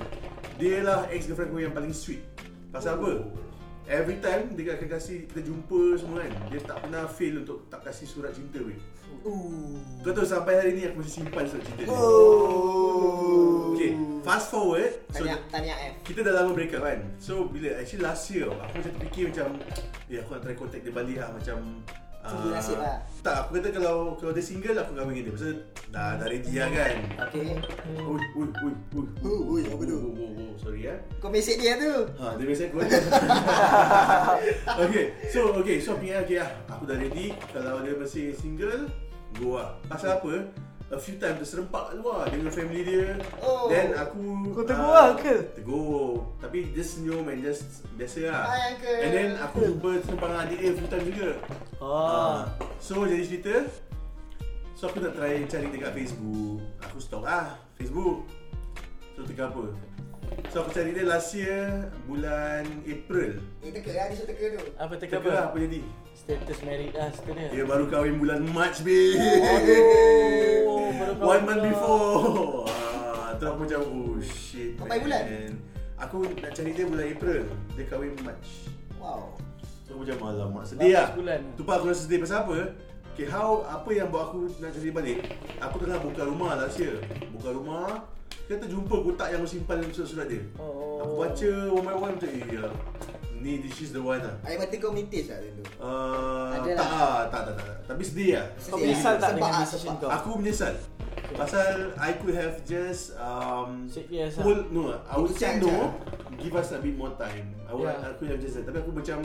dia lah ex girlfriend aku yang paling sweet. Pasal
Oh.
apa? Every time dia akan kasi kita jumpa semua kan Dia tak pernah fail untuk tak kasi surat cinta weh
Ooh.
Kau tahu sampai hari ni aku masih simpan surat cinta ni
Oh.
Okay, fast forward so,
Tanya, tanya F.
Kita dah lama break up kan So bila actually last year aku macam terfikir macam Eh aku nak try contact dia balik lah macam
Tunggu
ah,
nasib lah.
Tak, aku kata kalau kalau dia single aku kahwin dengan dia Pasal dah, dah ready lah kan
Okay.
Ui, ui, ui, ui
Ui, Hmm. ui, apa tu?
Ui, ui, ui, sorry ya
Kau mesej dia tu.
Ha, dia biasa kot. okay, so okay, so punya okay lah. Aku dah ready. Kalau dia masih single, go lah. Pasal apa? A few time terserempak kat luar dengan family dia.
Oh.
Then aku...
Kau tegur
ah,
lah ke?
Tegur. Tapi just senyum and just biasa lah.
Hi, Uncle.
And then aku jumpa sempang adik dia a few time juga.
Ah.
Ah. So jadi cerita, so aku nak lah try cari dekat Facebook. Aku stalk ah Facebook. So tengah apa? So aku cari dia last year bulan April.
Eh teka lah, dia suruh teka tu
Apa teka
Teka lah
apa?
apa jadi?
Status married lah status
Dia
dia.
baru kahwin bulan March be.
Aduh, Oh, baru kahwin
One month
pula.
before. Ah, tu aku macam oh shit.
Sampai bulan?
man. Aku nak cari dia bulan April. Dia kahwin March.
Wow
So aku macam alamak sedih lah
bulan.
Tu pun aku rasa sedih pasal apa eh? Okay how Apa yang buat aku nak cari balik Aku tengah buka rumah last year Buka rumah Kita terjumpa kotak yang aku simpan surat-surat dia
Oh.
Aku baca one by one macam Eh ya Ni this is the one lah
Air mata kau menitis lah macam tu
uh,
Ada
tak,
lah.
lah. tak, tak, tak, tak Tapi sedih lah
Kau
Sedih
menyesal tak
lah. Sepak
dengan
lah,
decision
sepak.
kau?
ah, Aku menyesal Pasal I could have just um,
Said yes lah.
pull, No I would say
Kejar
no Give us a bit more time I would,
Yeah.
Aku have just that Tapi aku macam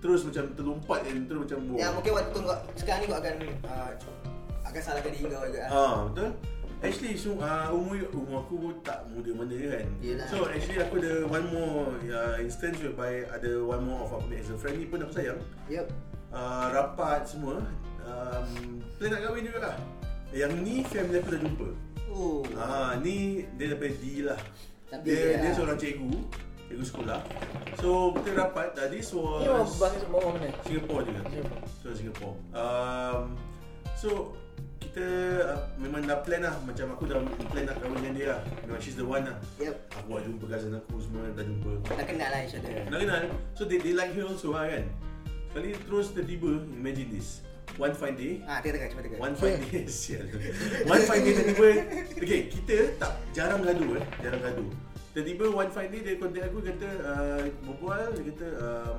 Terus macam terlompat Dan terus macam
Ya mungkin waktu tu kau Sekarang ni kau akan ah, Akan salahkan diri kau juga lah.
Ah betul. Actually so, uh, umur umur aku tak muda mana je kan.
Yelah.
So actually aku ada one more uh, instance whereby ada one more of aku as a friend ni pun aku sayang.
Yup
Uh, rapat semua. Um, plan nak kahwin juga lah. Yang ni family aku dah jumpa.
Oh
Ah ni dia daripada D lah.
Tapi
dia,
dia-
ah.
dia seorang cikgu, cikgu sekolah. So kita rapat tadi
Ni orang
was
bangsa bawah mana?
Singapore juga.
Singapore.
So Singapore. Um, so kita uh, memang dah plan lah macam aku dah plan nak kahwin dengan dia lah. Memang she's the one lah.
Yup
Aku buat jumpa cousin aku semua dah jumpa.
Dah kenal lah each other
Dah kenal. So they, they like her also lah kan. Sekali terus tiba-tiba imagine this. One fine day,
Ah, teka teka cuba teka
One fine day Sial One fine day tiba-tiba Okay kita tak Jarang gaduh eh Jarang gaduh Tiba-tiba one fine day Dia contact aku Kata uh, Berbual Dia kata um,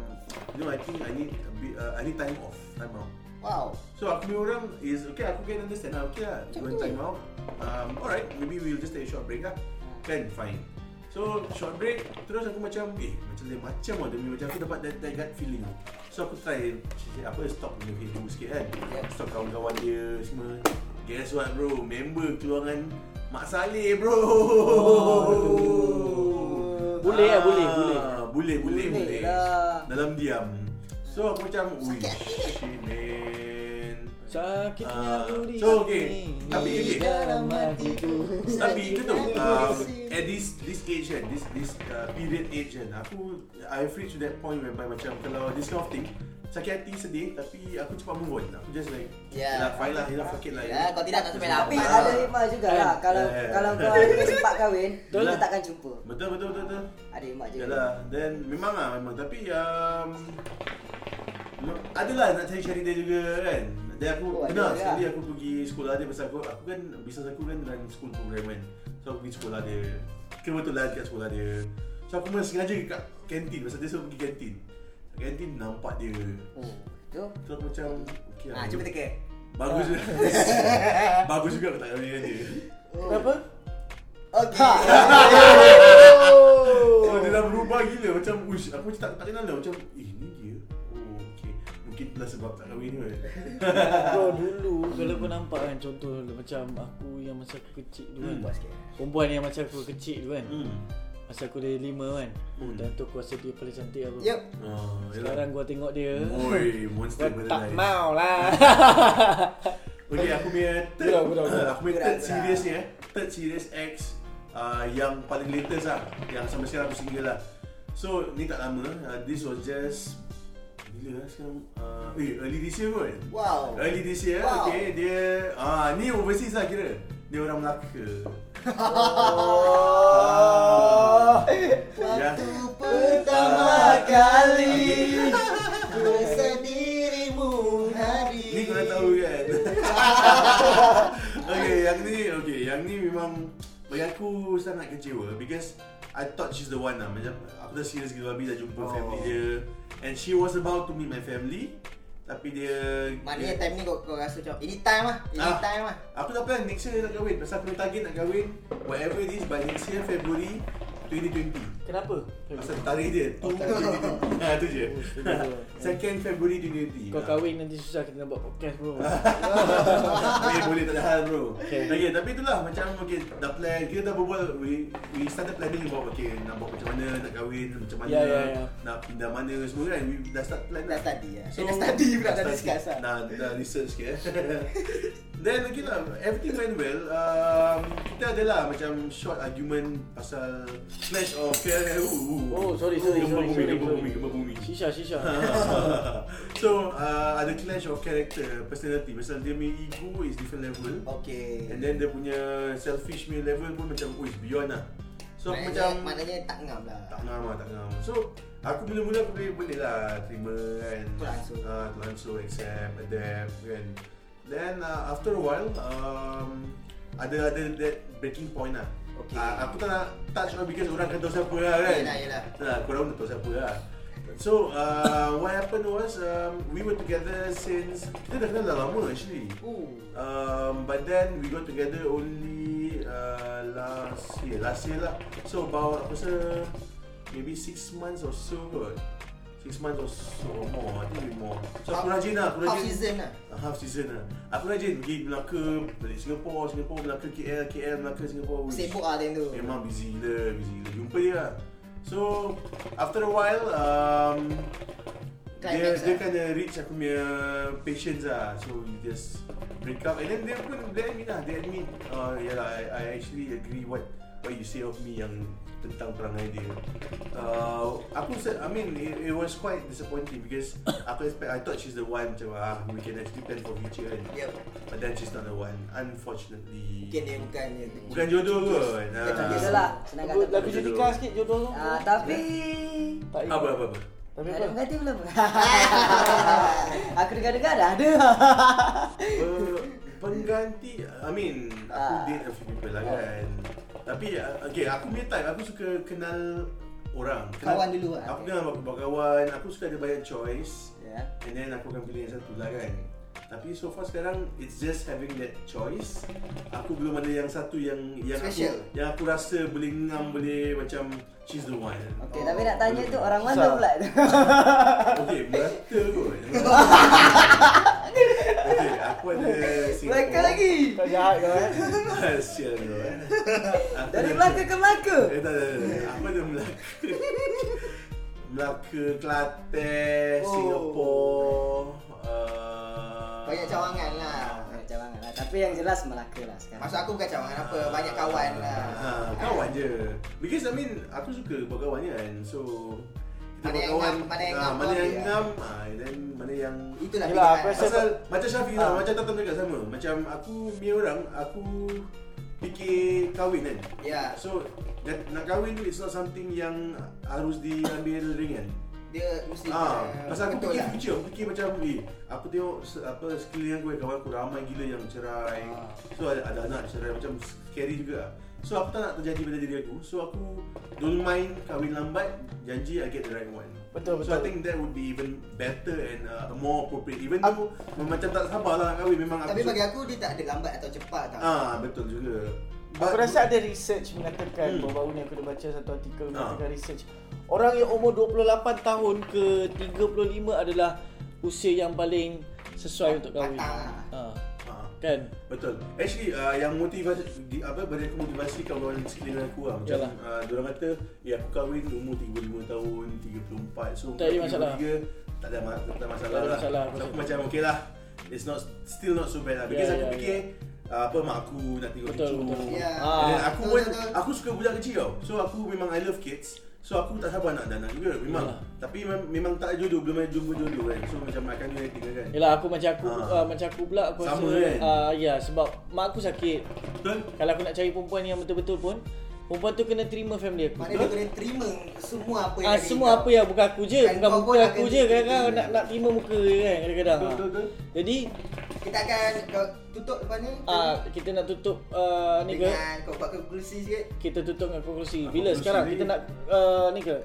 You know I think I need a bit, uh, I need time off Time out
Wow
So aku punya orang Is okay Aku can understand lah Okay lah You want time out um, Alright Maybe we'll just take a short break lah Kan fine So short break Terus aku macam Eh macam dia macam lah Demi macam aku dapat that, that gut feeling So aku try Apa stop dia Facebook sikit kan
Yep.
Stop kawan-kawan dia semua Guess what bro Member keluangan Mak Saleh bro
Oh, Boleh lah,
Ah,
boleh, boleh.
Boleh boleh
Boleh
boleh
Uh.
lah.
Dalam diam So aku macam Ui shit man
Sakitnya
Ah,
duri
so, okay. Tapi, okay.
Dalam hatiku
Tapi kita tahu um, At this this age kan This this uh, period age kan Aku I've reached that point Whereby macam Kalau this kind of thing Sakit hati sedih Tapi aku cepat move on Aku just like
Yeah.
Yelah fine lah Yelah fuck it lah
Yeah, kau Ya. tidak tak sampai lah.
Tapi ada hikmah jugalah Kalau
Eh.
kalau kau ada sempat kahwin
Betul.
Kita takkan jumpa
"Ah." Betul betul betul betul
Ada hikmah juga
Yalah Then memang lah memang Tapi um, me- Adalah nak cari-cari dia juga kan Dia aku
Oh,
oh,
ada
Benar
juga.
sekali aku pergi sekolah dia Pasal aku, aku kan Bisnes aku kan dalam school program kan So aku pergi sekolah dia Kebetulan kat sekolah dia So aku memang sengaja kat kantin Pasal dia selalu pergi kantin Kat Kantin nampak dia
Oh, Tu
So aku macam okay, lah.
Ah, cuba teka
Bagus juga Bagus juga aku tak kahwin dengan dia
Kenapa?
Okay Ha.
So dia dah berubah gila Macam ush Aku macam tak, tak kenal dah Macam eh ni dia Oh okay Mungkin lah sebab tak kahwin ni kan
Bro dulu kalau kau nampak kan contoh macam aku yang masa aku kecil dulu
Hmm.
kan Perempuan yang masa aku kecil dulu kan
Hmm
Masa aku dah lima kan Oh
Hmm.
time tu aku rasa dia paling cantik aku
Yup
Ah,
Sekarang gua tengok dia Kau
Oi monster benda
tak
lain.
mau lah
Okay aku punya third
Gurau, gurau, gurau.
Aku punya
Gurau,
third
gurau.
series ni eh Third series X uh, Yang paling latest lah Yang sampai sekarang aku single lah So ni tak lama uh, This was just Bila lah sekarang uh, Eh early this year kot
Wow
Early this year,
Wow.
okay, dia ah ni overseas lah kira. Dia orang Melaka.
Oh.
Ya.
Waktu pertama kali Ku rasa dirimu
Ni
hari
korang tahu kan. okay, yang ni okay, yang ni memang bagi aku sangat kecewa because I thought she's the one lah Macam aku dah serious gila habis dah jumpa
Oh.
family dia And she was about to meet my family Tapi dia
Maknanya
dia-
time ni kau, kau rasa macam Ini time lah Ini
Ah.
time lah
Aku tak plan next year nak kahwin Pasal aku punya target nak kahwin Whatever it is by next year February 2020
Kenapa?
Pasal tarikh dia tu Ha tu je
Oh, setuju.
Second Februari 2020
Kau kahwin nanti susah kita nak buat podcast bro
Eh boleh tak ada hal bro
Okay.
okay. tapi itulah macam okay, Dah plan Kita dah berbual We, we started planning about Okay nak buat macam mana Nak kahwin Macam mana
Ya, ya, ya.
Nak pindah mana semua kan We dah start plan
Dah study lah Eh, Dah study pula Dah discuss lah
Dah, dah research sikit eh. Then lagi lah, everything went well. Um, kita adalah macam short argument pasal clash of fair.
Oh, sorry, sorry,
Gempa
sorry,
bumi,
sorry,
gempa
sorry.
bumi, gempa bumi.
Shisha, shisha.
so, uh, ada clash of character, personality. Pasal dia punya ego is different level.
Okay.
And then dia punya selfish punya level pun macam oh it's beyond lah. So aku macam
maknanya tak ngam lah.
tak ngam lah, tak ngam. So aku mula-mula aku boleh boleh lah terima kan.
Terlangsung.
Ah, terlangsung, accept, adapt kan. Then uh, after a while um, ada ada that breaking point lah.
Okay.
Ah, aku tak nak touch on because orang akan tahu siapa lah kan.
Yelah, yelah.
Nah, korang pun tak tahu siapa lah. So, uh, what happened was um, we were together since kita dah kenal dah lama actually.
Ooh.
Um, but then we got together only uh, last year, last year lah. So about apa se, maybe six months or so kot. Six months or so or more, I think we more. So aku rajin lah, aku
Half
rajin.
season lah.
Ah, Half season lah. Aku rajin pergi Melaka, balik Singapore, Singapore, Melaka, KL, KL, Melaka, Singapore. Wish.
Sibuk lah time tu.
Memang busy gila, busy gila. Jumpa dia lah. So, after a while, um, dia,
Climax
dia
lah.
kena reach aku punya patience lah. So, you just break up. And then dia pun, dia admit lah. Dia admit, uh, yalah, I, I actually agree what what you say of me yang tentang perangai dia. Uh, aku, se- I mean, it, it was quite disappointing because aku expect, I thought she's the one macam, ah, we can actually plan for future kan.
Yep.
But then she's not the one, unfortunately.
Mungkin dia bukan dia tu.
Bukan jodoh kot.
Dia tak lah.
Biasalah,
kisah.
lah. senang
Lagu,
kata.
lagu Jodika sikit jodoh tu.
Ah, tapi
Tak
Apa apa apa.
Tapi
ada
apa?
pengantin belum? Aku dengar-dengar dah ada.
Pe- Pengganti I mean aku
Ah.
date a few people lah kan. Tapi uh, okay aku punya type aku suka kenal orang. Kenal,
Kawan dulu lah.
Aku kenal beberapa kawan, aku suka ada banyak choice
Ya.
and then aku akan pilih yang satu lah kan. Tapi so far sekarang it's just having that choice. Aku belum ada yang satu yang yang
Special.
aku yang aku rasa boleh ngam boleh macam she's the one. Oh,
Okey, tapi nak tanya
belum.
tu orang mana
Susah.
pula tu?
Okey, merata kot. Okey, aku ada Singapore.
Melaka lagi.
Kau jahat kau eh.
Sial kau eh. Aku
Dari
ada-
Melaka ke Melaka.
Eh tak tak tak, tak. Aku ada Melaka. Melaka, Kelantan,
Oh.
Singapore. Uh,
Banyak cawangan lah.
Cawangan lah. Tapi yang jelas Melaka lah sekarang.
Maksud aku bukan cawangan apa, banyak kawan lah.
Ha, kawan je. Because I mean, aku suka berkawan kan. So, kita
Mana yang
berkawan.
ngam, mana yang
Ah,
ngam,
mana yang
dia.
ngam, ah, and then mana yang
Itulah
Yelah,
pilihan.
aku rasa-
Pasal macam Syafiq lah,
Ah.
macam Tatam cakap sama. Macam aku punya orang, aku fikir kahwin kan.
Ya,
So, dan, nak kahwin tu it's not something yang harus diambil ringan.
dia mesti
Ah,
kena
pasal aku
betul
fikir
lah.
future, aku fikir macam eh, aku tengok se- apa sekeliling aku kawan aku ramai gila yang cerai.
Ah.
So ada, ada anak cerai macam scary juga. lah. So aku tak nak terjadi pada diri aku. So aku don't mind kahwin lambat, janji I get the right one.
Betul,
So I
betul.
think that would be even better and uh, more appropriate. Even though macam tak sabar lah nak kahwin memang aku.
Tapi bagi aku dia tak ada lambat atau cepat tau.
ah betul juga.
Aku
But-
rasa ada research mengatakan
Hmm.
baru-baru ni aku dah baca satu artikel
Ah.
mengatakan research orang yang umur 28 tahun ke 35 adalah usia yang paling sesuai untuk kahwin.
Patah.
Ha.
Ah.
Kan?
Betul. Actually uh, yang motivasi di, apa bagi aku motivasi kawan sekeliling aku lah. Macam
Yalah.
uh, diorang kata, ya aku kahwin umur 35 tahun, 34. So
Tak ada masalah.
33, tak ada, ma- tak ada masalah.
Tak ada
lah.
masalah,
So, aku
betul.
macam okay lah. It's not still not so bad lah. Because
Ya,
aku
ya,
fikir uh, apa mak aku nak tengok
Betul,
cucu.
betul.
Ya.
And then aku
Betul,
pun
betul.
aku suka budak kecil tau. So aku memang I love kids. So aku tak sabar nak ada anak juga memang.
Yalah.
Tapi mem- memang tak ada jodoh, belum ada jumpa jodoh kan. So macam I can't do anything kan.
Yalah aku macam aku
Ah.
uh, macam aku pula aku
Sama
rasa
kan?
ah, ya sebab mak aku sakit.
Betul?
Kalau aku nak cari perempuan yang betul-betul pun perempuan tu kena terima family aku.
Maknanya dia kena terima semua apa yang
Ah
ada
semua
kau.
apa yang bukan aku je,
Kan
bukan
Dan kau
muka aku
pun akan
je kadang-kadang
terima.
nak nak terima muka je kan kadang-kadang.
Betul,
Ah.
betul, betul.
Jadi
Kita akan kau tutup lepas ni.
ah, kita nak tutup ah, ni ke?
Dengan kau buat conclusion sikit.
Kita tutup dengan konklusi.
Apa
Bila
konklusi
sekarang
ni?
kita nak uh, ni ke?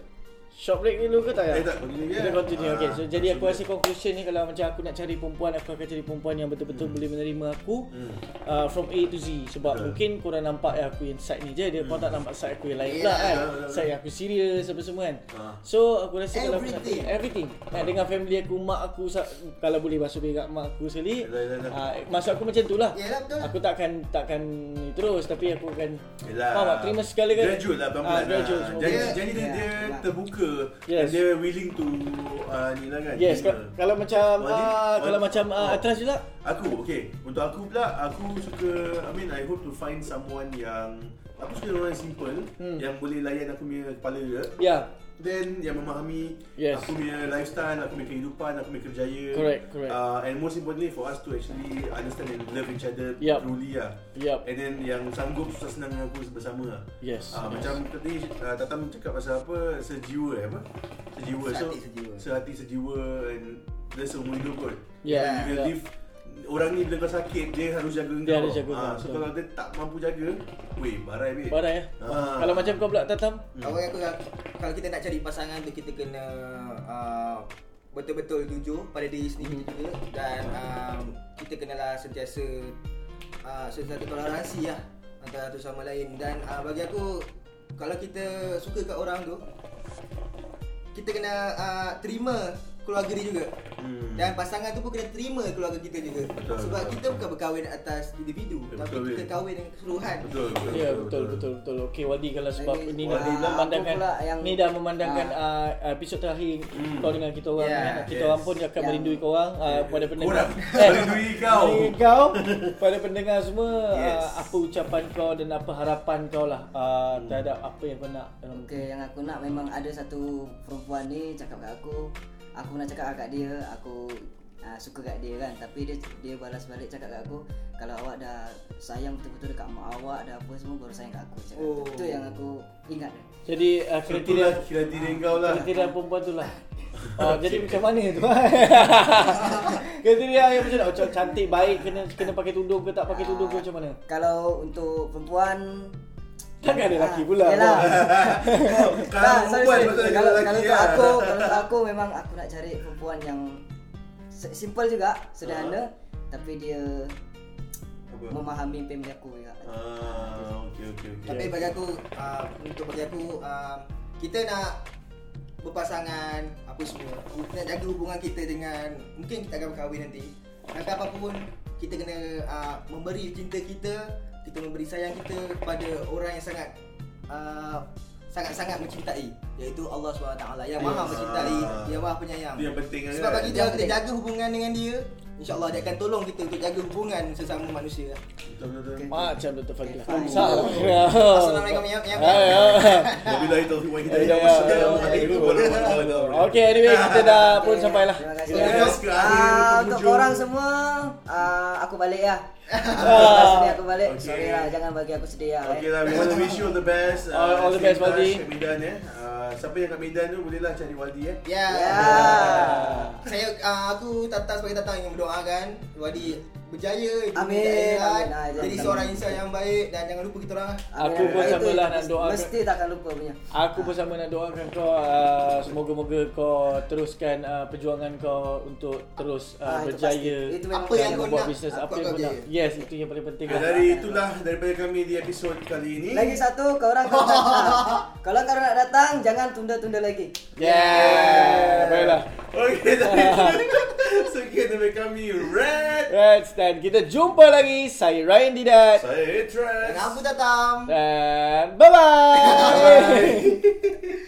Short break dulu ke tak ya?
Eh, tak, continue je.
Kita continue.
Ah,
okay. So jadi aku
continue.
rasa conclusion ni kalau macam aku nak cari perempuan, aku akan cari perempuan yang betul-betul boleh menerima aku
Hmm.
uh, from A to Z sebab
Betul. Hmm.
mungkin korang nampak yang aku yang side ni je, dia kau tak nampak side aku yang lain
Eh,
Yeah,
pula kan.
betul, betul,
Side yang aku serius apa semua kan.
Ah.
So aku rasa kalau aku nak
Everything.
cari everything. Nah, dengan family aku, mak aku sa- kalau boleh masuk berak mak aku sekali.
Yalah, yalah, yalah.
Ah, maksud aku macam tu lah.
Yalah, betul lah.
Aku takkan takkan ni terus tapi aku akan
Yelah.
Faham tak? Terima sekali kan.
Graduate lah pelan-pelan.
Ah, graduate.
lah.
semua.
Jadi,
Dia-
jadi dia, dia
Yeah.
terbuka
Yes.
and dia willing to uh, ni lah kan.
Yes,
terima.
ka- kalau macam
Wajib.
ah, kalau
Wajib.
macam ah,
Oh.
Atras juga.
Aku, okay. Untuk aku pula, aku suka, I mean, I hope to find someone yang, aku suka orang yang simple,
Hmm.
yang boleh layan aku punya kepala dia.
Yeah.
Then yang memahami
Yes.
aku punya lifestyle, aku punya kehidupan, aku punya kerjaya.
Correct, correct.
Uh, and most importantly for us to actually understand and love each other
Yup.
truly lah.
Yup.
And then yang sanggup susah senang dengan aku bersama lah.
Yes, yes.
Uh, Macam tadi uh, Tatam cakap pasal apa, sejiwa eh, apa? Sejiwa.
Sehati sejiwa.
Sehati sejiwa and dia seumur hidup kot.
Yeah,
You will
yeah.
live Orang ni bila kau sakit, dia harus jaga
Ya. Dia
kau.
harus jaga
Ah,
kau,
so
betul.
kalau dia tak mampu jaga, weh, barai weh.
Barat eh.
Ah.
Kalau macam kau pula Tatam.
Hmm.
Kalau aku lah, kalau kita nak cari pasangan tu kita kena uh, betul-betul jujur pada diri sendiri kita juga dan um, kita kenalah sentiasa uh, sentiasa toleransi lah antara satu sama lain dan uh, bagi aku kalau kita suka kat orang tu kita kena uh, terima keluarga dia juga
Hmm.
dan pasangan tu pun kena terima keluarga kita juga
Betul.
sebab kita bukan berkahwin atas individu
Betul,
tapi
betul.
kita kahwin dengan keseluruhan
Betul, betul,
Ya betul betul betul. Okey Wadi kalau sebab
Ini-
ini dah
Wadi pula,
memandangkan
aku pula yang-
ni dah memandangkan ah, episod terakhir
Hmm.
kau dengan kita orang
Yeah,
kan. Kita
yes.
orang pun akan
Ya, Yang-
merindui kau orang ah, pada pendengar.
Korang merindui kau.
merindui kau pada pendengar semua
Yes.
ah, apa ucapan kau dan apa harapan kau lah ah,
Hmm.
terhadap apa yang kau nak Um, dalam
Okey, yang aku nak memang ada satu perempuan ni cakap kat aku, aku nak cakap kat dia, aku uh, suka kat dia kan, tapi dia dia balas balik cakap kat aku, kalau awak dah sayang betul-betul dekat mak awak dah apa semua baru sayang kat aku. Cakap.
Oh.
Oh. Itu yang aku ingat.
Jadi ah, kriteria
Kriteria kriteria kau lah.
kriteria perempuan tu lah. Oh, jadi macam mana tu? kriteria yang macam nak macam cantik baik kena kena pakai tudung ke tak pakai tudung ke macam mana?
Ah. Kalau untuk perempuan
Takkan ada
ah,
lelaki pula.
Yelah.
Kalau
Tak, sorry,
perempuan
sorry.
betul ada
Kalau
lelaki
kalau untuk
lah.
aku, kalau untuk aku memang aku nak cari perempuan yang se- simple juga, sederhana tapi dia
Apa?
memahami family aku juga.
Ah, okey okey okey.
Tapi bagi aku uh, untuk bagi aku uh, kita nak berpasangan apa semua. Kita nak jaga hubungan kita dengan mungkin kita akan berkahwin nanti. Maka apa pun kita kena uh, memberi cinta kita, kita memberi sayang kita kepada orang yang sangat uh, sangat-sangat mencintai iaitu Allah SWT yang maha
Yes.
mencintai,
Ah.
yang maha penyayang.
Itu yang penting kan.
Sebab bagi
Itu
dia
yang
kita
penting.
jaga hubungan dengan dia, insya-Allah dia akan tolong kita untuk jaga hubungan sesama manusia.
Betul betul. betul.
Macam Dr. Fadila.
Okay, fine.
Salah. Oh.
Assalamualaikum ya. ya.
Wabillahi taufiq wa hidayah.
Ya, ya,
Wassalamu
ya,
alaikum
ya.
warahmatullahi wabarakatuh.
Okay, anyway kita dah pun lah. sampailah.
Terima kasih.
Kita dah ke akhir
Ah, untuk
penghujung.
korang semua, ah, aku balik ya. Ah, sedih aku balik.
Okay.
Sorry lah, jangan bagi aku sedih ya.
Okay lah, we want to wish you all the best.
All- all the
stay
best,
in touch
Waldi.
Kat Medan eh. Ah, siapa yang kat Medan tu bolehlah cari Waldi eh.
Ya.
Ya.
Saya uh, aku Tata sebagai Tata yang mendoakan Wadi berjaya itu
Amin.
kejayaan,
Amin. Ah, jangan-
kan? jadi seorang insan yang baik dan jangan lupa kita orang
Aku pun
Itu
samalah nak Ah. doakan.
Mesti takkan lupa punya.
Aku pun sama nak doakan kau ah, Semoga-moga kau teruskan ah, perjuangan kau Untuk terus ah,
Ah, itu pasti.
berjaya
Itu memang
Apa yang
dalam
kau
membuat
nak,
bisnes Apa
aku
yang
akan
kau nak
berjaya.
Yes, itu yang paling penting lah.
Okay, dari itulah daripada kami di episod kali ini.
Lagi satu, korang kalau nak datang. Kalau korang nak datang, jangan tunda-tunda lagi.
Yeah Baiklah
Okay, dari itu. Sekian daripada kami Red.
Right, dan kita jumpa lagi Saya Ryan Didat
Saya Trash.
Dan aku Tatam
Dan bye-bye